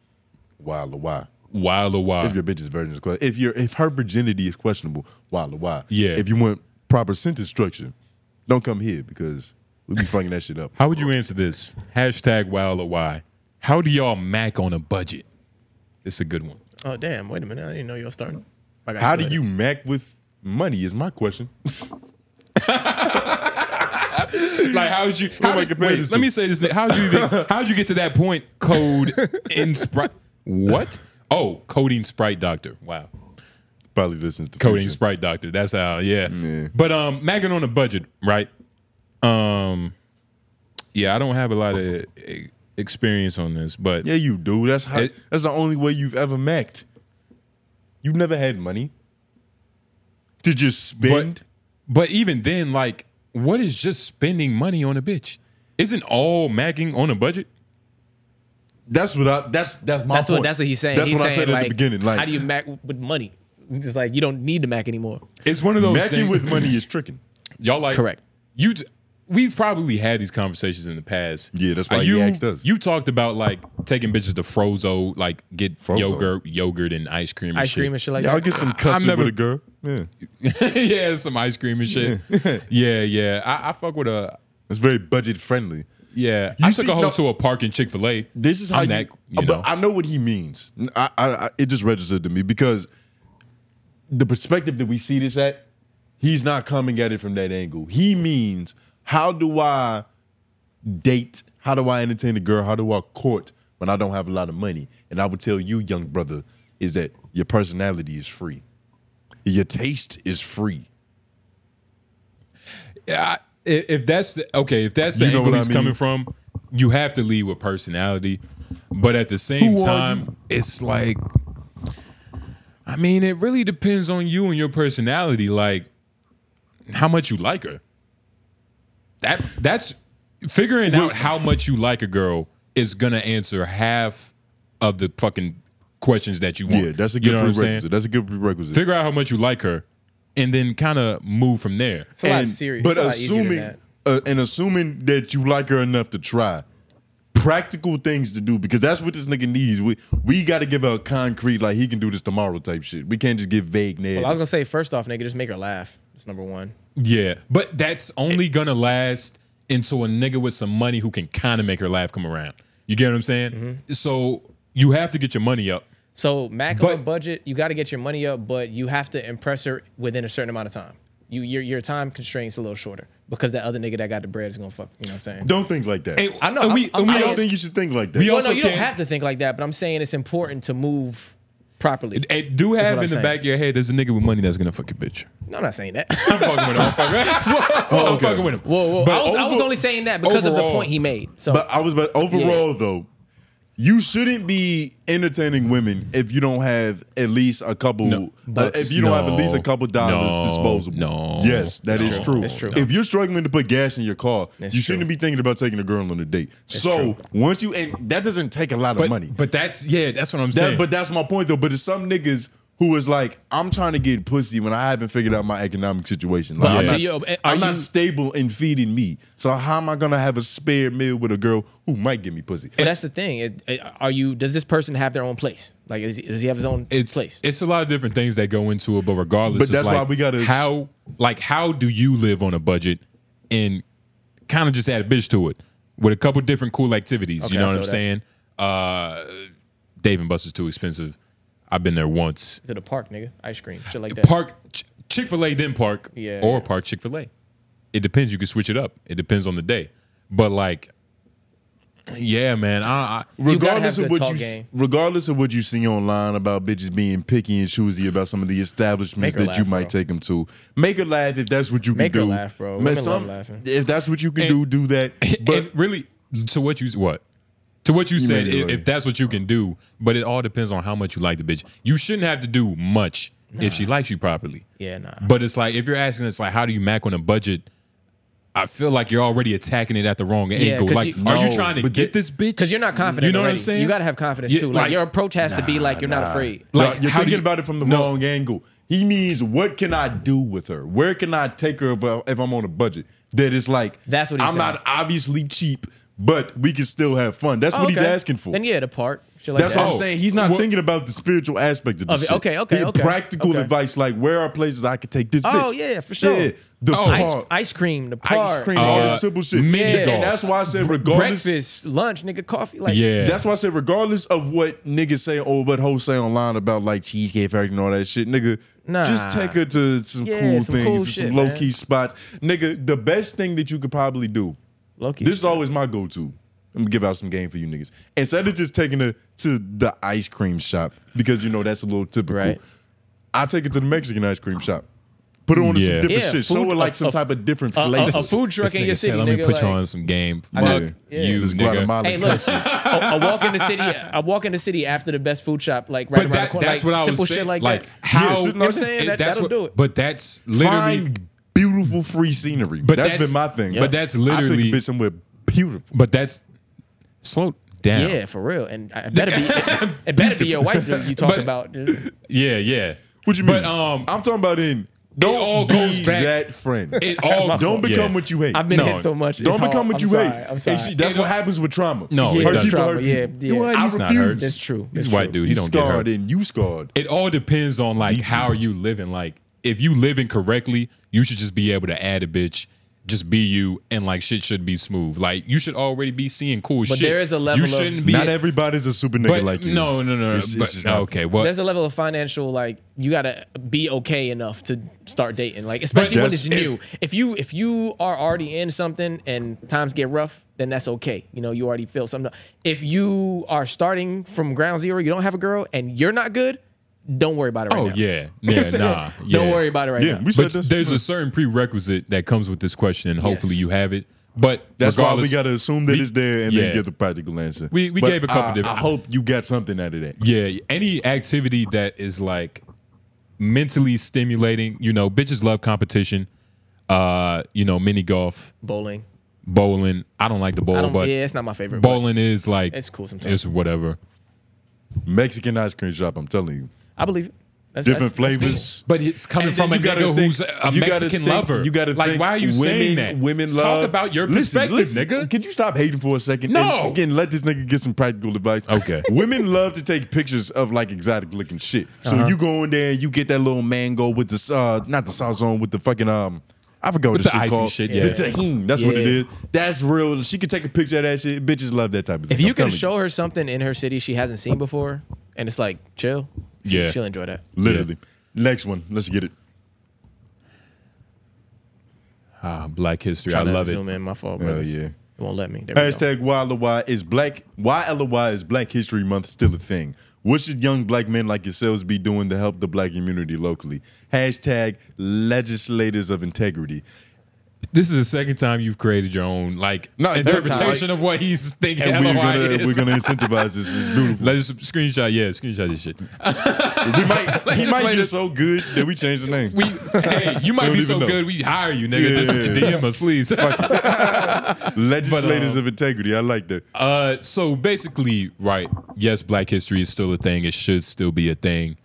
A: Wild or Why.
B: Wild or why?
A: If your bitch's virgin is questionable, if your if her virginity is questionable, why the why?
B: Yeah.
A: If you want proper sentence structure, don't come here because we be fucking that shit up.
B: How would you answer this? Hashtag wild or why? How do y'all mac on a budget? It's a good one.
C: Oh damn! Wait a minute! I didn't know you were starting. I got
A: How do
C: ahead.
A: you mac with money? Is my question.
B: Like how would you?
A: am
B: How
A: I
B: did-
A: comparing
B: wait,
A: this
B: let
A: to?
B: me say this. Nick. How would you? Think, how'd you get to that point? Code in Sprite. What? Oh, coding Sprite Doctor. Wow.
A: Probably listens to
B: Coding
A: Future.
B: Sprite Doctor. That's how. Yeah. But um, Magging on a budget, right? Um, yeah, I don't have a lot of eh, experience on this, but
A: Yeah, you do. That's how.
B: It-
A: that's the only way you've ever macked. You've never had money to just spend.
B: But even then, like, what is just spending money on a bitch? Isn't all macking on a budget?
A: That's what I. That's that's my.
C: That's what
A: point.
C: that's what he's saying.
A: That's
C: he's
A: what
C: saying,
A: I said
C: like,
A: at the beginning. Like,
C: how do you mac with money? It's like you don't need to mac anymore.
B: It's one of those
A: macking
B: things-
A: with money is tricking.
B: Y'all like
C: Correct.
B: You t- we've probably had these conversations in the past.
A: Yeah, that's why
B: Uh,
A: he
B: you
A: asked us.
B: You talked about like taking bitches to Frozo, like get
A: Frozo.
B: yogurt, yogurt and ice cream, and
A: Ice
B: shit.
A: cream and shit like Yeah, that. I'll get some custard with a girl.
B: Yeah, yeah, some ice cream and shit. Yeah, yeah. I, I fuck with a.
A: It's very budget friendly.
B: Yeah,
A: You
B: I took
A: see-
B: a hoe
A: no.
B: to a park in Chick Fil A.
A: This is how
B: I'm
A: you,
B: that,
A: uh, but I know what he means. N- I, I, I- it just registered to me because the perspective that we see this at, he's not coming at it from that angle. He means how do I date? How do I entertain a girl? How do I court when I don't have a lot of money? And I would tell you, young brother, is that your personality is free, your taste is free.
B: Yeah, I- i- if that's the, okay, if that's the
A: You know
B: angle
A: what I
B: he's
A: mean.
B: coming from, you have to lead with personality. But at the same
A: Who are
B: time, it's like, I mean, it really depends on you and your personality, like how much you like her. That that's figuring out how much you like a girl is gonna answer half of the fucking questions that you want.
A: Yeah, that's a good
B: you know what I'm saying?
A: prerequisite. That's a good prerequisite.
B: Figure out how much you like her, and then kind of move from there.
A: And- But assuming uh, and assuming that you like her enough to try practical things to do because that's what this nigga needs. We we got to give out concrete like he can do this tomorrow type shit. We can't just give vague
C: Well,
A: narratives.
C: I was gonna say first off, nigga, just make her laugh. That's number one.
B: Yeah, but that's only gonna last until a nigga with some money who can kind of make her laugh come around. You get what I'm saying?
C: Mm-hmm.
B: So you have to get your money up.
C: So Mac on a budget, you got to get your money up, but you have to impress her within a certain amount of time. You your your time constraints a little shorter because that other nigga that got the bread is gonna fuck. You know what I'm saying?
A: don't think like that.
B: Hey,
C: I know.
B: and
C: I'm-
B: we-
C: I'm
B: and we
C: saying-
B: also-
A: think you should think like that.
B: We
C: Well,
B: also
C: no, you don't
B: can't-
C: have to think like that, but I'm saying it's important to move properly. It,
B: do have in the back of your head, there's a nigga with money that's gonna fuck your bitch.
C: No, I'm not saying that.
B: I'm fucking with him. I'm fucking with him. I'm fucking with him.
C: Whoa, whoa.
B: But
C: I, was, I was
B: over-
C: only saying that because of
A: overall-
C: the point he made. So
A: but I was but overall though, you shouldn't be entertaining women if you don't have at least a couple. uh, if you don't have at least a couple dollars
B: No.
A: disposable.
B: No.
A: Yes, that is
B: No.
A: true.
B: It's true.
A: If you're struggling to put gas in your car,
B: It's
A: you shouldn't be thinking about taking a girl on a date. so once you and that doesn't take a lot of money.
B: But that's yeah, that's what I'm
A: That-
B: saying.
A: but that's my point though. But it's some niggas who is like, I'm trying to get pussy when I haven't figured out my economic situation. Like,
B: Yeah.
A: I'm, not,
B: Do you-
A: I'm
B: eh, are
A: not
B: you-
A: stable in feeding me. So how am I gonna have a spare meal with a girl who might give me pussy?
C: But that's the thing. It- it- are you? Does this person have their own place? Like, is, does he have his own place?
B: it's a lot of different things that go into it, but regardless,
A: But
B: it's
A: that's why
B: like,
A: we gotta-
B: how like how do you live on a budget and kind of just add a bitch to it with a couple different cool activities.
C: Okay,
B: you know
C: I
B: what I'm
C: feel that.
B: saying? Uh, Dave and Buster's too expensive. I've been there once.
C: Is it a park, nigga? Ice cream, shit like that.
B: Park Chick Fil A, then park,
C: Yeah.
B: or park Chick Fil A. It depends. You can switch it up. It depends on the day. But like, yeah, man. I, I,
A: regardless of what you s- regardless of what you see online about bitches being picky and choosy about some of the establishments
B: Make her
A: that you
B: laugh,
A: might take them to, make her laugh if that's what you
B: Make her
A: can do.
B: laugh, bro.
A: Man,
B: Women love
A: some-
B: laughing.
A: If that's what you can do, do that. But
B: and really, to what you what to what you,
A: You
B: said,
A: made it
B: if,
A: right.
B: if that's what you can do, but it all depends on how much you like the bitch. You shouldn't have to do much if she likes you properly.
C: Yeah, nah.
B: But it's like if you're asking, it's like how do you mac on a budget? I feel like you're already attacking it at the wrong angle.
C: 'cause
B: Like, are you trying to
A: but
B: get this bitch?
C: Because you're not confident.
B: You know
C: already.
B: what I'm saying?
C: You gotta have confidence
B: Yeah,
C: too. Like,
B: like-
C: your approach has to be like you're not afraid.
A: Like you're
B: how do
A: thinking
B: you-
A: about it from the wrong angle. He means what can I do with her? Where can I take her if, I, if I'm on a budget? That is like
C: That's what he's
A: I'm
C: saying.
A: not obviously cheap, but we can still have fun. That's
C: Oh,
A: what he's
C: okay.
A: asking for.
C: Then yeah, the park. Shit like
A: That's
C: that.
A: what I'm saying. He's not
B: Well-
A: thinking about the spiritual aspect of
C: Of
A: this.
C: it.
A: shit.
C: Okay, okay,
A: He-
C: okay,
A: Practical
C: okay.
A: advice like where are places I could take this bitch?
C: Oh yeah, for sure.
A: Yeah, the
C: oh,
A: park,
C: ice, ice cream, the park,
A: ice cream, uh, all this simple shit. And that's why I said regardless.
C: breakfast, lunch, nigga, coffee. Like
A: That's why I said, regardless of what niggas say or what hoes say online about like Cheesecake Factory and all that shit, nigga,
C: Nah.
A: just take her to some
C: Yeah,
A: cool
C: some
A: things,
C: cool
A: to
C: shit,
A: some low
C: man.
A: key spots. Nigga, the best thing that you could probably do,
C: Low-key
A: this is always my go to. I'm gonna give out some game for you niggas. Instead of just taking her to the ice cream shop, because you know that's a little typical, I take it to the Mexican ice cream shop. Put her on to some
B: Yeah.
A: different
B: Yeah,
A: shit. Show
B: food-
A: her like
B: a-
A: some
B: a-
A: type of different
B: a- a-
A: flavors.
B: a food truck in your This nigga said, city, "Let me nigga, put you like- on some game." I Fuck know. Yeah. you,
A: This
B: nigga.
A: Guatemalan
C: Hey, look,
A: custard.
C: I, I walk in the city. I walk in the city after the best food shop, like right
B: but
C: around
B: that,
C: the corner.
B: that's
C: like,
B: what I
C: simple
B: was saying.
C: shit
B: Like,
C: like, that.
B: how
C: you know what I'm saying? That,
B: that's
C: that'll
B: what-
C: do it.
B: But that's literally
A: Find beautiful free scenery.
B: But
A: that's
B: that's-
A: been my thing.
B: but that's
A: I took
B: literally-
A: a bitch somewhere beautiful.
B: But that's slow down.
C: Yeah, for real. And I- it better be. It, it better be your wife that you talk
B: But-
C: about. dude.
B: Yeah, yeah.
A: What you mean?
B: But um,
A: I'm talking about in Don't
B: all goes
A: be
B: back-
A: that friend.
B: It all-
A: don't become
B: yeah.
A: what you hate.
B: I've been No. hit so much, it's
A: Don't
B: hard.
A: become what
B: I'm
A: you
B: sorry,
A: hate.
B: I'm sorry.
A: And see, that's
B: It-
A: what happens with trauma.
B: No, it
A: hurt
B: does.
A: people
B: Trauma,
A: hurt
B: yeah,
A: people.
B: yeah.
A: You know what?
B: He's
A: I
B: not
A: refuse.
B: hurt. That's true, He's that's white true. dude, he
A: You
B: don't get hurt.
A: scarred And you scarred.
B: It all depends on like how are you living. Like if you living correctly, you should just be able to add a bitch, just be you, and like shit should be smooth. Like you should already be seeing cool
C: But
B: shit.
C: there is a level
B: you
C: of-
B: shouldn't be
A: Not everybody's a super nigga
B: But
A: like you.
B: no, no, no, no.
A: It's- it's
B: but,
A: just not-
B: okay, well,
C: There's a level of financial like you gotta be okay enough to start dating, like especially when
B: that's-
C: it's new. If, you if you are already in something and times get rough, then that's okay. You know you already feel something. If you are starting from ground zero, you don't have a girl and you're not good, don't worry about it. Right
B: oh
C: now.
B: yeah, yeah, nah, yeah.
C: Don't worry about it right now.
B: but there's a certain prerequisite that comes with this question, and hopefully
A: Yes.
B: you have it. But
A: That's why we
B: regardless-
A: got to assume that
B: we-
A: it's there and
B: yeah.
A: then get the practical answer.
B: We- we
A: But
B: gave a couple
A: I-
B: different-
A: I hope you got something out of that.
B: Yeah, any activity that is like mentally stimulating, you know, bitches love competition. Uh, you know, mini golf,
C: Bowling.
B: bowling. I don't like the
C: I
B: bowl,
C: don't,
B: Oh, but
C: yeah, it's not my favorite. but
B: bowling is like
C: it's cool sometimes.
B: It's whatever.
A: Mexican ice cream shop. I'm telling you.
C: I believe it. That's-
A: different
C: that's- that's
A: flavors.
C: cool.
B: But it's coming
A: And then
B: from a
A: you gotta
B: nigga
A: think-
B: who's a
A: you gotta
B: Mexican
A: think-
B: lover.
A: You got to
B: like,
A: think
B: why are you
A: women,
B: saying that?
A: Women
B: Let's
A: love.
B: Talk about your
A: Listen,
B: perspective,
A: listen,
B: nigga.
A: Could you stop hating for a second?
B: No.
A: And again, let this nigga get some practical advice. Okay. women love to take pictures of like exotic looking shit. So
B: Uh-huh.
A: you go in there and you get that little mango with the uh, not the sauce on with the fucking um. I forgot what
B: With
A: the
B: the
A: shit
B: icy
A: called.
B: shit,
A: The
B: yeah.
A: tahini. That's what it
B: Yeah.
A: is. That's real. She could take a picture of that shit. Bitches love that type of thing.
C: If you
A: I'm
C: can
A: telling
C: show her something in her city she hasn't seen before, and it's like chill, she-
A: Yeah.
C: she'll enjoy that.
A: Literally. Next one. Let's get it.
B: Ah, Black History. I
C: Trying to
B: love it.
C: zoom in, my fault,
A: Hell
C: brothers.
A: yeah. It
C: won't let me. There we go.
A: Hashtag YLY is black. YLY is Black History Month still a thing? What should young black men like yourselves be doing to help the black community locally? Hashtag legislators of integrity.
B: This is the second time you've created your own like
A: No, it's every time.
B: interpretation of what he's thinking.
A: And we're
B: LOI
A: gonna
B: is.
A: we're gonna incentivize this. It's beautiful.
B: Let's screenshot. Yeah, screenshot this shit.
A: he might get
B: Legislators.
A: so good that we change the name.
B: We hey, you might
A: Don't
B: be so
A: even know.
B: good we hire you, nigga.
A: Yeah.
B: Just DM us, please.
A: legislators of integrity. I like that.
B: Uh, so basically, right? Yes, Black History is still a thing. It should still be a thing.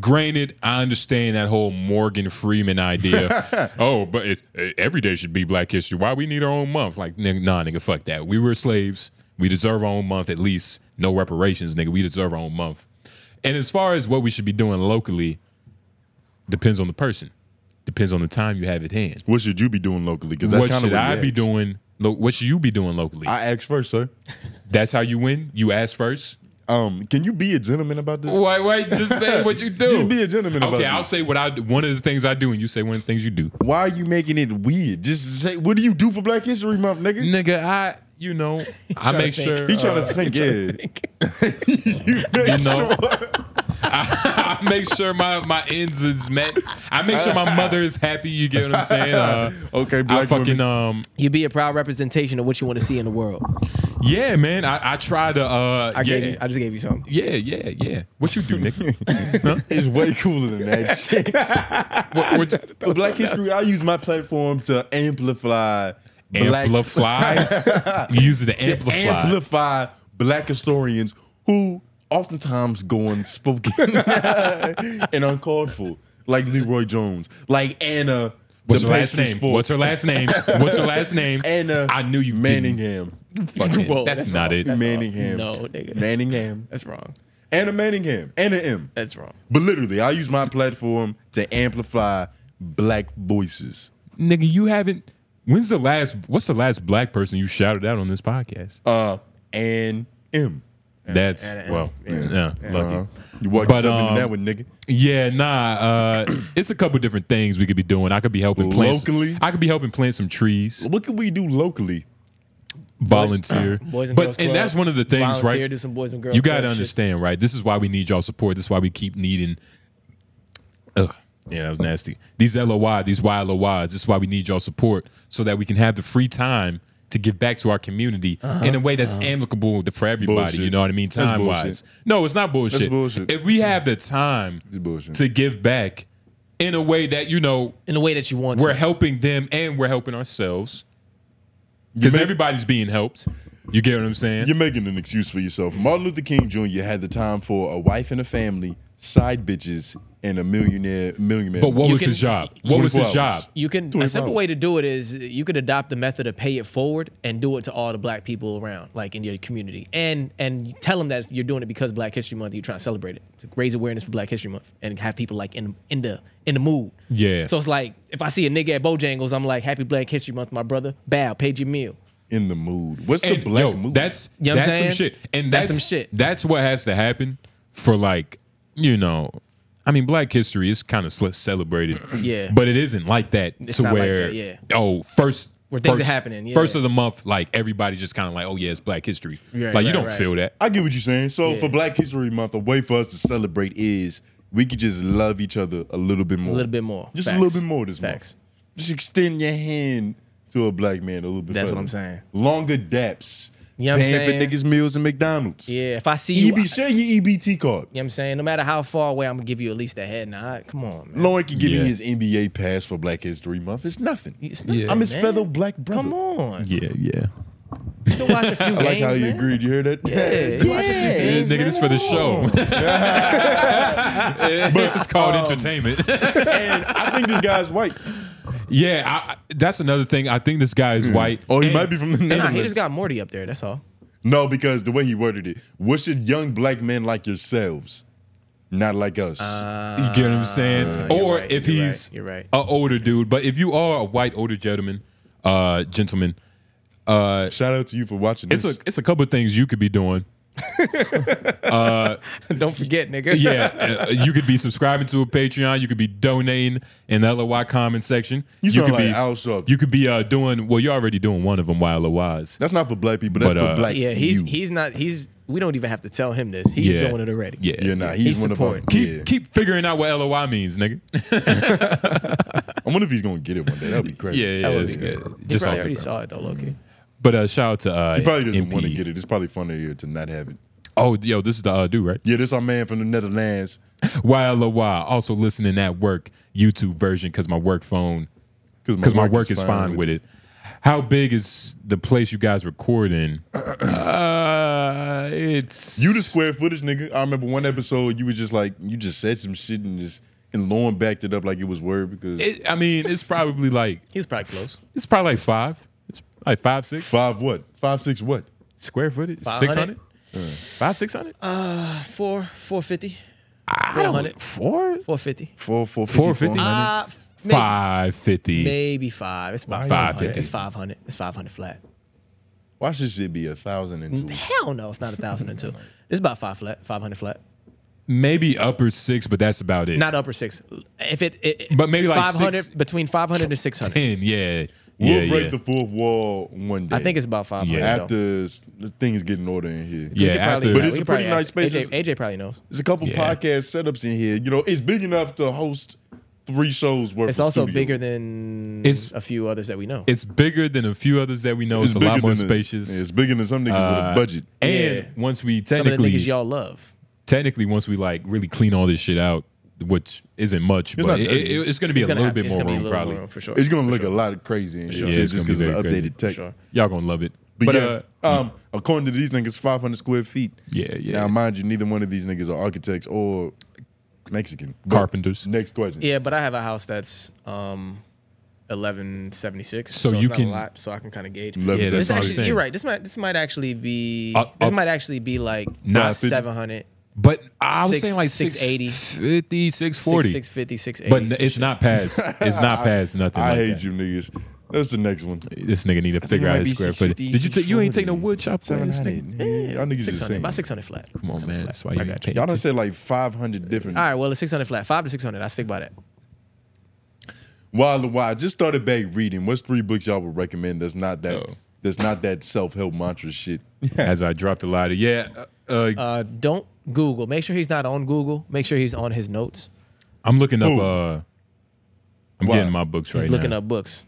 B: Granted, I understand that whole Morgan Freeman idea. oh, but it, eh, every day should be Black History. Why we need our own month? Like, nigga, nah, nigga, fuck that. We were slaves. We deserve our own month at least. No reparations, nigga. We deserve our own month. And as far as what we should be doing locally, depends on the person. Depends on the time you have at hand.
A: What should you be doing locally? Because
B: What should I be doing? Lo- what should you be doing locally?
A: I ask first, sir.
B: That's how you win. You ask first.
A: Um, can you be a gentleman about this?
B: Why? Why? Just say what you do.
A: Just be a gentleman about
B: Okay,
A: this.
B: I'll say what I do. One of the things I do, and you say one of the things you do.
A: Why are you making it weird? Just say, what do you do for Black History Month, nigga?
B: Nigga, I, you know, I make sure
A: He trying
B: uh,
A: to think, yeah.
B: You know, I, I make sure my my ends is met. I make sure my mother is happy. You get what I'm saying? Uh,
A: okay,
B: I fucking um,
C: you be a proud representation of what you want to see in the world.
B: yeah, man. I, I try to uh,
C: I
B: yeah,
C: gave you, I just gave you something.
B: yeah, yeah, yeah. What you do, nigga?
A: It's way cooler than that shit. For Black History, I use my platform to amplify black-
B: Amplify. you use it to
A: to
B: amplify.
A: amplify black historians who oftentimes go unspoken and uncalled for, like Leroy Jones, like Anna.
B: What's
A: the
B: her last
A: Patriots uh,
B: name?
A: forward.
B: What's her last name? What's her last name?
A: Anna.
B: I knew you
A: Manningham.
B: Fucking- that's that's not wrong. it. That's wrong.
A: Manningham.
B: No,
C: nigga.
A: Manningham.
C: That's wrong.
A: Anna Manningham. Anna M.
C: That's wrong.
A: But literally, I use my platform to amplify black voices.
B: Nigga, you haven't. When's the last? What's the last black person you shouted out on this podcast?
A: Uh, and M.
B: That's
A: Anna M.
B: well,
A: Yeah.
B: yeah,
A: Yeah.
B: lucky.
A: Uh-huh. You walked yourself into
B: um,
A: that one, nigga.
B: Yeah, nah. Uh, it's a couple different things we could be doing. I could be helping plant some-
A: Locally?
B: I could be helping plant some trees.
A: What can we do locally?
B: Volunteer,
C: Boys and
B: but
C: Girls
B: and
C: Club.
B: that's one of the things,
C: Volunteer,
B: right?
C: do some Boys and Girls
B: You got to
C: Club shit.
B: understand, right? This is why we need y'all support. This is why we keep needing. Ugh, yeah, that was nasty. These LOI, these YLOIs. This is why we need y'all support so that we can have the free time to give back to our community in a way that's amicable to- for everybody. You
A: Bullshit.
B: know what I mean?
A: That's
B: Time wise,
A: bullshit.
B: no, it's not bullshit.
A: That's bullshit.
B: If we have the time to give back in a way that you know,
C: in a way that you want,
B: we're
C: to.
B: helping them and we're helping ourselves because everybody's being helped. You get what I'm saying?
A: You're making an excuse for yourself. Martin Luther King Jr. had the time for a wife and a family, side bitches, and a millionaire millionaire.
B: But what You was can- his job? What was
A: 24
B: his
A: hours.
B: job?
C: You can a
A: 24
C: simple
A: hours.
C: way to do it is you could adopt the method of pay it forward and do it to all the black people around, like in your community, and and tell them that you're doing it because Black History Month. You're trying to celebrate it to raise awareness for Black History Month and have people like in in the in the mood.
B: Yeah.
C: So it's like if I see a nigga at Bojangles, I'm like, Happy Black History Month, my brother. Bow, paid your meal.
A: In the mood. What's
B: And, yo, That's
C: You know what I'm
B: that's some
C: saying?
B: shit. And
C: That's
B: that's,
C: some shit.
B: That's what has to happen for like you know. I mean, Black History is kind of celebrated,
C: Yeah.
B: but it isn't like that
C: It's
B: to
C: not like
B: where
C: that, yeah.
B: oh first
C: Where things are
B: first-
C: happening, yeah.
B: first of the month like everybody just kind of like oh yeah it's Black History
A: Right,
B: like you
A: right,
B: don't
A: right.
B: feel that
A: I get what you're saying. So
B: Yeah.
A: for Black History Month, a way for us to celebrate is we could just love each other a little bit more.
C: little bit more.
A: Just
C: Facts.
A: a little bit more this month. Just extend your hand to a black man a little bit.
C: That's what
A: further.
C: I'm saying.
A: Longer daps.
C: You know what I'm
A: Paying
C: saying?
A: for niggas meals and McDonald's.
C: Yeah. If I see you,
A: EB, share your EBT card.
C: You know what I'm saying? No matter how far away, I'm gonna give you at least a head nod. Come on, man.
A: Lloyd can give
B: Yeah.
A: me his NBA pass for Black History Month. It's nothing.
C: nothing,
A: I'm his
C: man.
A: fellow black brother.
C: Come on.
B: yeah yeah
C: Still watch a few
A: I
C: games.
A: like how you
C: man.
A: agreed. You heard that?
C: Yeah, you watch a few games.
B: nigga this for the show it's called entertainment
A: and I think this guy's white.
B: yeah I, I- that's another thing I think this guy is white
A: Or Mm. Oh, he
B: And-
A: might be from the
C: Nah,
A: Netherlands.
C: he just got Morty up there. That's all.
A: No, because the way he worded it, what should young black men like yourselves, not like us?
C: Uh,
B: You get what I'm saying? or if
C: you're right,
B: he's
C: you're right.
B: a older dude, but if you are a white older gentleman, uh, gentleman, uh,
A: shout out to you for watching.
B: It's
A: this.
B: a it's a couple of things you could be doing. uh,
C: Don't forget, nigga.
B: yeah, uh, you could be subscribing to a Patreon. You could be donating in the LOY comment section.
A: You sound
B: could
A: like
B: be
A: Al Sharpton.
B: you could be uh, doing well. You're already doing one of them while LOYs.
A: That's not for black people. That's
B: But,
A: for
B: uh,
A: black.
C: yeah, he's
A: you.
C: he's not he's. We don't even have to tell him this. He's
B: Yeah.
C: doing it already.
B: Yeah,
A: yeah, nah, he's,
C: He's
A: one
C: support.
A: of them.
B: Keep
A: Yeah.
B: keep figuring out what LOY means, nigga.
A: I wonder if he's gonna get it one day. That'd be crazy.
B: Yeah, yeah,
A: That would
B: it's
A: be
B: good.
A: crazy.
C: He
B: Just off
C: probably
B: the
C: already
B: cuff.
C: saw it though, Loki.
B: But uh, shout out to uh,
A: He probably doesn't
B: MP.
A: want to get it. It's probably funnier to not have it.
B: Oh, yo, this is the uh, dude, right?
A: Yeah, this our man from the Netherlands.
B: While a while, also listening at work YouTube version because my work phone, because my, work is fine with, it. How big is the place you guys record in? uh, it's
A: You the square footage nigga. I remember one episode you were just like you just said some shit and just and Lauren backed it up like it was word because
B: it, I mean, it's probably like
C: He's probably close.
B: it's probably like five. It's like five six
A: five what five six what
B: square footage. Six hundred. Five six hundred.
C: Uh, four four fifty.
B: I don't four
C: Four fifty.
A: four four
B: four fifty.
C: Uh, maybe,
B: Five fifty.
C: maybe five. It's about
B: Why
C: five hundred.
B: 550?
C: It's five hundred. It's five hundred flat.
A: Why should shit be a thousand and two?
C: Hell no, it's not a thousand and two. It's about five flat. Five hundred flat.
B: Maybe upper six, but that's about it.
C: Not upper six. If it, it
B: But maybe like
C: five hundred
B: six-
C: between five hundred and six hundred.
B: Ten. Yeah.
A: We'll
B: yeah,
A: break
B: yeah.
A: the fourth wall one day.
C: I think it's about five hundred.
A: yeah. after s- the things get in order in here.
B: Yeah, after-
A: but it's a pretty nice space.
C: AJ, AJ probably knows.
A: There's a couple
B: Yeah.
A: podcast setups in here. You know, it's big enough to host three shows worth.
C: It's
A: of
C: also
A: studio.
C: bigger than
B: It's-
C: a few others that we know.
B: It's bigger than a few others that we know. It's, a
A: bigger
B: lot more
A: than the-
B: spacious.
A: yeah, it's bigger than some niggas with
B: Uh,
A: a budget.
B: And
C: Yeah.
B: once we
C: Some of the
B: technically,
C: niggas y'all love.
B: technically, once we like really clean all this shit out, which isn't much, but
A: not
B: it,
A: dirty.
B: it- it's going to be
C: It's
B: a
C: gonna
B: little
C: have-
B: bit
C: it's
B: more
C: gonna be a
B: room,
C: little more
B: probably.
C: room for sure.
A: It's gonna look a lot crazy and shit
B: Yeah, it's
A: just
B: gonna be
A: because of the
B: very crazy.
A: updated tech.
C: sure.
B: Y'all gonna love it.
A: But,
B: But, uh,
A: yeah, um, according to these niggas, 500 square feet.
B: Yeah, yeah.
A: Now, mind you, neither one of these niggas are architects or Mexican But
B: Carpenters.
A: Next question.
C: Yeah, but I have a house that's um, eleven seventy six.
B: So
C: So,
B: you
C: it's
B: can-
C: not a lot, so I can kind of gauge.
A: Eleven
B: Yeah,
A: seconds.
C: This
B: that's what I'm
C: actually,
B: saying. Uh,
C: you're right. This might this might actually be
B: Up-
C: this
B: up-
C: might actually be like
B: Not-
C: seven hundred.
B: But I was
C: Six-
B: saying like
C: 680.
B: 650, 640.
C: 650, 680,
B: But
C: some
B: it's
C: shit.
B: not past. It's not past nothing.
A: I
B: like
A: hate
B: that.
A: you niggas. That's the next one.
B: This nigga need to figure
A: might
B: out
A: be
B: his square footage.
A: 650,
B: Did you take? You ain't take no
A: 640.
B: wood chop for this nigga.
A: 700. Yeah, Y'all niggas
C: Six
A: just
C: hundred.
A: saying.
C: About six hundred flat.
B: Come on, man. That's why you ain't paying
A: Y'all done
B: attention.
A: said like 500 different.
C: All right, well it's six hundred flat. Five to six hundred. I stick by that.
A: While the while, I just started back reading. What's three books y'all would recommend? That's not that.
B: Oh.
A: That's not that self help mantra shit.
B: As I dropped the lighter. Yeah. uh, Uh,
C: Uh, don't Google. Make sure he's not on Google. Make sure he's on his notes.
B: I'm looking up.
A: Who?
B: Uh, I'm
A: Why?
B: getting my books
C: He's
B: right
C: looking
B: now.
C: up books.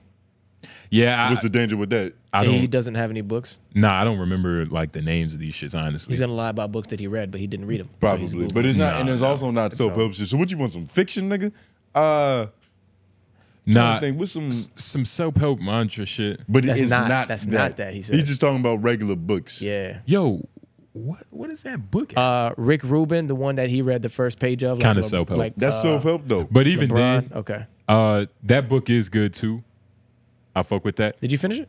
B: Yeah, I,
A: What's the danger with that?
B: I
C: he
B: don't.
C: doesn't have any books.
B: Nah, I don't remember like the names of these shits. Honestly,
C: He's gonna lie about books that he read, but he didn't read them. So he's
A: Probably, but it's not, and it's also not
C: all-
A: self help shit. So what you want? Some fiction, nigga? Uh,
B: nah,
A: thing with some,
B: s- some self help mantra shit.
A: but
C: That's
A: it's
C: not-
A: not,
C: that's
A: that.
C: not that, he said.
A: He's just talking about regular books.
C: Yeah.
B: Yo, What what is that book?
C: Uh, Rick Rubin, the one that he read the first page of,
B: Kind of
C: Le-
B: self help.
C: uh,
B: But even
C: LeBron.
B: then,
C: okay.
B: Uh, that book is good too. I fuck with that.
C: Did you finish it?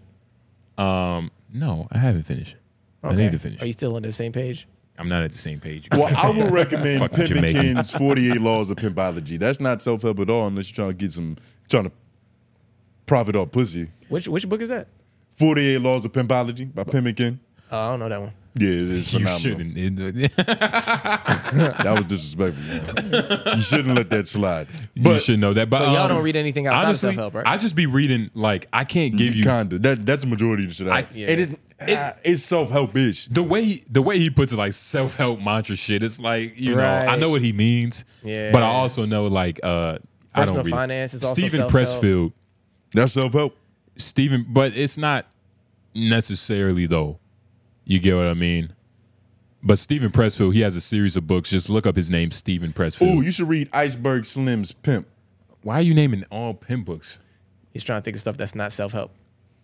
B: Um, no, I haven't finished. it. I
C: Okay.
B: need to finish.
C: Are you still on the same page?
B: I'm not at the same page.
A: Well, I will recommend
B: Fucking Jamaican.
A: Pemmican's 48 Laws of Pimpology. That's not self help at all unless you're trying to get some, trying to profit off pussy.
C: Which which book is that?
A: 48 Laws of Pimpology by Pemmican.
C: Oh, I don't know that one.
A: Yeah, it is
B: You
A: phenomenal.
B: shouldn't.
A: that was disrespectful. You shouldn't let that slide.
B: you should know that. But,
C: But y'all
B: um,
C: don't read anything outside of
B: honestly,
C: self-help, right?
B: I just be reading like I can't give you
A: kinda. That that's the majority of the shit. I, It is. It's, it's self help ish.
B: The way he, the way he puts it, like self help mantra shit. It's like you know I
C: Right.
B: know what he means,
C: Yeah.
B: but I also know like uh I
C: Personal
B: don't read it.
C: finance is also
B: Stephen
C: self-help.
B: Pressfield.
A: That's self help.
B: Stephen, but it's not necessarily though. You get what I mean. But Stephen Pressfield, he has a series of books. Just look up his name, Stephen Pressfield.
A: Ooh, you should read Iceberg Slim's Pimp.
B: Why are you naming all pimp books?
C: He's trying to think of stuff that's not self help.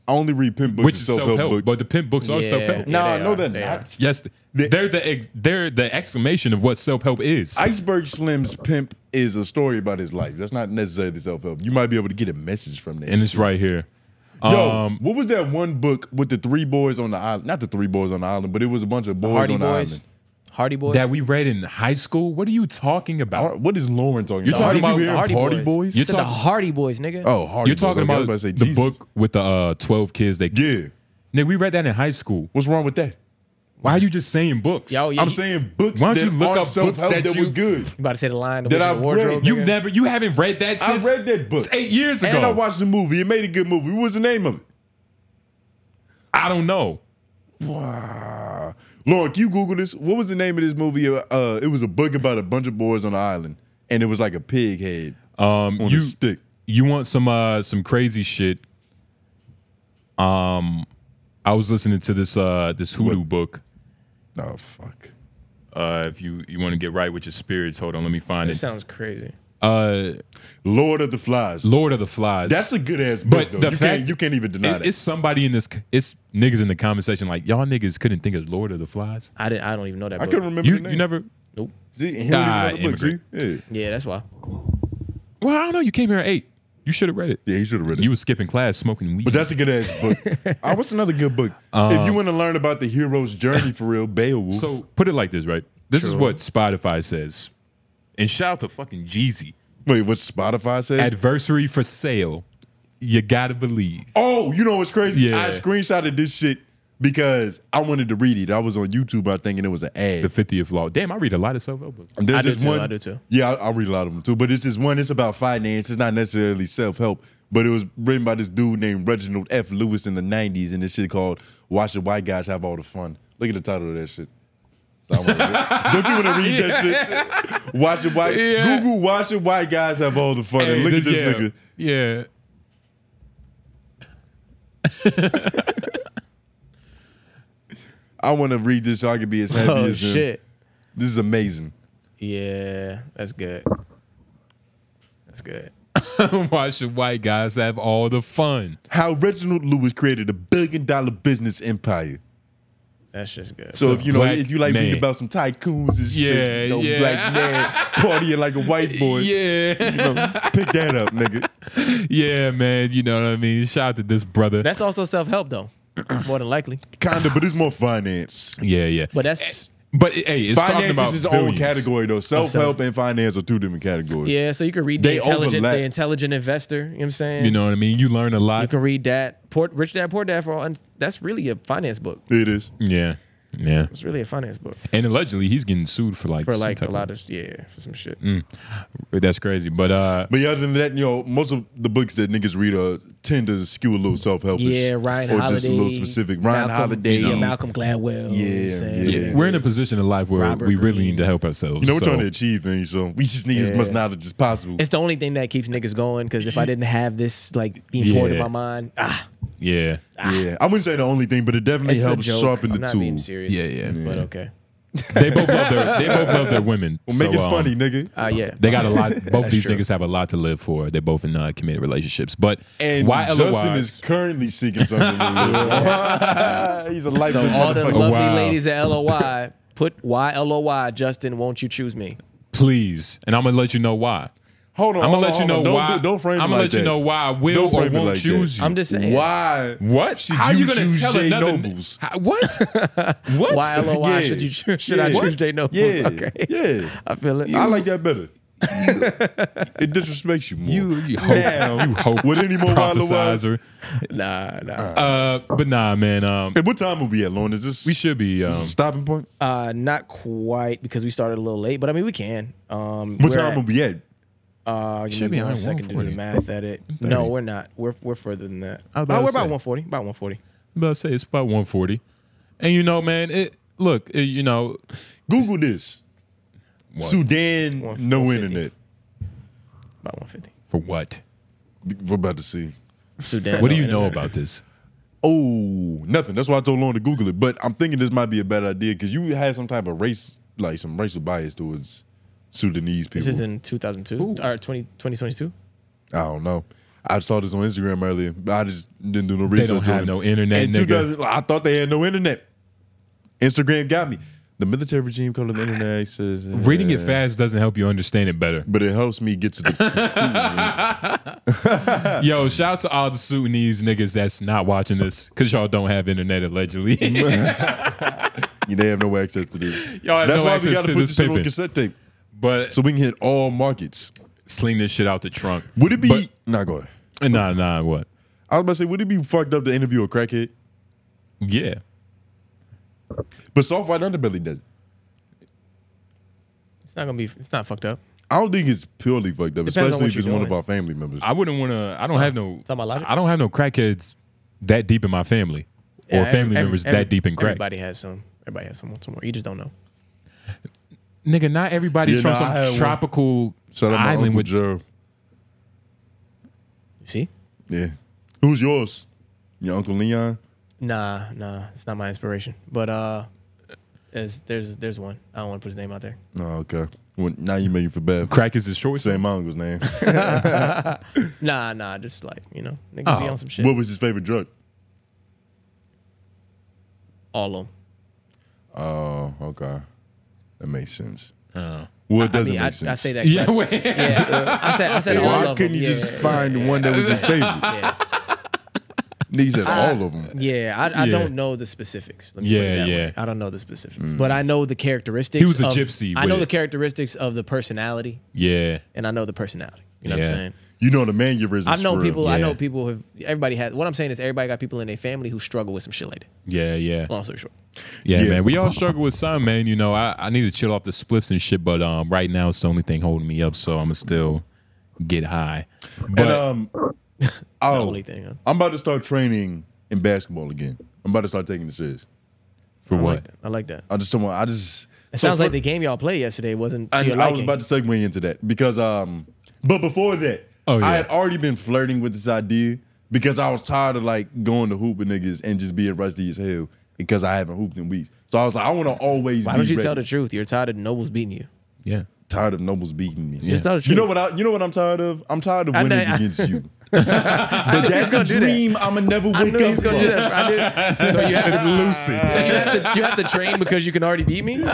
A: I only read pimp books
B: Which
A: and
B: is
A: self-help
B: self-help,
A: books.
B: but the pimp books are
A: Yeah,
B: self-help.
A: yeah, Nah, they no, are. they're
B: that
A: They not. are.
B: Yes, they're the ex, they're the exclamation of what self-help is.
A: Iceberg Slim's Pimp is a story about his life. That's not necessarily self help. You might be able to get a message from there.
B: and it's right here.
A: Yo,
B: Um,
A: what was that one book with the three boys on the island? Not the three boys on the island, but it was a bunch of boys
B: Hardy
A: on the
B: Boys?
A: island.
C: Hardy Boys?
B: that we read in high school. What are you talking about?
A: What is Lauren talking
B: You're
A: about?
B: talking about
A: hearing
B: Hardy
A: Party
B: Boys?
A: Boys?
B: You're
C: Said the
B: talking-
C: Hardy Boys, nigga.
A: Oh, Hardy
B: You're talking
A: Boys. Okay,
B: about,
A: I was about to say
B: the
A: Jesus.
B: book with the uh, 12 kids that
A: Yeah.
B: Nigga, we read that in high school.
A: What's wrong with that?
B: Why are you just saying books?
C: Yo, you-
A: I'm saying books.
B: Why don't
A: that
B: you look
A: aren't
B: up books
A: self-help
B: that
A: were
B: you-
A: good?
C: You about to say the line the
A: That
C: Wizard
A: I've
C: of wardrobe?
A: read.
B: You've
A: nigga.
B: never you haven't read that
A: I
B: since
A: read that book
B: eight years
A: and
B: ago.
A: I watched the movie. It made a good movie. What was the name of it?
B: I don't know.
A: Wow. Lauren, can you Google this? What was the name of this movie? Uh, it was a book about a bunch of boys on the island, and it was like a pig head.
B: Um,
A: On
B: you
A: a stick.
B: You want some uh some crazy shit? Um, I was listening to this uh this hoodoo book.
A: Oh fuck.
B: Uh, if you you want to get right with your spirits, hold on. Let me find
C: This
B: it.
C: sounds crazy.
B: Uh,
A: Lord of the Flies.
B: Lord of the Flies.
A: That's a good ass book.
B: but
A: though.
B: the
A: you,
B: fact
A: can't, you can't even deny
B: it-
A: that.
B: It's somebody in this. c- It's niggas in the comment section like y'all niggas couldn't think of Lord of the Flies.
C: I didn't. I don't even know that.
A: I
C: book.
A: couldn't remember
B: You,
A: the
B: you
A: name.
B: never.
C: Nope.
A: See, and he don't
B: Ah,
A: even know the book,
B: immigrant.
A: see? Yeah.
C: Yeah, that's why.
B: Well, I don't know. You came here at eight. You should have read it.
A: Yeah, you should have read it.
B: You were skipping class, smoking weed.
A: But that's a good ass book. Ah, what's another good book? if you want to learn about the hero's journey for real, Beowulf.
B: Uh, So put it like this, right? This is
A: True.
B: what Spotify says. And shout out to fucking Jeezy.
A: Wait, what Spotify says?
B: Adversary for sale. You gotta believe.
A: Oh, you know what's crazy?
B: Yeah.
A: I screenshotted this shit because I wanted to read it. I was on YouTube, I think, and it was an ad.
B: The 50th law. Damn, I read a lot of self-help books.
A: There's
C: I do
A: this
C: too,
A: one.
C: I do too.
A: Yeah, I, I read a lot of them too. But it's this one. It's about finance. It's not necessarily self help, but it was written by this dude named Reginald F. Lewis in the '90s, and this shit called "Why Should White Guys Have All the Fun." Look at the title of that shit. So I wanna- Don't you want to read that shit? Why should white
B: Yeah.
A: Google? Why should white guys have all the fun? and
B: Hey,
A: look at this
B: yeah,
A: nigga.
B: Yeah.
A: I want to read this so I can be as happy
C: Oh,
A: as him.
C: shit.
A: This is amazing.
C: Yeah, that's good. That's good.
B: Why should white guys have all the fun?
A: How Reginald Lewis created a billion dollar business empire.
C: That's just good.
A: So, if you know
B: black
A: if you like
B: man.
A: reading about some tycoons and
B: Yeah,
A: shit, you know,
B: yeah.
A: black man partying like a white boy,
B: Yeah.
A: you know, pick that up, nigga.
B: Yeah, man. You know what I mean? Shout out to this brother.
C: That's also self help though, more than likely.
A: Kinda, but it's more finance.
B: yeah, yeah.
C: But that's
B: But hey, it's talking
A: finance
B: about
A: is its own
B: billions.
A: category though. Self help
C: self-
A: and finance are two different categories.
C: yeah. So you can read
A: Eh. They
C: the intelligent,
A: overlap.
C: the intelligent investor. You know what I'm saying?
B: You know what I mean? You learn a
C: You
B: lot.
C: can read that. Poor, Rich Dad Poor Dad for all. And that's really a finance book.
A: It is.
B: Yeah. Yeah.
C: It's really a finance book
B: And allegedly he's getting sued for like
C: for
B: some
C: like
B: type
C: a lot of yeah for some shit.
B: Mm. That's crazy. But uh
A: But yeah, other than that, you know, most of the books that niggas read are tend to skew a little self help.
C: Yeah, Ryan
A: or
C: Holiday,
A: just a little specific. Ryan
C: Malcolm,
A: Holiday,
C: yeah,
A: you know,
C: Malcolm Gladwell. you know what I'm
A: Yeah,
C: saying?
A: yeah.
B: we're in a position in life where
C: Robert
B: we really need to help ourselves.
A: you know, we're
B: so-
A: trying to achieve things, so we just need as
C: Yeah.
A: much knowledge as possible.
C: It's the only thing that keeps niggas going because if I didn't have this like being poured in
B: Yeah.
C: my mind, ah,
B: Yeah.
A: yeah, I wouldn't say the only thing, but it definitely
C: it's a
A: helps
C: joke.
A: sharpen the
C: I'm not
A: tool.
C: being serious.
B: Yeah, yeah.
C: But okay,
B: They both love their they both love their women.
A: Well, make
B: So,
A: it
B: um,
A: funny, nigga.
C: Ah, yeah.
B: They got a lot. Both
A: That's
B: these
A: true.
B: niggas have a lot to live for. They're both in uh, committed relationships. But
A: And
B: why
A: Justin
B: otherwise?
A: is currently seeking something. new. He's a lifeless
C: so all the
A: motherfucker.
C: lovely ladies at LOY, put Y L O Y. Justin, won't you choose me?
B: please, and I'm gonna let you know why.
A: Hold on,
B: I'm gonna let
A: hold on,
B: you know
A: hold on. Don't
B: why.
A: do- don't frame it
B: I'm gonna
A: like
B: let you
A: that.
B: know why I will
A: Don't
B: or
A: frame it
B: won't
A: like that.
B: choose you.
A: I'm just saying. Why
B: What?
A: should
B: How
A: you
B: you gonna
A: choose
B: tell
A: Jay
B: another?
A: Nobles?
B: How- What? what?
C: Y L O Y. Should you
A: Yeah.
C: choose? Should I
A: Yeah.
C: choose J Nobles?
A: Yeah.
C: Okay.
A: Yeah.
C: I feel it.
A: I like that better. it disrespects you more.
B: You, you hope.
A: Now,
B: you hope.
A: With any more wild
B: prophesizer.
C: Nah, nah.
B: Uh, but nah, man. Um,
A: what time will we at, Lorne? Is this?
B: We should be. Um,
A: stopping point?
C: Uh, not quite because we started a little late, but I mean we can. Um,
A: What
C: we're
A: time will we at?
C: Uh, give
A: Should be
C: me one
A: around
C: second to do the
A: 1:40.
C: math at it. No,
B: 30.
C: we're not. We're we're further than that.
B: I
C: Oh,
B: was
C: we're
B: about to
C: about
B: say.
C: 140. About 140.
B: I'm about to say it's about 140, and you know, man. It look, it, you know,
A: Google this. Sudan, no internet.
C: About 150.
B: For what?
A: We're about to see.
C: Sudan.
B: What do no you know internet. about this?
A: Oh, nothing. That's why I told Lauren to Google it. But I'm thinking this might be a bad idea because you had some type of race, like some racial bias towards Sudanese people.
C: This is in 2002 or 20, 2022.
A: I don't know. I saw this on Instagram earlier. but I just didn't do no
B: They don't
A: research.
B: have
A: on it.
B: no internet,
A: In
B: nigga.
A: 2000 I thought they had no internet. Instagram got me. The military regime called it the internet says
B: Reading it fast doesn't help you understand it better.
A: but it helps me get to the.
B: Yo, shout out to all the Sudanese niggas that's not watching this because y'all don't have internet allegedly.
A: they have no access to this.
B: Y'all have
A: That's
B: no
A: why we
B: access
A: gotta
B: to
A: put
B: this
A: this shit on
B: pimping.
A: cassette tape,
B: but
A: so we can hit all markets.
B: Sling this shit out the trunk.
A: Would it be? nah, go ahead.
B: Nah, nah. What?
A: I was about to say, would it be fucked up to interview a crackhead?
B: Yeah.
A: But soft white underbelly does. it.
C: It's not gonna be. It's not fucked up.
A: I don't think it's purely fucked up,
C: Depends on
A: especially
C: what
A: if
C: you're
A: it's one
C: doing.
A: of our family members.
B: I wouldn't want to. I don't have no.
C: Talking about logic?
B: I don't have no crackheads that deep in my family,
C: Yeah,
B: or
C: every-
B: family
C: every-
B: members
C: every-
B: that deep in crack.
C: Everybody has some. Everybody has someone somewhere. You just don't know.
B: Nigga, not everybody's
A: Yeah,
B: from
A: nah, I had
B: some
A: one.
B: tropical
A: Shout out my
B: island
A: Uncle
B: with.
A: Gerald.
C: See?
A: Yeah. Who's yours? Your Uncle Leon?
C: Nah, nah. It's not my inspiration. But uh, there's there's there's one. I don't want to put his name out there.
A: No, okay. Well, now you make me feel bad.
B: Crack is his choice.
A: Same uncle's name.
C: Nah, nah. Just like you know, nigga be
B: Oh,
C: on some shit.
A: What was his favorite drug?
C: All of them.
A: Oh, okay. That makes sense.
B: Oh.
A: Well,
C: I-
A: it doesn't
C: I mean,
A: make
C: I,
A: sense.
C: I say that.
B: Yeah,
C: correctly.
B: wait.
C: yeah. I said. I said all
A: Why
C: of
A: couldn't
C: them.
A: you
C: Yeah,
A: just
C: yeah,
A: find
C: yeah.
A: one that was his favorite?
C: Yeah.
A: These are
C: I-
A: all of them.
C: Yeah, I, I
A: Yeah.
C: don't know the specifics. Let me put it
B: Yeah,
C: that
B: yeah. Mm.
C: way. I don't know the specifics, but I know the characteristics.
B: He was a
C: of-
B: gypsy
C: I know
B: with-
C: the characteristics of the personality,
B: Yeah.
C: and I know the personality. You know what I'm saying?
A: You know the mannerisms.
C: I've known
A: for real.
C: people. I know people have. Everybody has. What I'm saying is, everybody got people in their family who struggle with some shit like that.
B: Yeah, yeah.
C: Long story short,
B: Yeah,
A: Yeah.
B: man. We all struggle with some, man. You know, I, I need to chill off the spliffs and shit, but um, right now it's the only thing holding me up, so I'm gonna still get high. But
A: and um, oh,
C: only thing, huh?
A: I'm about to start training in basketball again. I'm about to start taking it serious.
B: for
C: I
B: what?
C: like that. I like that.
A: I just don't want. I just.
C: It
A: So
C: sounds
A: fir-
C: like the game y'all played yesterday wasn't to
A: I,
C: your
A: I was
C: liking.
A: about to segue into that because um, but before that,
B: Oh, yeah.
A: I had already been flirting with this idea because I was tired of like going to hoop with niggas and just being rusty as hell because I haven't hooped in weeks. So I was like, I want to always.
C: Why
A: be
C: don't you
A: ready.
C: tell the truth? You're tired of nobles beating you.
B: Yeah.
A: Tired of nobles beating me.
C: Just tell the
A: You know
C: truth.
A: what? I, you know what I'm tired of? I'm tired of
C: I
A: winning
C: know-
A: against you.
C: I knew
A: but
C: he
A: that's a
C: was gonna do that.
A: dream I'ma never
C: I
A: wake
C: knew he was
A: up
C: gonna do
A: from.
C: that. I knew. So you have to lucid. So you have to you have to train because you can already beat me.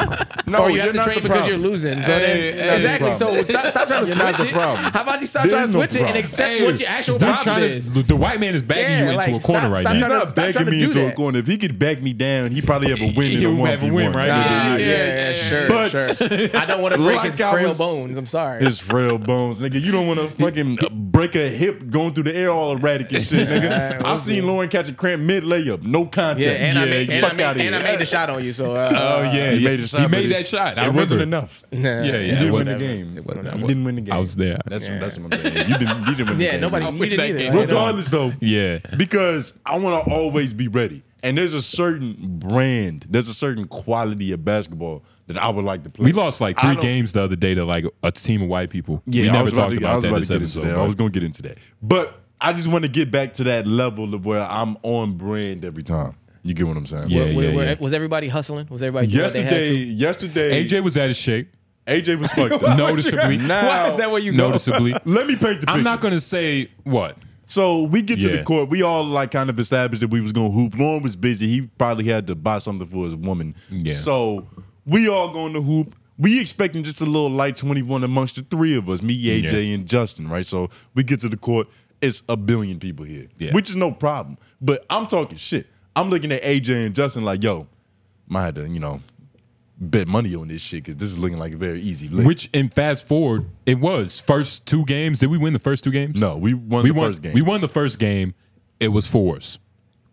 A: No,
C: or you have
A: you're
C: to
A: not
C: train
A: the
C: because
A: problem.
C: you're losing. So
B: Hey,
C: then,
B: hey,
C: exactly.
A: problem.
C: So stop, stop trying to
A: You're
C: switch
A: not the
C: it.
A: problem.
C: How about you stop
A: There
C: trying
A: is
C: to
A: no
C: switch it and
A: problem.
C: accept what your actual
B: stop
C: problem
B: trying
C: is?
B: to. The white man is backing
C: Yeah,
B: you into
C: like,
B: a corner
C: stop-
B: right
C: stop
B: now.
A: You're
C: trying to-
A: not
C: stop trying
A: backing
C: to
A: me
C: do
A: into a
C: that.
A: corner. If he could back me down, he probably have a win. in
B: He'll
A: a
B: have a win,
A: 1v1.
B: right?
C: Ah,
B: Yeah,
C: yeah,
B: yeah,
C: yeah, sure,
A: But-
C: sure. I don't want to break
A: Like
C: his
A: I
C: frail
A: was-
C: bones. I'm sorry.
A: His frail bones, nigga. You don't want to fucking uh, break a hip going through the air all erratic and shit, nigga. I've seen Lauren catch a cramp mid layup, no contact.
C: yeah, and I
B: Yeah,
C: made,
B: yeah.
C: and I
A: Fuck
C: made,
A: outta
C: and I
A: here.
C: made the shot on you. So uh,
B: Oh yeah,
A: he
B: yeah.
A: made a shot,
B: He
A: but
B: made
A: it-
B: that shot. I
A: it wasn't
B: remember.
A: enough.
C: Nah.
B: Yeah, yeah.
A: He
B: it
A: didn't win
B: wasn't-
A: the game.
B: it wasn't-
A: He
B: I wa-
A: didn't win the game.
B: I was there.
A: That's what, that's what I'm saying. You didn't, you didn't win the
C: Yeah,
A: game.
C: nobody- you didn't either.
B: game.
A: Regardless, though,
B: Yeah.
A: because I want to always be ready. And there's a certain brand, there's a certain quality of basketball that I would like to play.
B: We lost like
A: I
B: three
A: don't-
B: games the other day to like a team of white people.
A: Yeah,
B: we
A: I
B: never
A: was about
B: talked
A: to- I
B: about
A: was
B: that
A: about
B: this
A: to get into
B: episode.
A: that. I was
B: but-
A: going to get into that, but I just want to get back to that level of where I'm on brand every time. You get what I'm saying?
C: Were- were- were- Was everybody hustling? Was everybody doing what they had
A: yesterday,
C: to?
A: yesterday,
B: AJ was out of shape.
A: AJ was fucked up.
B: Noticeably.
A: Now,
B: Why is that where you go? Noticeably.
A: Let me paint the picture.
B: I'm not gonna say what.
A: So we get to
B: Yeah.
A: the court. We all like kind of established that we was gonna hoop. Lauren was busy. He probably had to buy something for his woman.
B: Yeah.
A: So we all going to hoop. We expecting just a little light 21 amongst the three of us, me, AJ,
B: Yeah.
A: and Justin, right? So we get to the court. It's a billion people here,
B: Yeah.
A: which is no problem. But I'm talking shit. I'm looking at AJ and Justin like, yo, I had to, you know, bet money on this shit because this is looking like a very easy lick.
B: Which and fast forward, it was first two games. Did we win the first two games? No,
A: we won the first game.
B: We won the first game. It was fours.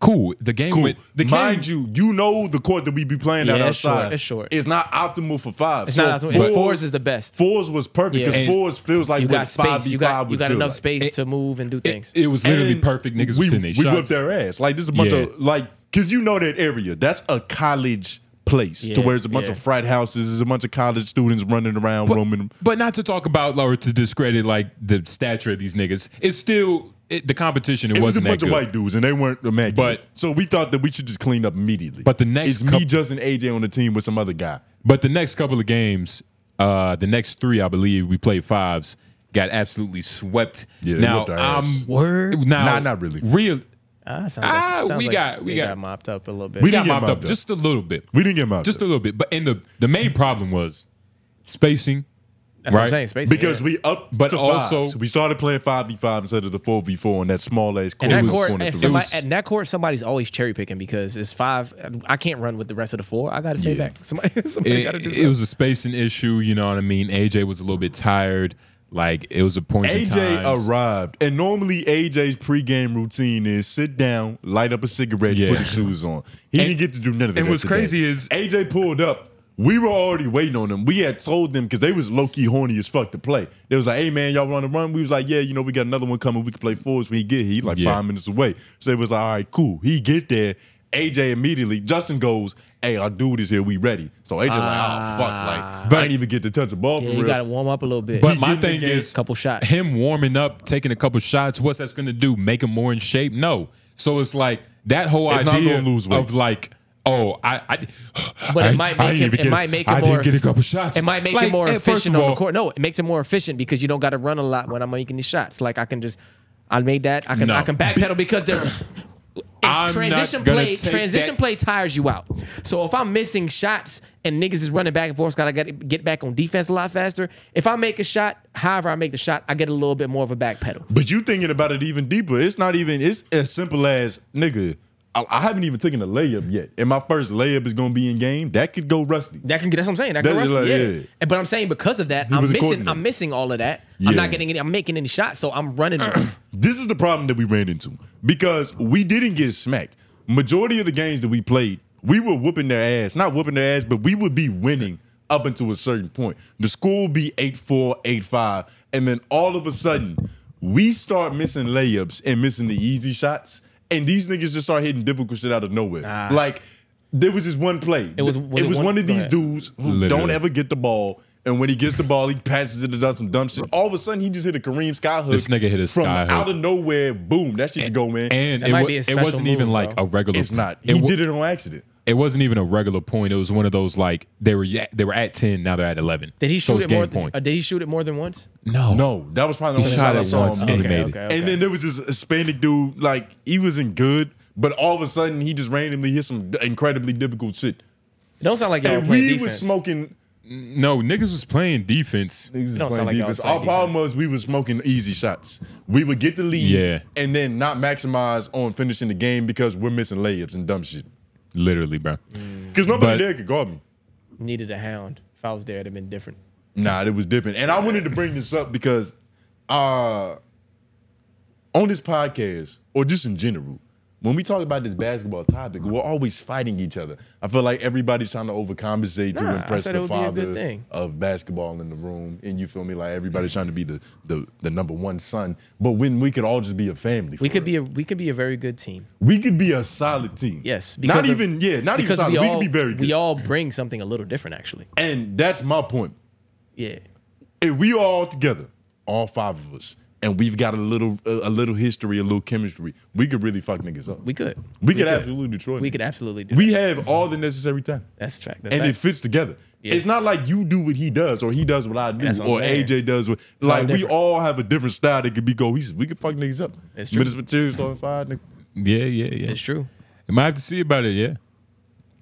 B: Cool. The game
A: Cool.
B: went. The
A: Mind
B: game,
A: you, you know the court that we be playing out
B: Yeah, it's
A: outside.
B: short, it's short.
A: not optimal for five.
C: It's
A: So
C: not. Fours, fours is the best.
A: Fours was perfect because
C: And
A: fours feels like
C: you
A: what
C: got
A: five
C: space.
A: v
C: You
A: five
C: got, you
A: would
C: got
A: feel
C: enough
A: like.
C: space to move and do things.
B: it was literally
A: And
B: perfect. Niggas
A: we,
B: was hitting their
A: we
B: shots.
A: whipped their ass. Like this is a bunch
B: Yeah.
A: of like because you know that area. That's a college place to
B: Yeah,
A: where it's a bunch
B: yeah.
A: of frat houses. There's a bunch of college students running around roaming.
B: But not to talk about or to discredit like the stature of these niggas. It's still it, the competition. It,
A: It was a
B: wasn't
A: bunch
B: that
A: of
B: good.
A: white dudes and they weren't immaculate.
B: But-
A: so we thought that we should just clean up immediately.
B: But the next
A: it's me,
B: couple-
A: Justin, AJ on the team with some other guy.
B: But the next couple of games, uh, the next three, I believe, we played fives, got absolutely swept.
A: Yeah, they
B: now
A: whooped our ass.
B: I'm word. Now,
A: Nah, not really.
B: Real.
C: Ah, sounds
B: Ah,
C: like, sounds
B: we
C: like
B: got- we
C: they
B: got-
C: mopped up a little bit.
B: We, got mopped up, just a little bit.
A: We didn't get mopped
B: just a little bit. But and the the main problem was spacing.
C: That's what I'm
B: right?
C: saying, spacing,
A: Because we up
B: But
A: to
B: also-
A: fives. we started playing five v five instead of the four v four on that small ass
C: And
A: court.
C: that
A: with
C: court,
A: corner
C: and
A: three.
C: somebody, at that court, somebody's always cherry picking because it's five. I can't run with the rest of the four. I got to stay back. Somebody, somebody got to do
B: It, it
C: something.
B: was a spacing issue. You know what I mean. AJ was a little bit tired. Like it was a point.
A: AJ
B: in time.
A: arrived, and normally AJ's pregame routine is sit down, light up a cigarette,
B: Yeah.
A: put his shoes on. He
B: And-
A: didn't get to do none of that.
B: and what's
A: today.
B: crazy is-
A: AJ pulled up. We were already waiting on them. We had told them because they was low key horny as fuck to play. They was like, "Hey man, y'all want to run?" We was like, "Yeah, you know, we got another one coming. We can play fours when he get here. He like
B: Yeah.
A: five minutes away." So they was like, "All right, cool." He get there. AJ immediately. Justin goes, "Hey, our dude is here. We ready." So AJ's like, "Oh fuck!"
B: Ah.
A: Like, I didn't even get to touch the ball.
C: Yeah,
A: for
C: you
A: real.
C: got to warm up a little bit.
B: But my thing is,
C: couple shots.
B: Him warming up, taking a couple shots. What's that's going to do? Make him more in shape? No. So it's like that whole
A: It's not
B: idea
A: gonna lose weight.
B: of like, oh, I, I
C: But
B: I-
C: it
B: I
C: might make
B: didn't
C: him.
B: even
C: It
B: get-
C: might make
B: I
C: him more.
B: didn't get a couple shots.
C: It might make
B: Like,
C: him more
B: and first
C: efficient
B: of
C: on the
B: all-
C: court. No, it makes him more efficient because you don't got to run a lot when I'm making these shots. Like I can just, I made that. I can,
B: No.
C: I can backpedal because there's
B: I'm
C: transition
B: not gonna
C: play.
B: take
C: Transition
B: that-
C: play tires you out. So if I'm missing shots and niggas is running back and forth, gotta get get back on defense a lot faster. If I make a shot, however I make the shot, I get a little bit more of a backpedal.
A: But you thinking about it even deeper. It's not even. It's as simple as nigga. I, I haven't even taken a layup yet, and my first layup is gonna be in game. That could go rusty.
C: That can that's what I'm saying. That
A: That
C: can
A: is
C: rusty,
A: like,
C: yeah.
A: yeah.
C: And- But I'm saying because of that,
A: He was
C: I'm
A: a
C: missing.
A: coordinator.
C: I'm missing all of that. I'm
A: Yeah.
C: not getting any. I'm making any shots, so I'm running. them.
A: This is the problem that we ran into because we didn't get smacked. Majority of the games that we played, we were whooping their ass. Not whooping their ass, but we would be winning up until a certain point. The score would be 8 4, 8 5. And then all of a sudden, we start missing layups and missing the easy shots. And these niggas just start hitting difficult shit out of nowhere. Like, there was this one play.
C: Ah. It was- was
A: it
C: it
A: was
C: one-
A: one, of
C: go
A: these
C: ahead.
A: dudes who don't
B: Literally.
A: ever get the ball. And when he gets the ball, he passes it to do some dumb shit. All of a sudden, he just hit a Kareem sky hook.
B: This nigga hit a
A: from
B: sky hook.
A: out of nowhere, boom, that shit could go in.
B: and it, wa- it wasn't even like a regular.
A: It's not.
B: It,
A: He
B: wa-
A: did it on accident.
B: it wasn't even a regular point. It was one of those like they were yeah, they were at ten. Now they're at eleven.
C: Did he
B: So
C: shoot
B: it's
C: it more?
B: game
C: Than,
B: point.
C: uh, did he shoot it more than once?
B: no,
A: No, that was probably the
B: He
A: only
B: shot
A: shot I
B: it
A: saw
B: once
A: him
B: and he
A: make.
B: made it. Okay,
C: okay.
A: And then there was this Hispanic dude, like he wasn't good, but all of a sudden he just randomly hit some d- incredibly difficult shit.
C: It don't sound like y'all
A: And
C: playing
A: we
C: defense.
A: was smoking.
B: no, niggas was playing defense.
A: Niggas
C: don't
A: was
C: sound
A: playing
C: like y'all was
A: defense. Our
C: playing
A: problem was we was smoking easy shots. We would get the lead,
B: Yeah.
A: and then not maximize on finishing the game because we're missing layups and dumb shit.
B: Literally, bro.
A: Because nobody
B: But-
A: there could guard me.
C: Needed a hound. If I was there, it'd have been different.
A: Nah, it was different. And I wanted to bring this up because uh on this podcast, or just in general, when we talk about this basketball topic, we're always fighting each other. I feel like everybody's trying to overcompensate
C: Nah, I
A: to impress
C: said
A: the
C: it would be a good
A: father
C: thing.
A: of basketball in the room. And you feel me? Like everybody's trying to be the the, the number one son. But when we could all just be a family.
C: We could be a we could be a very good team.
A: we could be a solid team.
C: Yes,
A: Not
C: because of-
A: even, yeah, not even
C: because
A: solid. We,
C: all-
A: could be very good.
C: We all bring something a little different, actually.
A: And that's my point.
C: Yeah.
A: If we all together, all five of us, and we've got a little a, a little history, a little chemistry, we could really fuck niggas up.
C: We could.
A: We, could, absolutely destroy.
C: We could absolutely do.
A: We have all the necessary time.
C: That's track.
A: and it fits together. It's not like you do what he does, or he does what I do,
C: That's what I'm
A: or
C: saying.
A: AJ does what.
C: It's all
A: like we
C: different.
A: all have a different style that could be cohesive. We could fuck niggas up.
C: It's true.
A: But it's materials on fire, nigga.
B: Yeah, yeah, yeah.
C: It's true.
B: I might have to see about it. Yeah.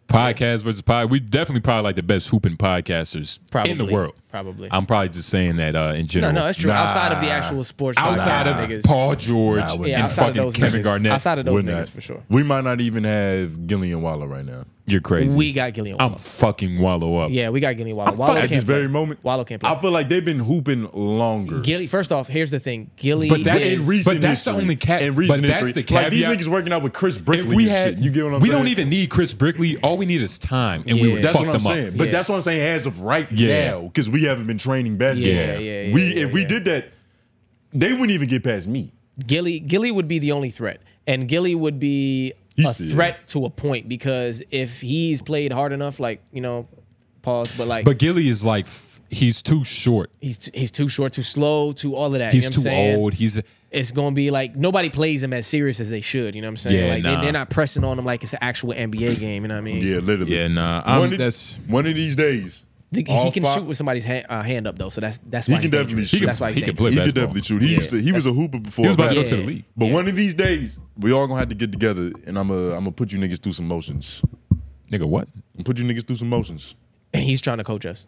B: Podcast versus pod. We definitely probably like the best hooping podcasters in the
C: Probably.
B: world.
C: Probably.
B: I'm probably just saying that uh, in
C: No,
B: general.
C: no, it's true. Outside of the actual sports,
B: Outside
C: podcast
B: of
C: niggas.
B: Paul George
A: Nah, we're
B: and
A: not.
B: fucking Kevin
C: niggas.
B: Garnett.
C: Outside of those
A: We're
C: niggas
A: not.
C: for sure.
A: We might not even have Gillian Waller right now.
B: You're crazy.
C: We got Gillian
B: I'm fucking wallow up.
C: Yeah, we got Gilly Wallow.
A: I
C: Wallow
A: feel like
C: can't
A: at this
C: play.
A: very moment,
C: Wallow can't play.
A: I feel like they've been hooping longer.
C: Gilly. First off, here's the thing, Gilly.
A: But that's,
C: is,
A: in recent history. In recent
B: but that's
A: history.
B: the
A: Like these
B: caveat.
A: niggas working out with Chris Brickley.
B: If we
A: and
B: had,
A: shit. you get what I'm
B: we
A: saying?
B: don't even need Chris Brickley. All we need is time, and we
A: Yeah.
B: would
A: that's
B: fuck
A: what
B: them
A: I'm saying.
B: up.
A: But that's what I'm saying. As of right
B: Yeah.
A: now, because we haven't been training basketball.
B: Yeah, yeah,
C: yeah,
A: we if we did that, they wouldn't even get past me.
C: Gilly Gilly would be the only threat, and Gilly would be
A: He
C: a
A: still
C: threat to a point because if he's played hard enough, like you know, pause. But like,
B: But Gilly is like f- he's too short.
C: he's t- he's too short, too slow, too all of that.
B: He's
C: you know what
B: too
C: I'm saying?
B: old. He's
C: It's gonna be like nobody plays him as serious as they should. You know what I'm saying?
B: Yeah,
C: like
B: nah.
C: they, are not pressing on him like it's an actual NBA game. You know what I mean?
A: Yeah, literally.
B: Yeah, nah. I'm-
A: one, of,
B: that's
A: one of these days.
C: The- he
A: all
C: can
A: five-
C: shoot with somebody's hand, uh, hand up though, so that's that's
A: He
C: why
A: can
C: he's
A: definitely
C: dangerous.
A: shoot.
C: That's why he, dangerous.
A: He could definitely shoot. He
C: Yeah.
A: used to, he was a
C: That's-
A: hooper before.
B: He was about to go
A: that.
B: to the league.
A: But one of these days, we all gonna have to get together, and I'm gonna I'm gonna put you niggas through some motions.
B: Nigga, what?
A: And put you niggas through some motions.
C: And he's trying to coach us.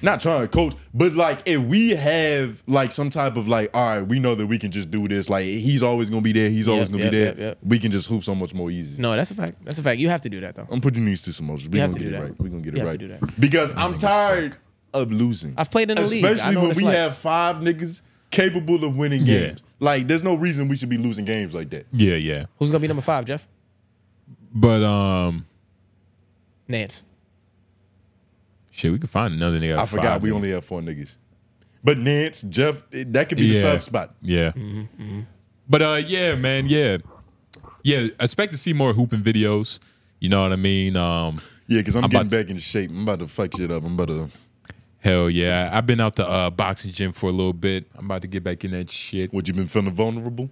A: Not trying to coach, but like if we have like some type of like, all right, we know that we can just do this. Like he's always gonna be there. He's always
C: Yep,
A: gonna
C: yep,
A: be there.
C: yep, yep.
A: We can just hoop so much more easy.
C: No, that's a fact. That's a fact. You have to do that though.
A: I'm putting these to some motions.
C: You
A: We're
C: have
A: gonna
C: to
A: get
C: do
A: it
C: that.
A: right. We're gonna get
C: You
A: it
C: have
A: right.
C: to do that.
A: Because I'm tired of losing.
C: I've played in the league. I
A: Especially
C: know what
A: when
C: it's
A: we
C: like.
A: have five niggas capable of winning
B: Yeah.
A: games. Like there's no reason we should be losing games like that.
B: yeah, yeah.
C: Who's gonna be number five, Jeff?
B: But um,
C: Nance.
B: shit, we could find another nigga.
A: I
B: at
A: forgot
B: five,
A: we
B: nigga.
A: only have four niggas. But Nance, Jeff, it- that could be the
B: Yeah.
A: sub spot.
B: Yeah.
A: Mm-hmm,
B: But uh, yeah, man, yeah, yeah. I expect to see more hooping videos. You know what I mean? Um,
A: Yeah, because I'm,
B: I'm
A: getting
B: about
A: back in shape. I'm about to fuck shit up. I'm about to.
B: hell yeah. I've been out the uh, boxing gym for a little bit. I'm about to get back in that shit.
A: What you been feeling vulnerable?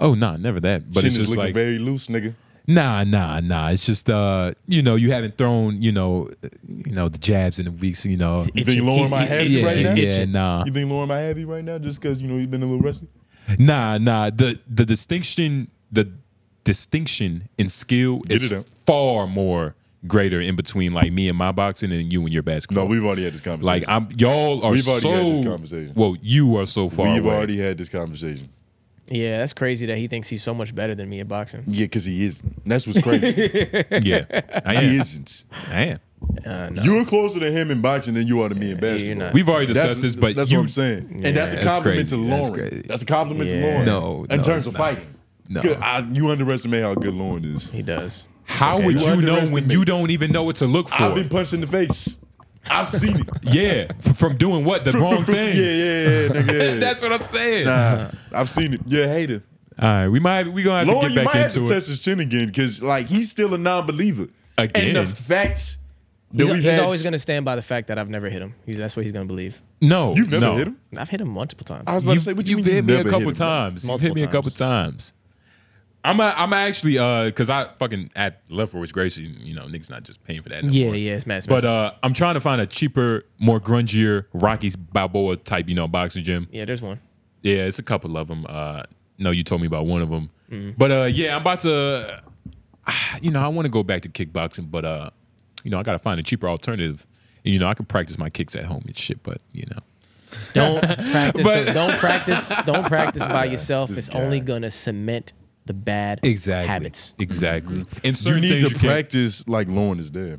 B: Oh nah, never that. But
A: Shit
B: it's
A: is
B: just
A: looking
B: like
A: very loose, nigga.
B: Nah, nah, nah. It's just uh, you know, you haven't thrown, you know, uh, you know, the jabs in the weeks, you know.
A: You think lowering my heavy
B: yeah,
A: right now?
B: yeah, nah.
A: You think lowering my heavy right now just because you know you've been a little rusty?
B: Nah, nah. The the distinction the distinction in skill
A: Get
B: is
A: it out.
B: far more greater in between like me and my boxing and you and your basketball.
A: No, we've already had this conversation.
B: like I'm y'all are
A: We've already
B: so
A: had this conversation.
B: Well, you are so far
A: We've
B: away.
A: already had this conversation.
C: Yeah, that's crazy that he thinks he's so much better than me at boxing.
A: Yeah, because he isn't. That's what's crazy.
B: yeah. I
A: he
B: am.
A: isn't.
B: I am.
A: You're closer to him in boxing than you are to me in basketball.
B: We've already
A: That's-
B: discussed this, but
A: that's
B: you-
A: what I'm saying.
B: Yeah,
A: and that's a
B: that's
A: compliment
B: crazy.
A: to
B: That's
A: Lauren.
B: crazy.
A: That's, a compliment
B: Yeah.
A: to Lauren.
B: No,
A: in
B: no,
A: terms
B: it's
A: of
B: not.
A: fighting.
B: No.
A: Because I- you underestimate how good Lauren is.
C: He does.
B: How
A: okay.
B: would
A: You
B: you know when
A: underestimate-
B: you don't even know what to look for?
A: I've been punched in the face. I've seen it.
B: Yeah, f- from doing what the wrong
A: Yeah,
B: things.
A: yeah, yeah, nigga. yeah.
B: That's what I'm saying.
A: Nah, I've seen it. You're a hater.
B: All right, we might we gonna have
A: Lauren,
B: to
A: you
B: get
A: might
B: back
A: have to
B: into it.
A: test his chin again because, like, he's still a non-believer.
B: Again.
A: and the facts that
C: He's,
A: we've
C: he's
A: had.
C: always gonna stand by the fact that I've never hit him. He's, that's what he's gonna believe.
B: No,
A: You've never
B: no.
A: hit him.
C: I've hit him multiple times.
A: I was about
B: You,
A: to say, what do you
B: you
A: mean?
B: hit
A: you
B: me a
A: never
B: couple
A: him?
B: times. You hit
C: Multiple
B: me a couple times. I'm a, I'm actually uh because I fucking at Left Forward Gracie, you know, niggas not just paying for that. no
C: Yeah,
B: more.
C: yeah, it's mad. it's mad.
B: But uh, I'm trying to find a cheaper, more grungier Rocky Balboa type, you know, boxing gym.
C: yeah, there's one.
B: Yeah, it's a couple of them. Uh, no, you told me about one of them.
A: Mm-hmm.
B: But uh, yeah, I'm about to. You know, I want to go back to kickboxing, but uh, you know, I gotta find a cheaper alternative. And, you know, I can practice my kicks at home and shit, but you know,
C: Don't practice.
B: But-
C: don't practice. Don't practice by yourself. It's only gonna cement the bad
B: Exactly.
C: habits.
B: exactly. And
A: Mm-hmm. You
B: certain
A: need
B: things
A: to
B: you can't-
A: practice like Lauren is there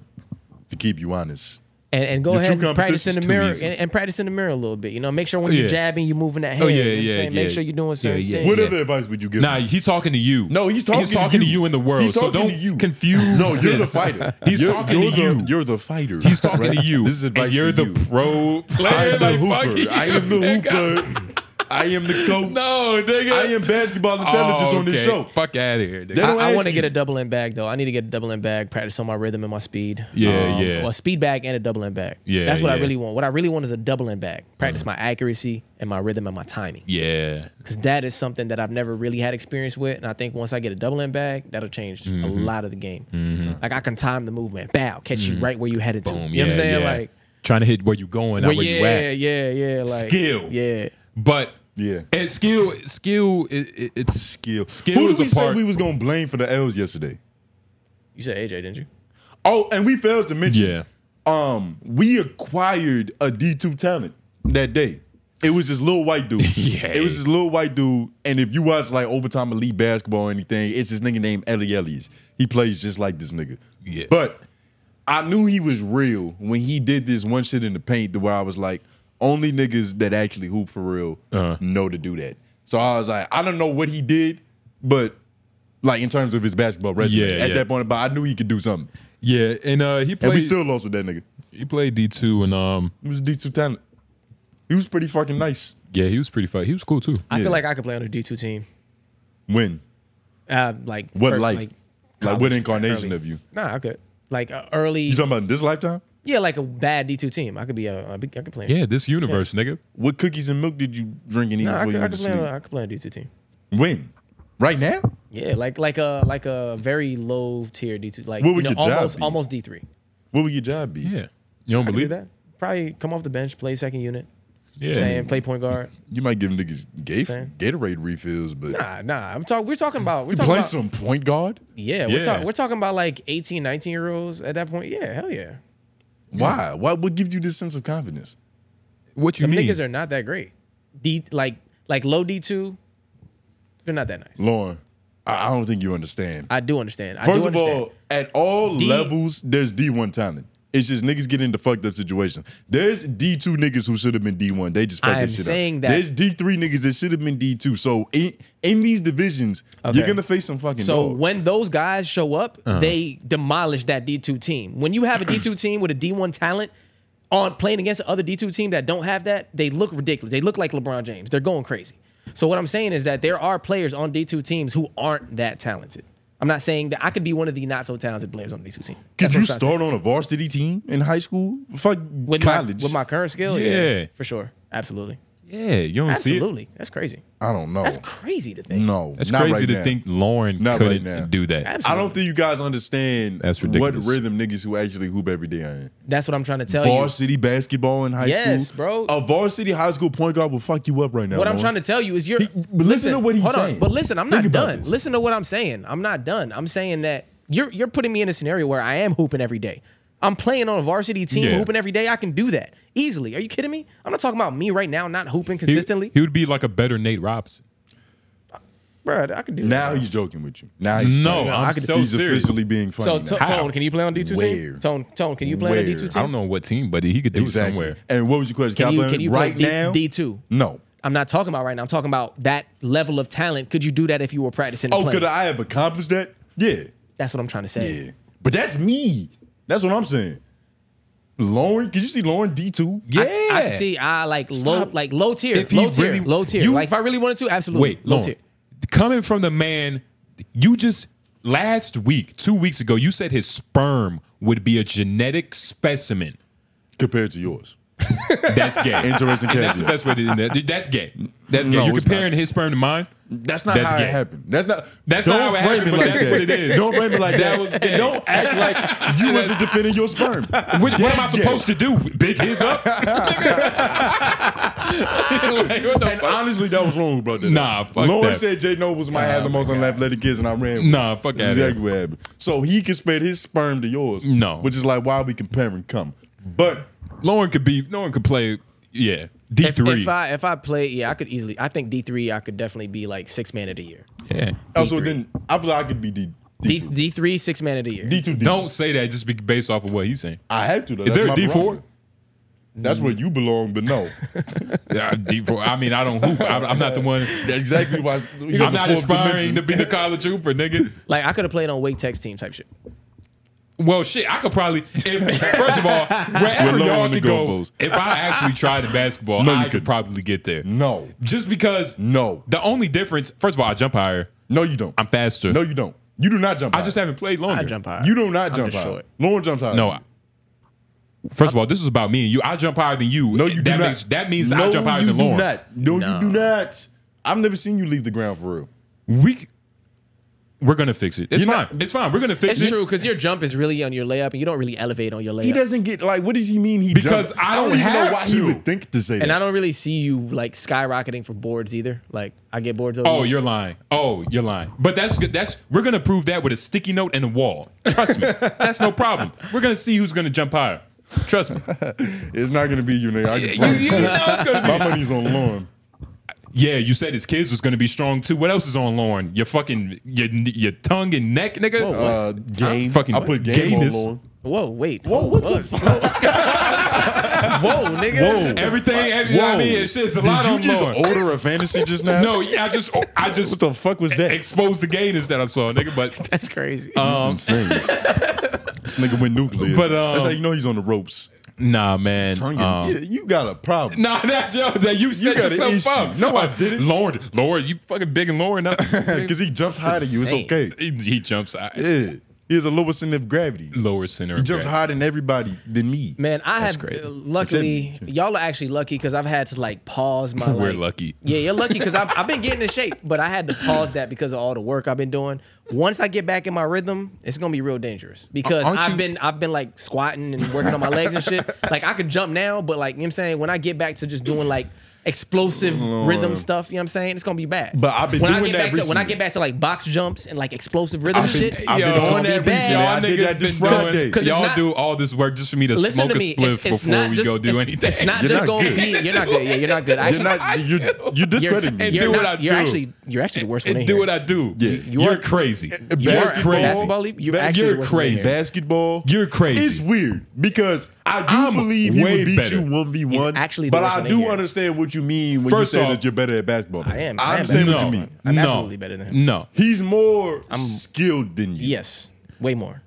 A: to keep you honest.
C: And, and go
A: Your true
C: ahead and practice in
A: competition's
C: the
A: too
C: mirror and,
A: easy.
C: and practice in the mirror a little bit. You know, make sure when
B: Yeah.
C: you're jabbing, you're moving that head.
B: Oh, yeah,
C: you know what I'm
B: yeah,
C: saying?
B: yeah.
C: Make sure you're doing certain
B: yeah.
C: things.
A: What other advice would you give?
B: Nah,
A: him?
B: he's talking to you.
A: No, he's talking
B: He's
A: to
B: talking to
A: you.
B: you in the world.
A: He's
B: So
A: talking
B: don't
A: to you.
B: confuse.
A: No, you're
B: this.
A: the fighter.
B: He's
A: You're-
B: talking
A: you're
B: to you.
A: the- You're the fighter.
B: He's talking
A: right?
B: to you.
A: This is advice
B: and you're
A: for
B: the
A: you.
B: pro player.
A: I am the
B: like, fuck
A: hooper.
B: you,
A: I am the
B: nigga.
A: hooper. I am the coach.
B: No, nigga. Oh,
A: I am basketball intelligence on this show.
B: Fuck out of here.
A: They don't
C: I,
A: ask
C: want to
A: you.
C: get a double end bag though. I need to get a double end bag. Practice on my rhythm and my speed.
B: Yeah, yeah.
C: Well, a speed bag and a double end bag.
B: Yeah,
C: that's what I
B: yeah. Uh-huh.
C: really want. What I really want is a double end bag. Practice my accuracy and my rhythm and my timing.
B: Yeah.
C: Because that is something that I've never really had experience with, and I think once I get a double end bag, that'll change a
B: Mhm.
C: lot of the game.
B: Mhm.
C: Like I can time the movement, bow, catch you
B: Mhm.
C: right where you headed to.
B: Boom,
C: You know what I'm
B: yeah,
C: saying?
B: yeah.
C: Like,
B: trying to hit where you going, not
C: well,
B: where
C: yeah,
B: you at.
C: yeah, yeah, like
B: skill.
C: Yeah.
B: But
A: yeah,
B: and skill, skill, it, it, it's
A: skill.
B: Skill
A: Who
B: is
A: did we
B: a part.
A: say we was gonna blame for the L's yesterday?
C: You said AJ, didn't you?
A: Oh, and we failed to mention.
B: Yeah.
A: Um, we acquired a D two talent that day. It was this little white dude. yeah. It was this little white dude. And if you watch like overtime elite basketball or anything, it's this nigga named Ellie Ellis. He plays just like this nigga.
B: Yeah.
A: But I knew he was real when he did this one shit in the paint to where I was like, only niggas that actually hoop for real
B: Uh-huh.
A: know to do that. So I was like, I don't know what he did, but like in terms of his basketball resume
B: Yeah,
A: at
B: yeah.
A: that point, but I knew he could do something.
B: Yeah, and uh, he played.
A: And we still lost with that nigga.
B: He played D two, and um,
A: he was D two talent. He was pretty fucking nice.
B: Yeah, he was pretty fun. He was cool too.
C: I feel like I could play on a D two team.
A: When?
C: Uh, like
A: What
C: first,
A: life?
C: Like,
A: Like, what
C: college,
A: incarnation
C: early.
A: of you?
C: Nah, I could like a early.
A: You talking about this lifetime?
C: Yeah, like a bad D two team. I could be a. I be- I could play.
B: nigga.
A: What cookies and milk did you drink and eat
C: Yeah. Nah, I
A: before
C: could,
A: you
C: I
A: went
C: could
A: to
C: play.
A: sleep?
C: On, I could play on D two team.
A: when? Right now?
C: Yeah, like like a like a very low tier D two. Like
A: What would
C: you know,
A: your job
C: almost
A: be?
C: almost D three.
A: What would your job be? Yeah.
B: You don't
C: I could do that. Probably come off the bench, play second unit. You know what
A: Yeah.
C: I'm saying play point guard.
A: You might give niggas Gate,
C: Same.
A: Gatorade refills, but
C: Nah, nah. I'm talking. We're talking about. We're
A: you
C: talking
A: play
C: about,
A: some point guard?
C: Yeah, we're talking. We're talking about like 18, 19 year olds at that point. Yeah, hell yeah.
A: Why? Why? What gives you this sense of confidence?
B: What
C: The niggas are not that great. D like like low D two. They're not that nice.
A: Lauren? I I don't think you understand.
C: I do understand. I
A: First
C: do
A: of
C: understand.
A: all, at all
C: D-
A: levels, there's D1 talent. It's just niggas get into fucked up situations. There's D2 niggas who should have been D1. They just fucked
C: I
A: this
C: am
A: shit
C: saying
A: up.
C: that-
A: There's D3 niggas that should have been D2. So in, in these divisions, you're
C: Okay.
A: going to face some fucking
C: So
A: dogs.
C: when those guys show up,
A: Uh-huh.
C: they demolish that D two team. When you have a D two team with a D one talent on playing against the other D two team that don't have that, they look ridiculous. They look like LeBron James. They're going crazy. So what I'm saying is that there are players on D two teams who aren't that talented. I'm not saying that I could be one of the not so talented players on the D two team.
A: Could
C: That's
A: you
C: what I'm trying to
A: start on a varsity team in high school? Fuck
C: with
A: college.
C: My, with my current skill, yeah,
A: Yeah.
C: for sure, absolutely.
B: Yeah, you don't see it?
C: absolutely. That's crazy.
A: I don't know.
C: That's crazy to think.
A: Oh. no,
B: That's
A: not
B: crazy
A: right
B: to
A: now.
B: think Lauren
A: Not right
B: couldn't
A: now.
B: do that.
A: I don't think you guys understand
B: That's
A: what
B: ridiculous.
A: rhythm niggas who actually hoop every day are in.
C: That's what I'm trying to tell you.
A: varsity basketball in high
C: Yes,
A: school. bro. A varsity high school point guard will fuck you up right now.
C: What I'm
A: Lauren.
C: trying to tell you is you're.
A: but listen to what he's
C: hold on,
A: saying.
C: but listen, I'm not
A: Think about
C: done. Listen to what I'm saying. I'm not done. I'm saying that you're you're putting me in a scenario where I am hooping every day. I'm playing on a varsity team
B: Yeah.
C: hooping every day. I can do that easily. Are you kidding me? I'm not talking about me right now not hooping
B: He-
C: consistently,
B: He, would be like a better Nate Robson.
C: Bruh, I can do
A: Now
C: that.
A: he's joking with you. Now he's
B: No,
A: playing.
B: No, I'm I could- so
A: he's
B: serious.
A: officially being funny.
C: So,
A: now.
C: so Tone, can you play on D2
A: Where?
C: team? Tone, Tone, can you play on D2 team?
B: I don't know what team, but he could do
A: Exactly.
B: it somewhere.
A: And what was your question?
C: Can
A: Can
C: you,
A: I play
C: can you play
A: right
C: D,
A: now?
C: D2?
A: no.
C: I'm not talking about right now. I'm talking about that level of talent. Could you do that if you were practicing? and
A: Oh,
C: playing?
A: could I have accomplished that? Yeah.
C: That's what I'm trying to say.
A: Yeah. But that's me. That's what I'm saying. Lauren, could you see Lauren D2?
C: I- I, can see. I like low, like low tier,
B: If he
C: low tier,
B: really-
C: low tier.
B: you-
C: like if I really wanted to, absolutely.
B: Wait,
C: low
B: Lauren,
C: tier.
B: coming from the man, you just last week, two weeks ago, you said his sperm would be a genetic specimen.
A: Compared to yours.
B: That's gay.
A: Interesting
B: And That's the
A: caveat.
B: best way to end that. That's gay. That's gay.
A: No,
B: You're
A: it's
B: comparing his sperm to mine.
A: That's not how it happened. That's not.
B: That's
A: don't
B: not how it
A: frame
B: happened,
A: it
B: but
A: like
B: that's
A: that.
B: what it is.
A: Don't frame it like that.
B: That was gay.
A: and don't act like you wasn't defending your sperm.
B: What, what am I
A: That's gay.
B: supposed to do? Big his up? Like, what the
A: and honestly, that was wrong, brother.
B: Nah, fuck
A: Lauren
B: that.
A: said Jay Nobles might have the most unathletic kids, and I ran. with
B: Nah,
A: it.
B: fuck
A: That's
B: outta here.
A: Exactly what happened. So he compared his sperm to yours.
B: No.
A: which is like why we comparing cum. But
B: Lauren could be. Lauren could play. Yeah, D
C: If,
B: three.
C: if I if I play, yeah, I could easily. I think D three, I could definitely be like six man of the year.
B: Yeah.
A: also, then I feel like I could be D.
C: D D three, six man of the year.
A: D two.
B: Don't say that just be based off of what he's saying.
A: I have to. Though.
B: Is
A: That's
B: there
A: my
B: a D four?
A: barometer. That's where you belong, but no.
B: Yeah, D four. I mean, I don't hoop. I'm, I'm not the one.
A: That's exactly why.
B: I'm not aspiring to be the college hooper, nigga.
C: Like I could have played on Wake Tech's team type shit.
B: Well, shit, I could probably. If, first of all, wherever
A: We're low
B: y'all
A: on the
B: could go,
A: goalpost.
B: if I actually tried to basketball,
A: No, you
B: I could
A: couldn't.
B: probably get there.
A: No.
B: Just because.
A: No.
B: The only difference, first of all, I jump higher.
A: No, you don't.
B: I'm faster.
A: No, you don't. You do not jump.
B: I just haven't played longer. I jump
C: higher.
A: You do not jump high. Lauren jumps high.
B: No. I- First of all, this is about me and you. I jump higher than you. No, you that
A: do not.
B: Makes, that means I
A: No,
B: jump higher
A: you
B: than
A: do
B: Lauren.
A: Not. No, you do not. I've never seen you leave the ground for real.
B: We We're gonna fix it. It's fine. it's fine. We're gonna fix
C: It's
B: it.
C: true because your jump is really on your layup, and you don't really elevate on your layup.
A: He doesn't get like. What does he mean? He
C: Because
A: jumped?
C: I don't
A: even
C: have
A: know why he
C: to.
A: would think to say
C: and
A: that.
C: I don't really see you like skyrocketing for boards either. Like I get boards over.
B: Oh,
C: you.
B: you're lying. Oh, you're lying. But that's good. That's we're gonna prove that with a sticky note and a wall. Trust me. that's no problem. We're gonna see who's gonna jump higher. Trust me.
A: it's not gonna be you, nigga. I can
B: You- you
A: promise that.
B: know it's gonna be-
A: My money's on Lauren.
B: Yeah, you said his kids was gonna be strong too. What else is on Lauren? Your fucking your your tongue and neck, nigga.
C: Whoa, what?
A: Uh, game.
B: Huh? Fucking
A: I put game on
B: gayness.
A: Lauren.
C: Whoa, wait. Whoa, what the Whoa, nigga.
B: Whoa. Everything, every- you know what I mean? It's just a
A: Did
B: lot
A: you
B: on
A: just
B: Lauren.
A: order a fantasy just now?
B: No, yeah, I just I just what
A: the fuck was that?
B: Exposed the gayness that I saw, nigga. But
C: that's crazy.
B: Um,
A: That's insane. this nigga went nuclear.
B: But, um,
A: that's how you know he's on the ropes.
B: nah, man.
A: Tongue,
B: um,
A: yeah, you got a problem.
B: Nah, that's yo. That you set
A: got an
B: yourself
A: issue.
B: up.
A: No, I
B: didn't. Lauren, Lauren, you fucking big and Lauren up because
A: he jumps higher than you. It's okay.
B: He, he jumps high.
A: Yeah, he has a lower center of gravity.
B: Lower center.
A: He jumps higher than everybody than me.
C: Man, I
A: That's
C: have
A: crazy.
C: luckily y'all are actually lucky because I've had to like pause my.
B: We're
C: like-
B: lucky.
C: Yeah, you're lucky because I've, I've been getting in shape, but I had to pause that because of all the work I've been doing. Once I get back in my rhythm, it's gonna be real dangerous because
B: Aren't
C: I've
B: you-
C: been I've been like squatting and working on my legs and shit. Like I could jump now, but like you know what I'm saying, when I get back to just doing like explosive
A: Lord.
C: rhythm stuff, you know what I'm saying, it's gonna be bad.
A: But I've been
C: when I
A: doing
C: get
A: that
C: back to, when I
A: recently.
C: get back to like box jumps and like explosive rhythm
A: I've been-
C: Oh, shit,
A: I've been
C: it's
A: on
C: gonna be
A: that
C: bad.
A: recently. I did that this Friday.
C: 'Cause it's
B: Y'all
C: not-
B: do all this work just for me to
C: Listen
B: smoke
C: to
B: a
C: me.
B: spliff
C: It's, it's
B: before
C: not
B: we
C: just,
B: go do
C: it's,
B: anything.
C: It's not just going to be. You're not good. Yeah, you're not good. I
B: You're
C: actually-
B: not-
A: you you discrediting me.
C: you're
B: do
C: not-
B: what I
C: You're
B: do.
C: actually you're actually the worst one in
B: do
C: here.
B: what I do.
A: Yeah.
B: You are crazy. You are
A: Basketball-
B: crazy.
C: Basketball, you're
A: Bas-
C: actually
B: You're
C: the worst one in
B: crazy.
C: here.
A: Basketball.
B: You're crazy.
A: It's weird because I do
B: I'm
A: believe he
B: way
A: would beat
B: better.
A: you one v one.
C: He's actually the
A: but
C: worst
A: I
C: one in
A: do
C: here.
A: understand what you mean when
B: First
A: you say
B: off-
A: that you're better at basketball. than
C: I am.
A: him.
C: I am
A: I understand
C: better
A: what you
C: at
A: mean.
C: basketball. I'm
B: no.
C: absolutely better than him.
B: No.
A: He's more skilled than you.
C: Yes, way more.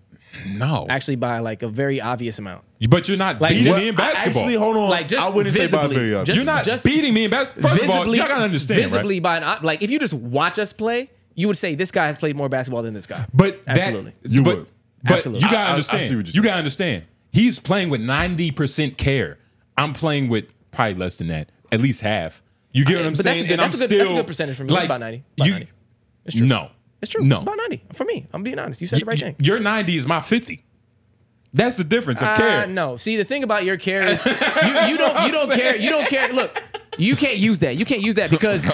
B: No.
C: Actually, by like a very obvious amount.
B: But you're not
C: Like
B: beating
C: just-
B: me in
A: I
B: basketball.
A: Actually, hold on.
C: Like just
A: I wouldn't say by
C: visibly,
A: very obvious.
C: just-
B: you're not
C: just-
B: beating me in basketball. First of all,
C: visibly,
B: y'all gotta understand, right?
C: visibly by an op- like if you just watch us play, you would say this guy has played more basketball than this guy.
B: But that-
C: absolutely,
A: You
B: but,
A: would.
B: but
C: Absolutely.
B: you
C: I-
B: gotta
A: I- I
B: understand.
A: see what you're
B: you gotta understand. He's playing with ninety percent care. I'm playing with probably less than that, at least half. You get what I'm
C: but that's
B: saying?
C: a good,
B: And I'm
C: that's, a good, that's a
B: still-
C: good percentage for me.
B: like,
C: it's about ninety. About
B: you-
C: 90. It's true.
B: No,
C: It's true.
B: No,
C: about ninety for me. I'm being honest. You said the right thing.
B: your ninety is my fifty. That's the difference of
C: Uh,
B: care.
C: no. See, the thing about your care is you, you don't you don't care you don't care. Look, you can't use that. You can't use that because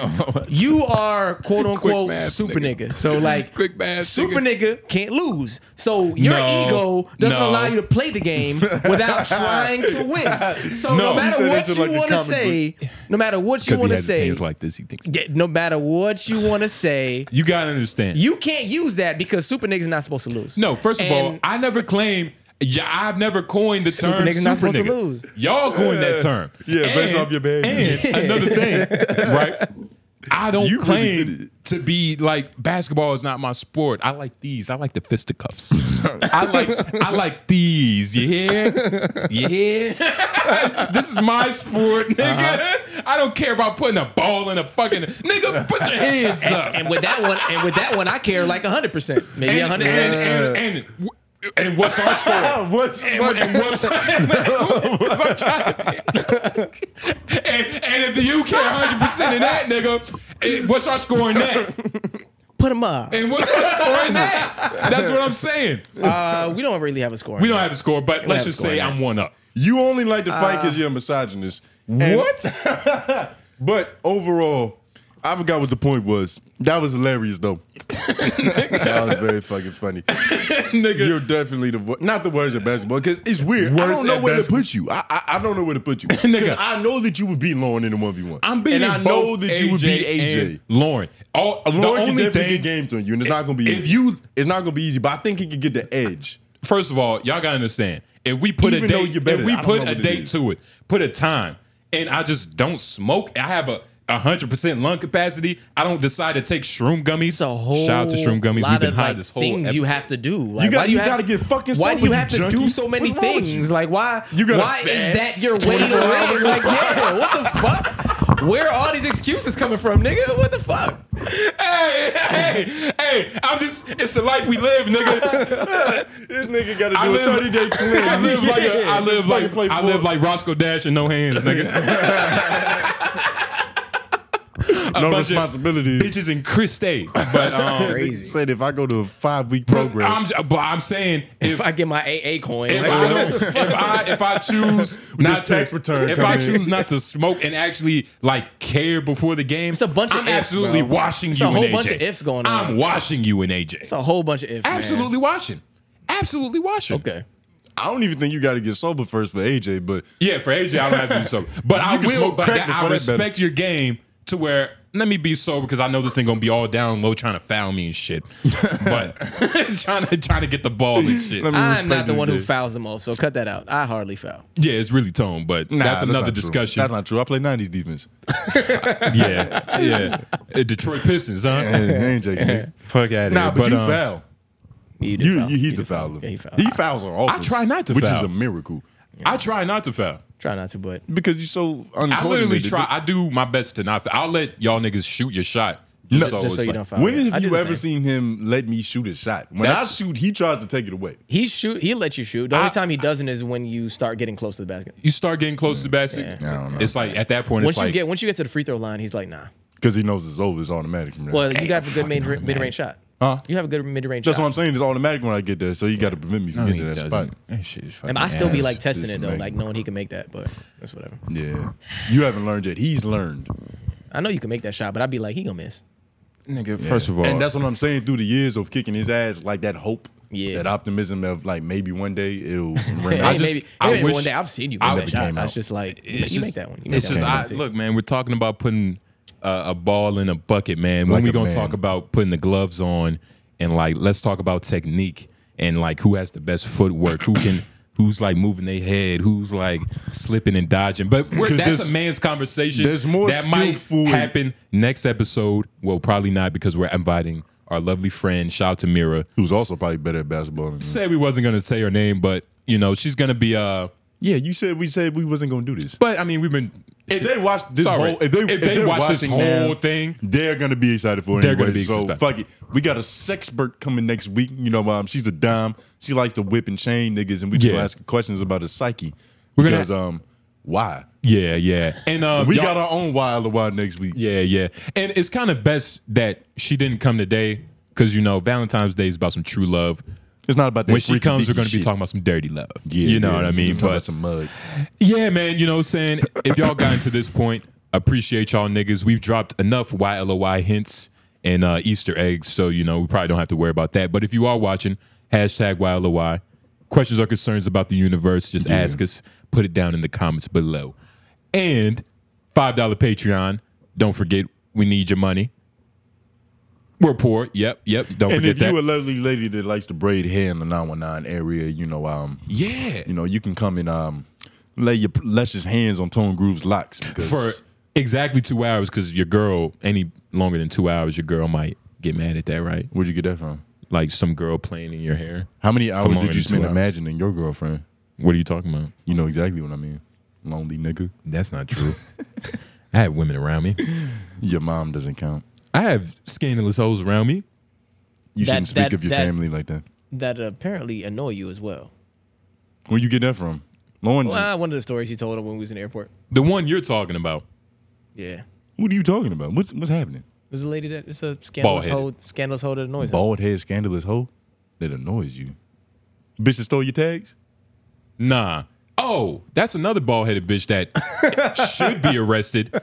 C: you are quote unquote
B: math,
C: super
B: nigga.
C: nigga. So like
B: Quick math,
C: super nigga. can't lose. So your
B: No,
C: ego doesn't
B: no.
C: allow you to play the game without trying to win. So
B: No.
C: no,
A: He
C: matter
A: said
C: what
A: this is
C: you
A: like a
C: want to
A: comic
C: say, no matter what you
B: he
C: want to
B: has his
C: say,
B: hands like this, he thinks.
C: yeah, no matter what you want to say,
B: You gotta understand.
C: you can't use that because super niggas not supposed to lose.
B: No, first of all,
C: And-
B: I never claim. Yeah, I've never coined the term
C: Super
B: super
C: nigga's not supposed to
B: nigga.
C: lose.
B: Y'all coined that
A: Yeah.
B: term.
A: Yeah, based off your behavior.
B: And another thing, right? I don't
A: You really
B: claim
A: did it.
B: to be like basketball is not my sport. I like these. I like the fisticuffs. I like I like these. You hear? You hear? this is my sport, nigga.
A: Uh-huh.
B: I don't care about putting a ball in a fucking nigga. Put your hands up.
C: and with that one, and with that one, I care like hundred percent, maybe
B: and,
C: hundred
B: and,
C: ten.
B: and, and, and what's our score?
A: What's
B: And, what- and what's That's what I'm trying to- and, and if you care 100 percent in that nigga, eh, what's our score in that?
C: Put them up.
B: And what's our score in that? That's what I'm saying.
C: Uh, we don't really have a score.
B: We don't have a score, but
C: We
B: let's
C: have a
B: just
C: score
B: say
C: in that.
B: I'm one up.
A: You only like to fight because you're a misogynist. And-
B: Uh. What?
A: But overall, I forgot what the point was. That was hilarious, though. that was very fucking funny.
B: Nigga.
A: You're definitely the wor- not the worst at basketball because it's weird. I
B: Worst
A: don't know
B: at
A: where
B: basketball.
A: to put you. I, I I don't know where to put you
B: Nigga.
A: because I know that you would beat Lauren in a one v one.
B: I'm beating
A: and I know
B: both
A: that you would
B: AJ
A: beat AJ.
B: and Lauren. All, the
A: Lauren can
B: only
A: definitely
B: thing
A: get games on you, and it's not gonna be
B: if
A: easy.
B: you-
A: It's not gonna be easy, but I think he could get the edge.
B: First of all, y'all gotta understand. If we put
A: Even
B: a
A: though
B: date,
A: you're better,
B: if we
A: I don't know
B: put
A: what
B: a
A: it
B: date
A: is.
B: to it, put a time, and I just don't smoke, I have a hundred percent lung capacity. I don't decide to take shroom gummies. Shout out to
C: whole
B: shroom gummies.
C: lot
B: We've been
C: of,
B: high
C: like,
B: this whole
C: things you
B: episode.
C: have to do. Like, why do you have to- why do you have to do so many things? Like, why- why is that your way to live? Like, yeah, what the fuck? Where are all these excuses coming from, nigga? What the fuck?
B: Hey, hey, hey! I'm just—it's the life we live, nigga.
A: this nigga got to
B: I
A: do a
B: live-
A: 30 day cleanse.
B: I live like a- I
A: Yeah.
B: live
A: Fucking
B: like
A: play
B: I live
A: football.
B: like Roscoe Dash and no hands, nigga. A
A: no
B: bunch of
A: responsibilities.
B: Bitches in Chris State, but um,
A: Nigga said if I go to a five week program,
B: I'm, j- but I'm saying if,
C: I get my AA coin,
B: if,
A: like,
B: I,
A: you know?
B: don't- if I if I choose not
A: tax
B: to
A: return
B: if
A: come
B: I
A: in.
B: choose not to smoke and actually like care before the game, it's a bunch
C: of
B: I'm
C: ifs,
B: absolutely
C: bro.
B: washing
C: It's
B: you.
C: a whole
B: and
C: bunch
B: AJ.
C: of ifs going on.
B: I'm washing you and AJ. It's
C: a whole bunch of ifs. man.
B: Absolutely washing. Absolutely washing.
C: Okay.
A: I don't even think you got to get sober first for AJ, but
B: Yeah, for AJ, I don't have to do sober. But
A: You
B: I
A: can
B: will.
A: smoke
B: But
A: crack
B: that-
A: before
B: I
A: that
B: respect your game to where let me be sober because I know this thing gonna be all down low trying to foul me and shit. But trying to trying to get the ball and shit.
C: I'm not the one who fouls the most, so cut that out. I hardly foul.
B: Yeah, it's really tone, but
A: Nah,
B: that's another
A: not true.
B: discussion.
A: That's not true. I play '90s defense.
B: yeah, yeah. Uh, Detroit Pistons, huh?
A: Hey, AJ, nigga.
B: Fuck out of
A: Nah,
B: here.
A: but, you
B: um,
A: foul.
C: You,
A: you- he's the fouler. he, fouls on all.
B: I try not to
A: which
B: foul.
A: is a miracle.
B: I try not to foul.
C: Try not to, but
A: because you're so.
B: I literally
A: uncoordinated.
B: try. I do my best to not. Foul. I'll let y'all niggas shoot your shot.
A: No,
B: it's like-
C: Oh,
A: When have you ever seen him let me shoot a shot? When I
C: That's-
A: shoot, he tries to take it away.
C: He shoot. He let you shoot. The only time he doesn't is when you start getting close to the basket.
B: You start getting close to the basket. It's like at that point, it's
C: Once you
B: like
C: get once you get to the free throw line, he's like, nah.
A: Because he knows it's over. It's automatic. From there.
C: Well, you have a good mid mid range shot.
A: Huh?
C: You have a good mid range
A: That's
C: shot.
A: what I'm saying. It's automatic when I get there. So you got to permit me from
B: No,
A: getting
B: he
A: to that
B: doesn't.
A: spot.
C: And I still be like testing
A: This
C: it though,
A: man.
C: like knowing he can make that, but that's whatever.
A: Yeah. You haven't learned yet. He's learned.
C: I know you can make that shot, but I'd be like, he gonna miss.
B: Nigga,
A: Yeah.
B: first of all,
A: and that's what I'm saying through the years of kicking his ass, like that hope,
C: yeah,
A: that optimism of like maybe one day it'll. ring
C: Hey,
A: out.
C: maybe- hey, maybe one day I've seen you make
A: I
C: that
A: never
C: shot.
A: came
C: I was
A: out.
C: just like, you
B: It's
C: make
B: just-
C: that one. You make
B: It's
C: that
B: just
C: one.
B: I, look, man. We're talking about putting uh, a ball in a bucket, man. When
A: Like
B: we
A: a
B: gonna
A: man.
B: talk about putting the gloves on and like let's talk about technique and like who has the best footwork, who can. Who's like moving their head? Who's like slipping and dodging? But we're,
A: 'Cause
B: that's
A: there's-
B: a man's conversation.
A: there's more
B: that might
A: skillful and-
B: happen next episode. Well, probably not because we're inviting our lovely friend. Shout out to Mira,
A: who's also probably better at basketball. Than me.
B: Said we wasn't gonna say her name, but you know she's gonna be uh
A: Yeah, you said we said we wasn't gonna do this.
B: But I mean, we've been.
A: If they watch this
B: Sorry.
A: whole, if they
B: If
A: if
B: they
A: they're
B: watch this
A: watching
B: whole
A: now,
B: thing,
A: they're gonna be excited for it.
B: They're
A: anyway,
B: gonna be
A: so
B: excited.
A: fuck it. We got a sexpert coming next week. You know, um, she's a dime. She likes to whip and chain niggas, and we just
B: Yeah.
A: ask her questions about his psyche
B: We're gonna-
A: because um, why?
B: Yeah, yeah. And um,
A: we
B: y'all-
A: got our own wild wild next week.
B: Yeah, yeah. And it's kind of best that she didn't come today because you know Valentine's Day is about some true love.
A: It's not about that
B: when she
A: freaky
B: comes. We're
A: deaky
B: going to be
A: shit.
B: talking about some dirty love.
A: Yeah,
B: you know
A: yeah,
B: what I
A: we
B: mean.
A: talking about
B: But
A: some mud.
B: yeah, man. You know, what I'm saying if y'all gotten to this point, appreciate y'all niggas. We've dropped enough YLOY hints and uh, Easter eggs, so you know we probably don't have to worry about that. But if you are watching, hashtag YLOY. Questions or concerns about the universe, just ask us. Put it down in the comments below. And $5 Patreon. Don't forget, we need your money. We're poor. Yep, yep. Don't
A: and
B: forget
A: if
B: that.
A: you a lovely lady that likes to braid hair in the 919 area, you know, um,
B: yeah,
A: you know, you can come and um, lay your luscious hands on Tone Groove's locks because
B: for exactly two hours because your girl any longer than two hours your girl might get mad at that right
A: where'd you get that from
B: like some girl playing in your hair
A: how many
B: For
A: hours
B: longer
A: did you
B: than
A: spend
B: two hours.
A: imagining your girlfriend?
B: what are you talking about
A: You know exactly what I mean. Lonely nigga.
B: that's not true i have women around me
A: Your mom doesn't count.
B: i have scandalous hoes around me
A: You
C: That-
A: shouldn't speak
C: that-
A: of your
C: that-
A: family like that.
C: That apparently annoy you as well.
A: Where you get that from? Lauren, just-
C: Well, one of the stories he told him when we was in the airport.
B: the one you're talking about
C: Yeah,
A: what are you talking about? What's what's happening?
C: there's a lady that it's a scandalous
A: Bald-headed.
C: hoe, scandalous hoe that annoys him.
A: Bald head, scandalous hoe that annoys you. Bitch that stole your tags?
B: nah oh that's another bald-headed bitch that should be arrested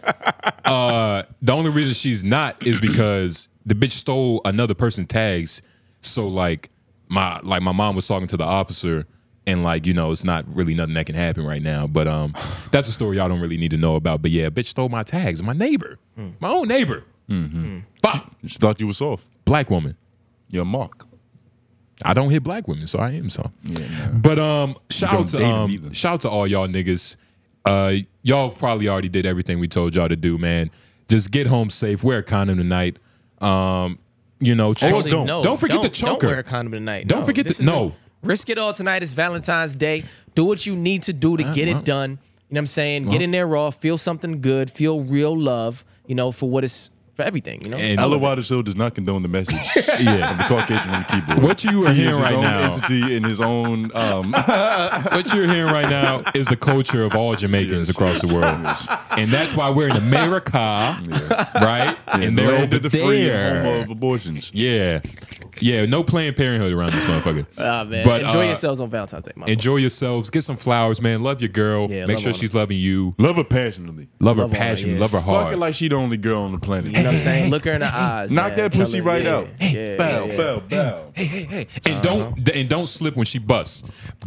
B: uh the only reason she's not is because the bitch stole another person's tags so like my like my mom was talking to the officer and like you know it's not really nothing that can happen right now but um that's a story y'all don't really need to know about but yeah bitch stole my tags my neighbor my own neighbor
A: Mm-hmm.
B: Fuck.
A: She thought you was soft.
B: black woman
A: Your mark.
B: i don't hit black women so i am so
A: Yeah,
B: but um shout out
A: don't
B: to
A: date 'em
B: um
A: either.
B: shout out to all y'all niggas uh y'all probably already did everything we told y'all to do man Just get home safe. Wear a condom tonight. Um, you know, choke-
C: Actually,
B: don't.
C: no,
B: don't forget
C: don't,
B: the choker.
C: Don't wear a condom tonight.
B: Don't
C: No,
B: forget
C: this
B: the
C: is
B: no.
C: it. Risk it all tonight. It's Valentine's Day. Do what you need to do to
B: Uh,
C: get
B: well.
C: it done. You know what I'm saying?
B: Well.
C: Get in there raw. Feel something good. Feel real love. You know for what it's for everything. You know.
A: And
C: I
A: Ella
C: love it.
A: Water Show does not condone the message
B: Yeah.
A: from the Caucasian on the keyboard.
B: What you are
A: he
B: hearing
A: is his
B: right
A: own
B: now-
A: entity in his own. Um,
B: what you're hearing right now is the culture of all Jamaicans across the world, and that's why we're in America, right? and they're
A: land
B: over
A: of the free and
B: there.
A: home of abortions.
B: Yeah, yeah. No Planned Parenthood around this motherfucker.
C: Ah, man.
B: But,
C: Enjoy
B: uh,
C: yourselves on Valentine's Day. My
B: Enjoy yourselves. Get some flowers, man. Love your girl.
C: Yeah,
B: Make
C: love
B: sure
C: on
B: she's loving you.
A: Love her passionately.
B: Love,
C: Love
B: her
C: on her,
B: passionately.
C: yeah.
B: Love her hard.
A: Fuck it like she the only girl on the planet.
C: You know what I'm saying? Look her in the eyes.
A: Knock
C: man.
A: that
C: Tell
A: pussy
C: her-
A: right
C: yeah.
A: out.
C: Yeah,
A: bow,
C: yeah, yeah.
A: bow, bow.
B: Hey, hey, hey.
C: uh-huh.
B: And don't and don't slip when she busts.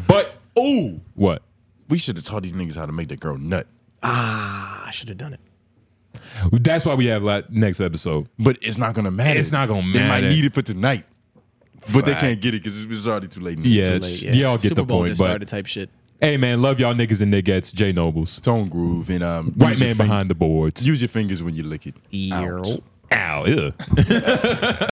B: But
A: oh,
B: what?
A: We should have taught these niggas how to make that girl nut.
C: Ah, I should have done it.
B: That's why we have la- next episode.
A: But it's not gonna matter.
B: It's not gonna
A: They might
B: matter.
A: need it for tonight, but they
B: Fact.
A: can't get it because it's already too late.
B: Yeah, it's- y'all get
C: Super
B: the
C: Bowl
B: point.
C: just
B: but
C: started type shit.
B: hey, man, love y'all niggas and niggas. J Nobles,
A: Tone Groove, and um,
B: White
A: use your
B: man
A: fing-
B: behind the boards.
A: Use your fingers when you lick it.
C: Ow.
B: Ow, ew.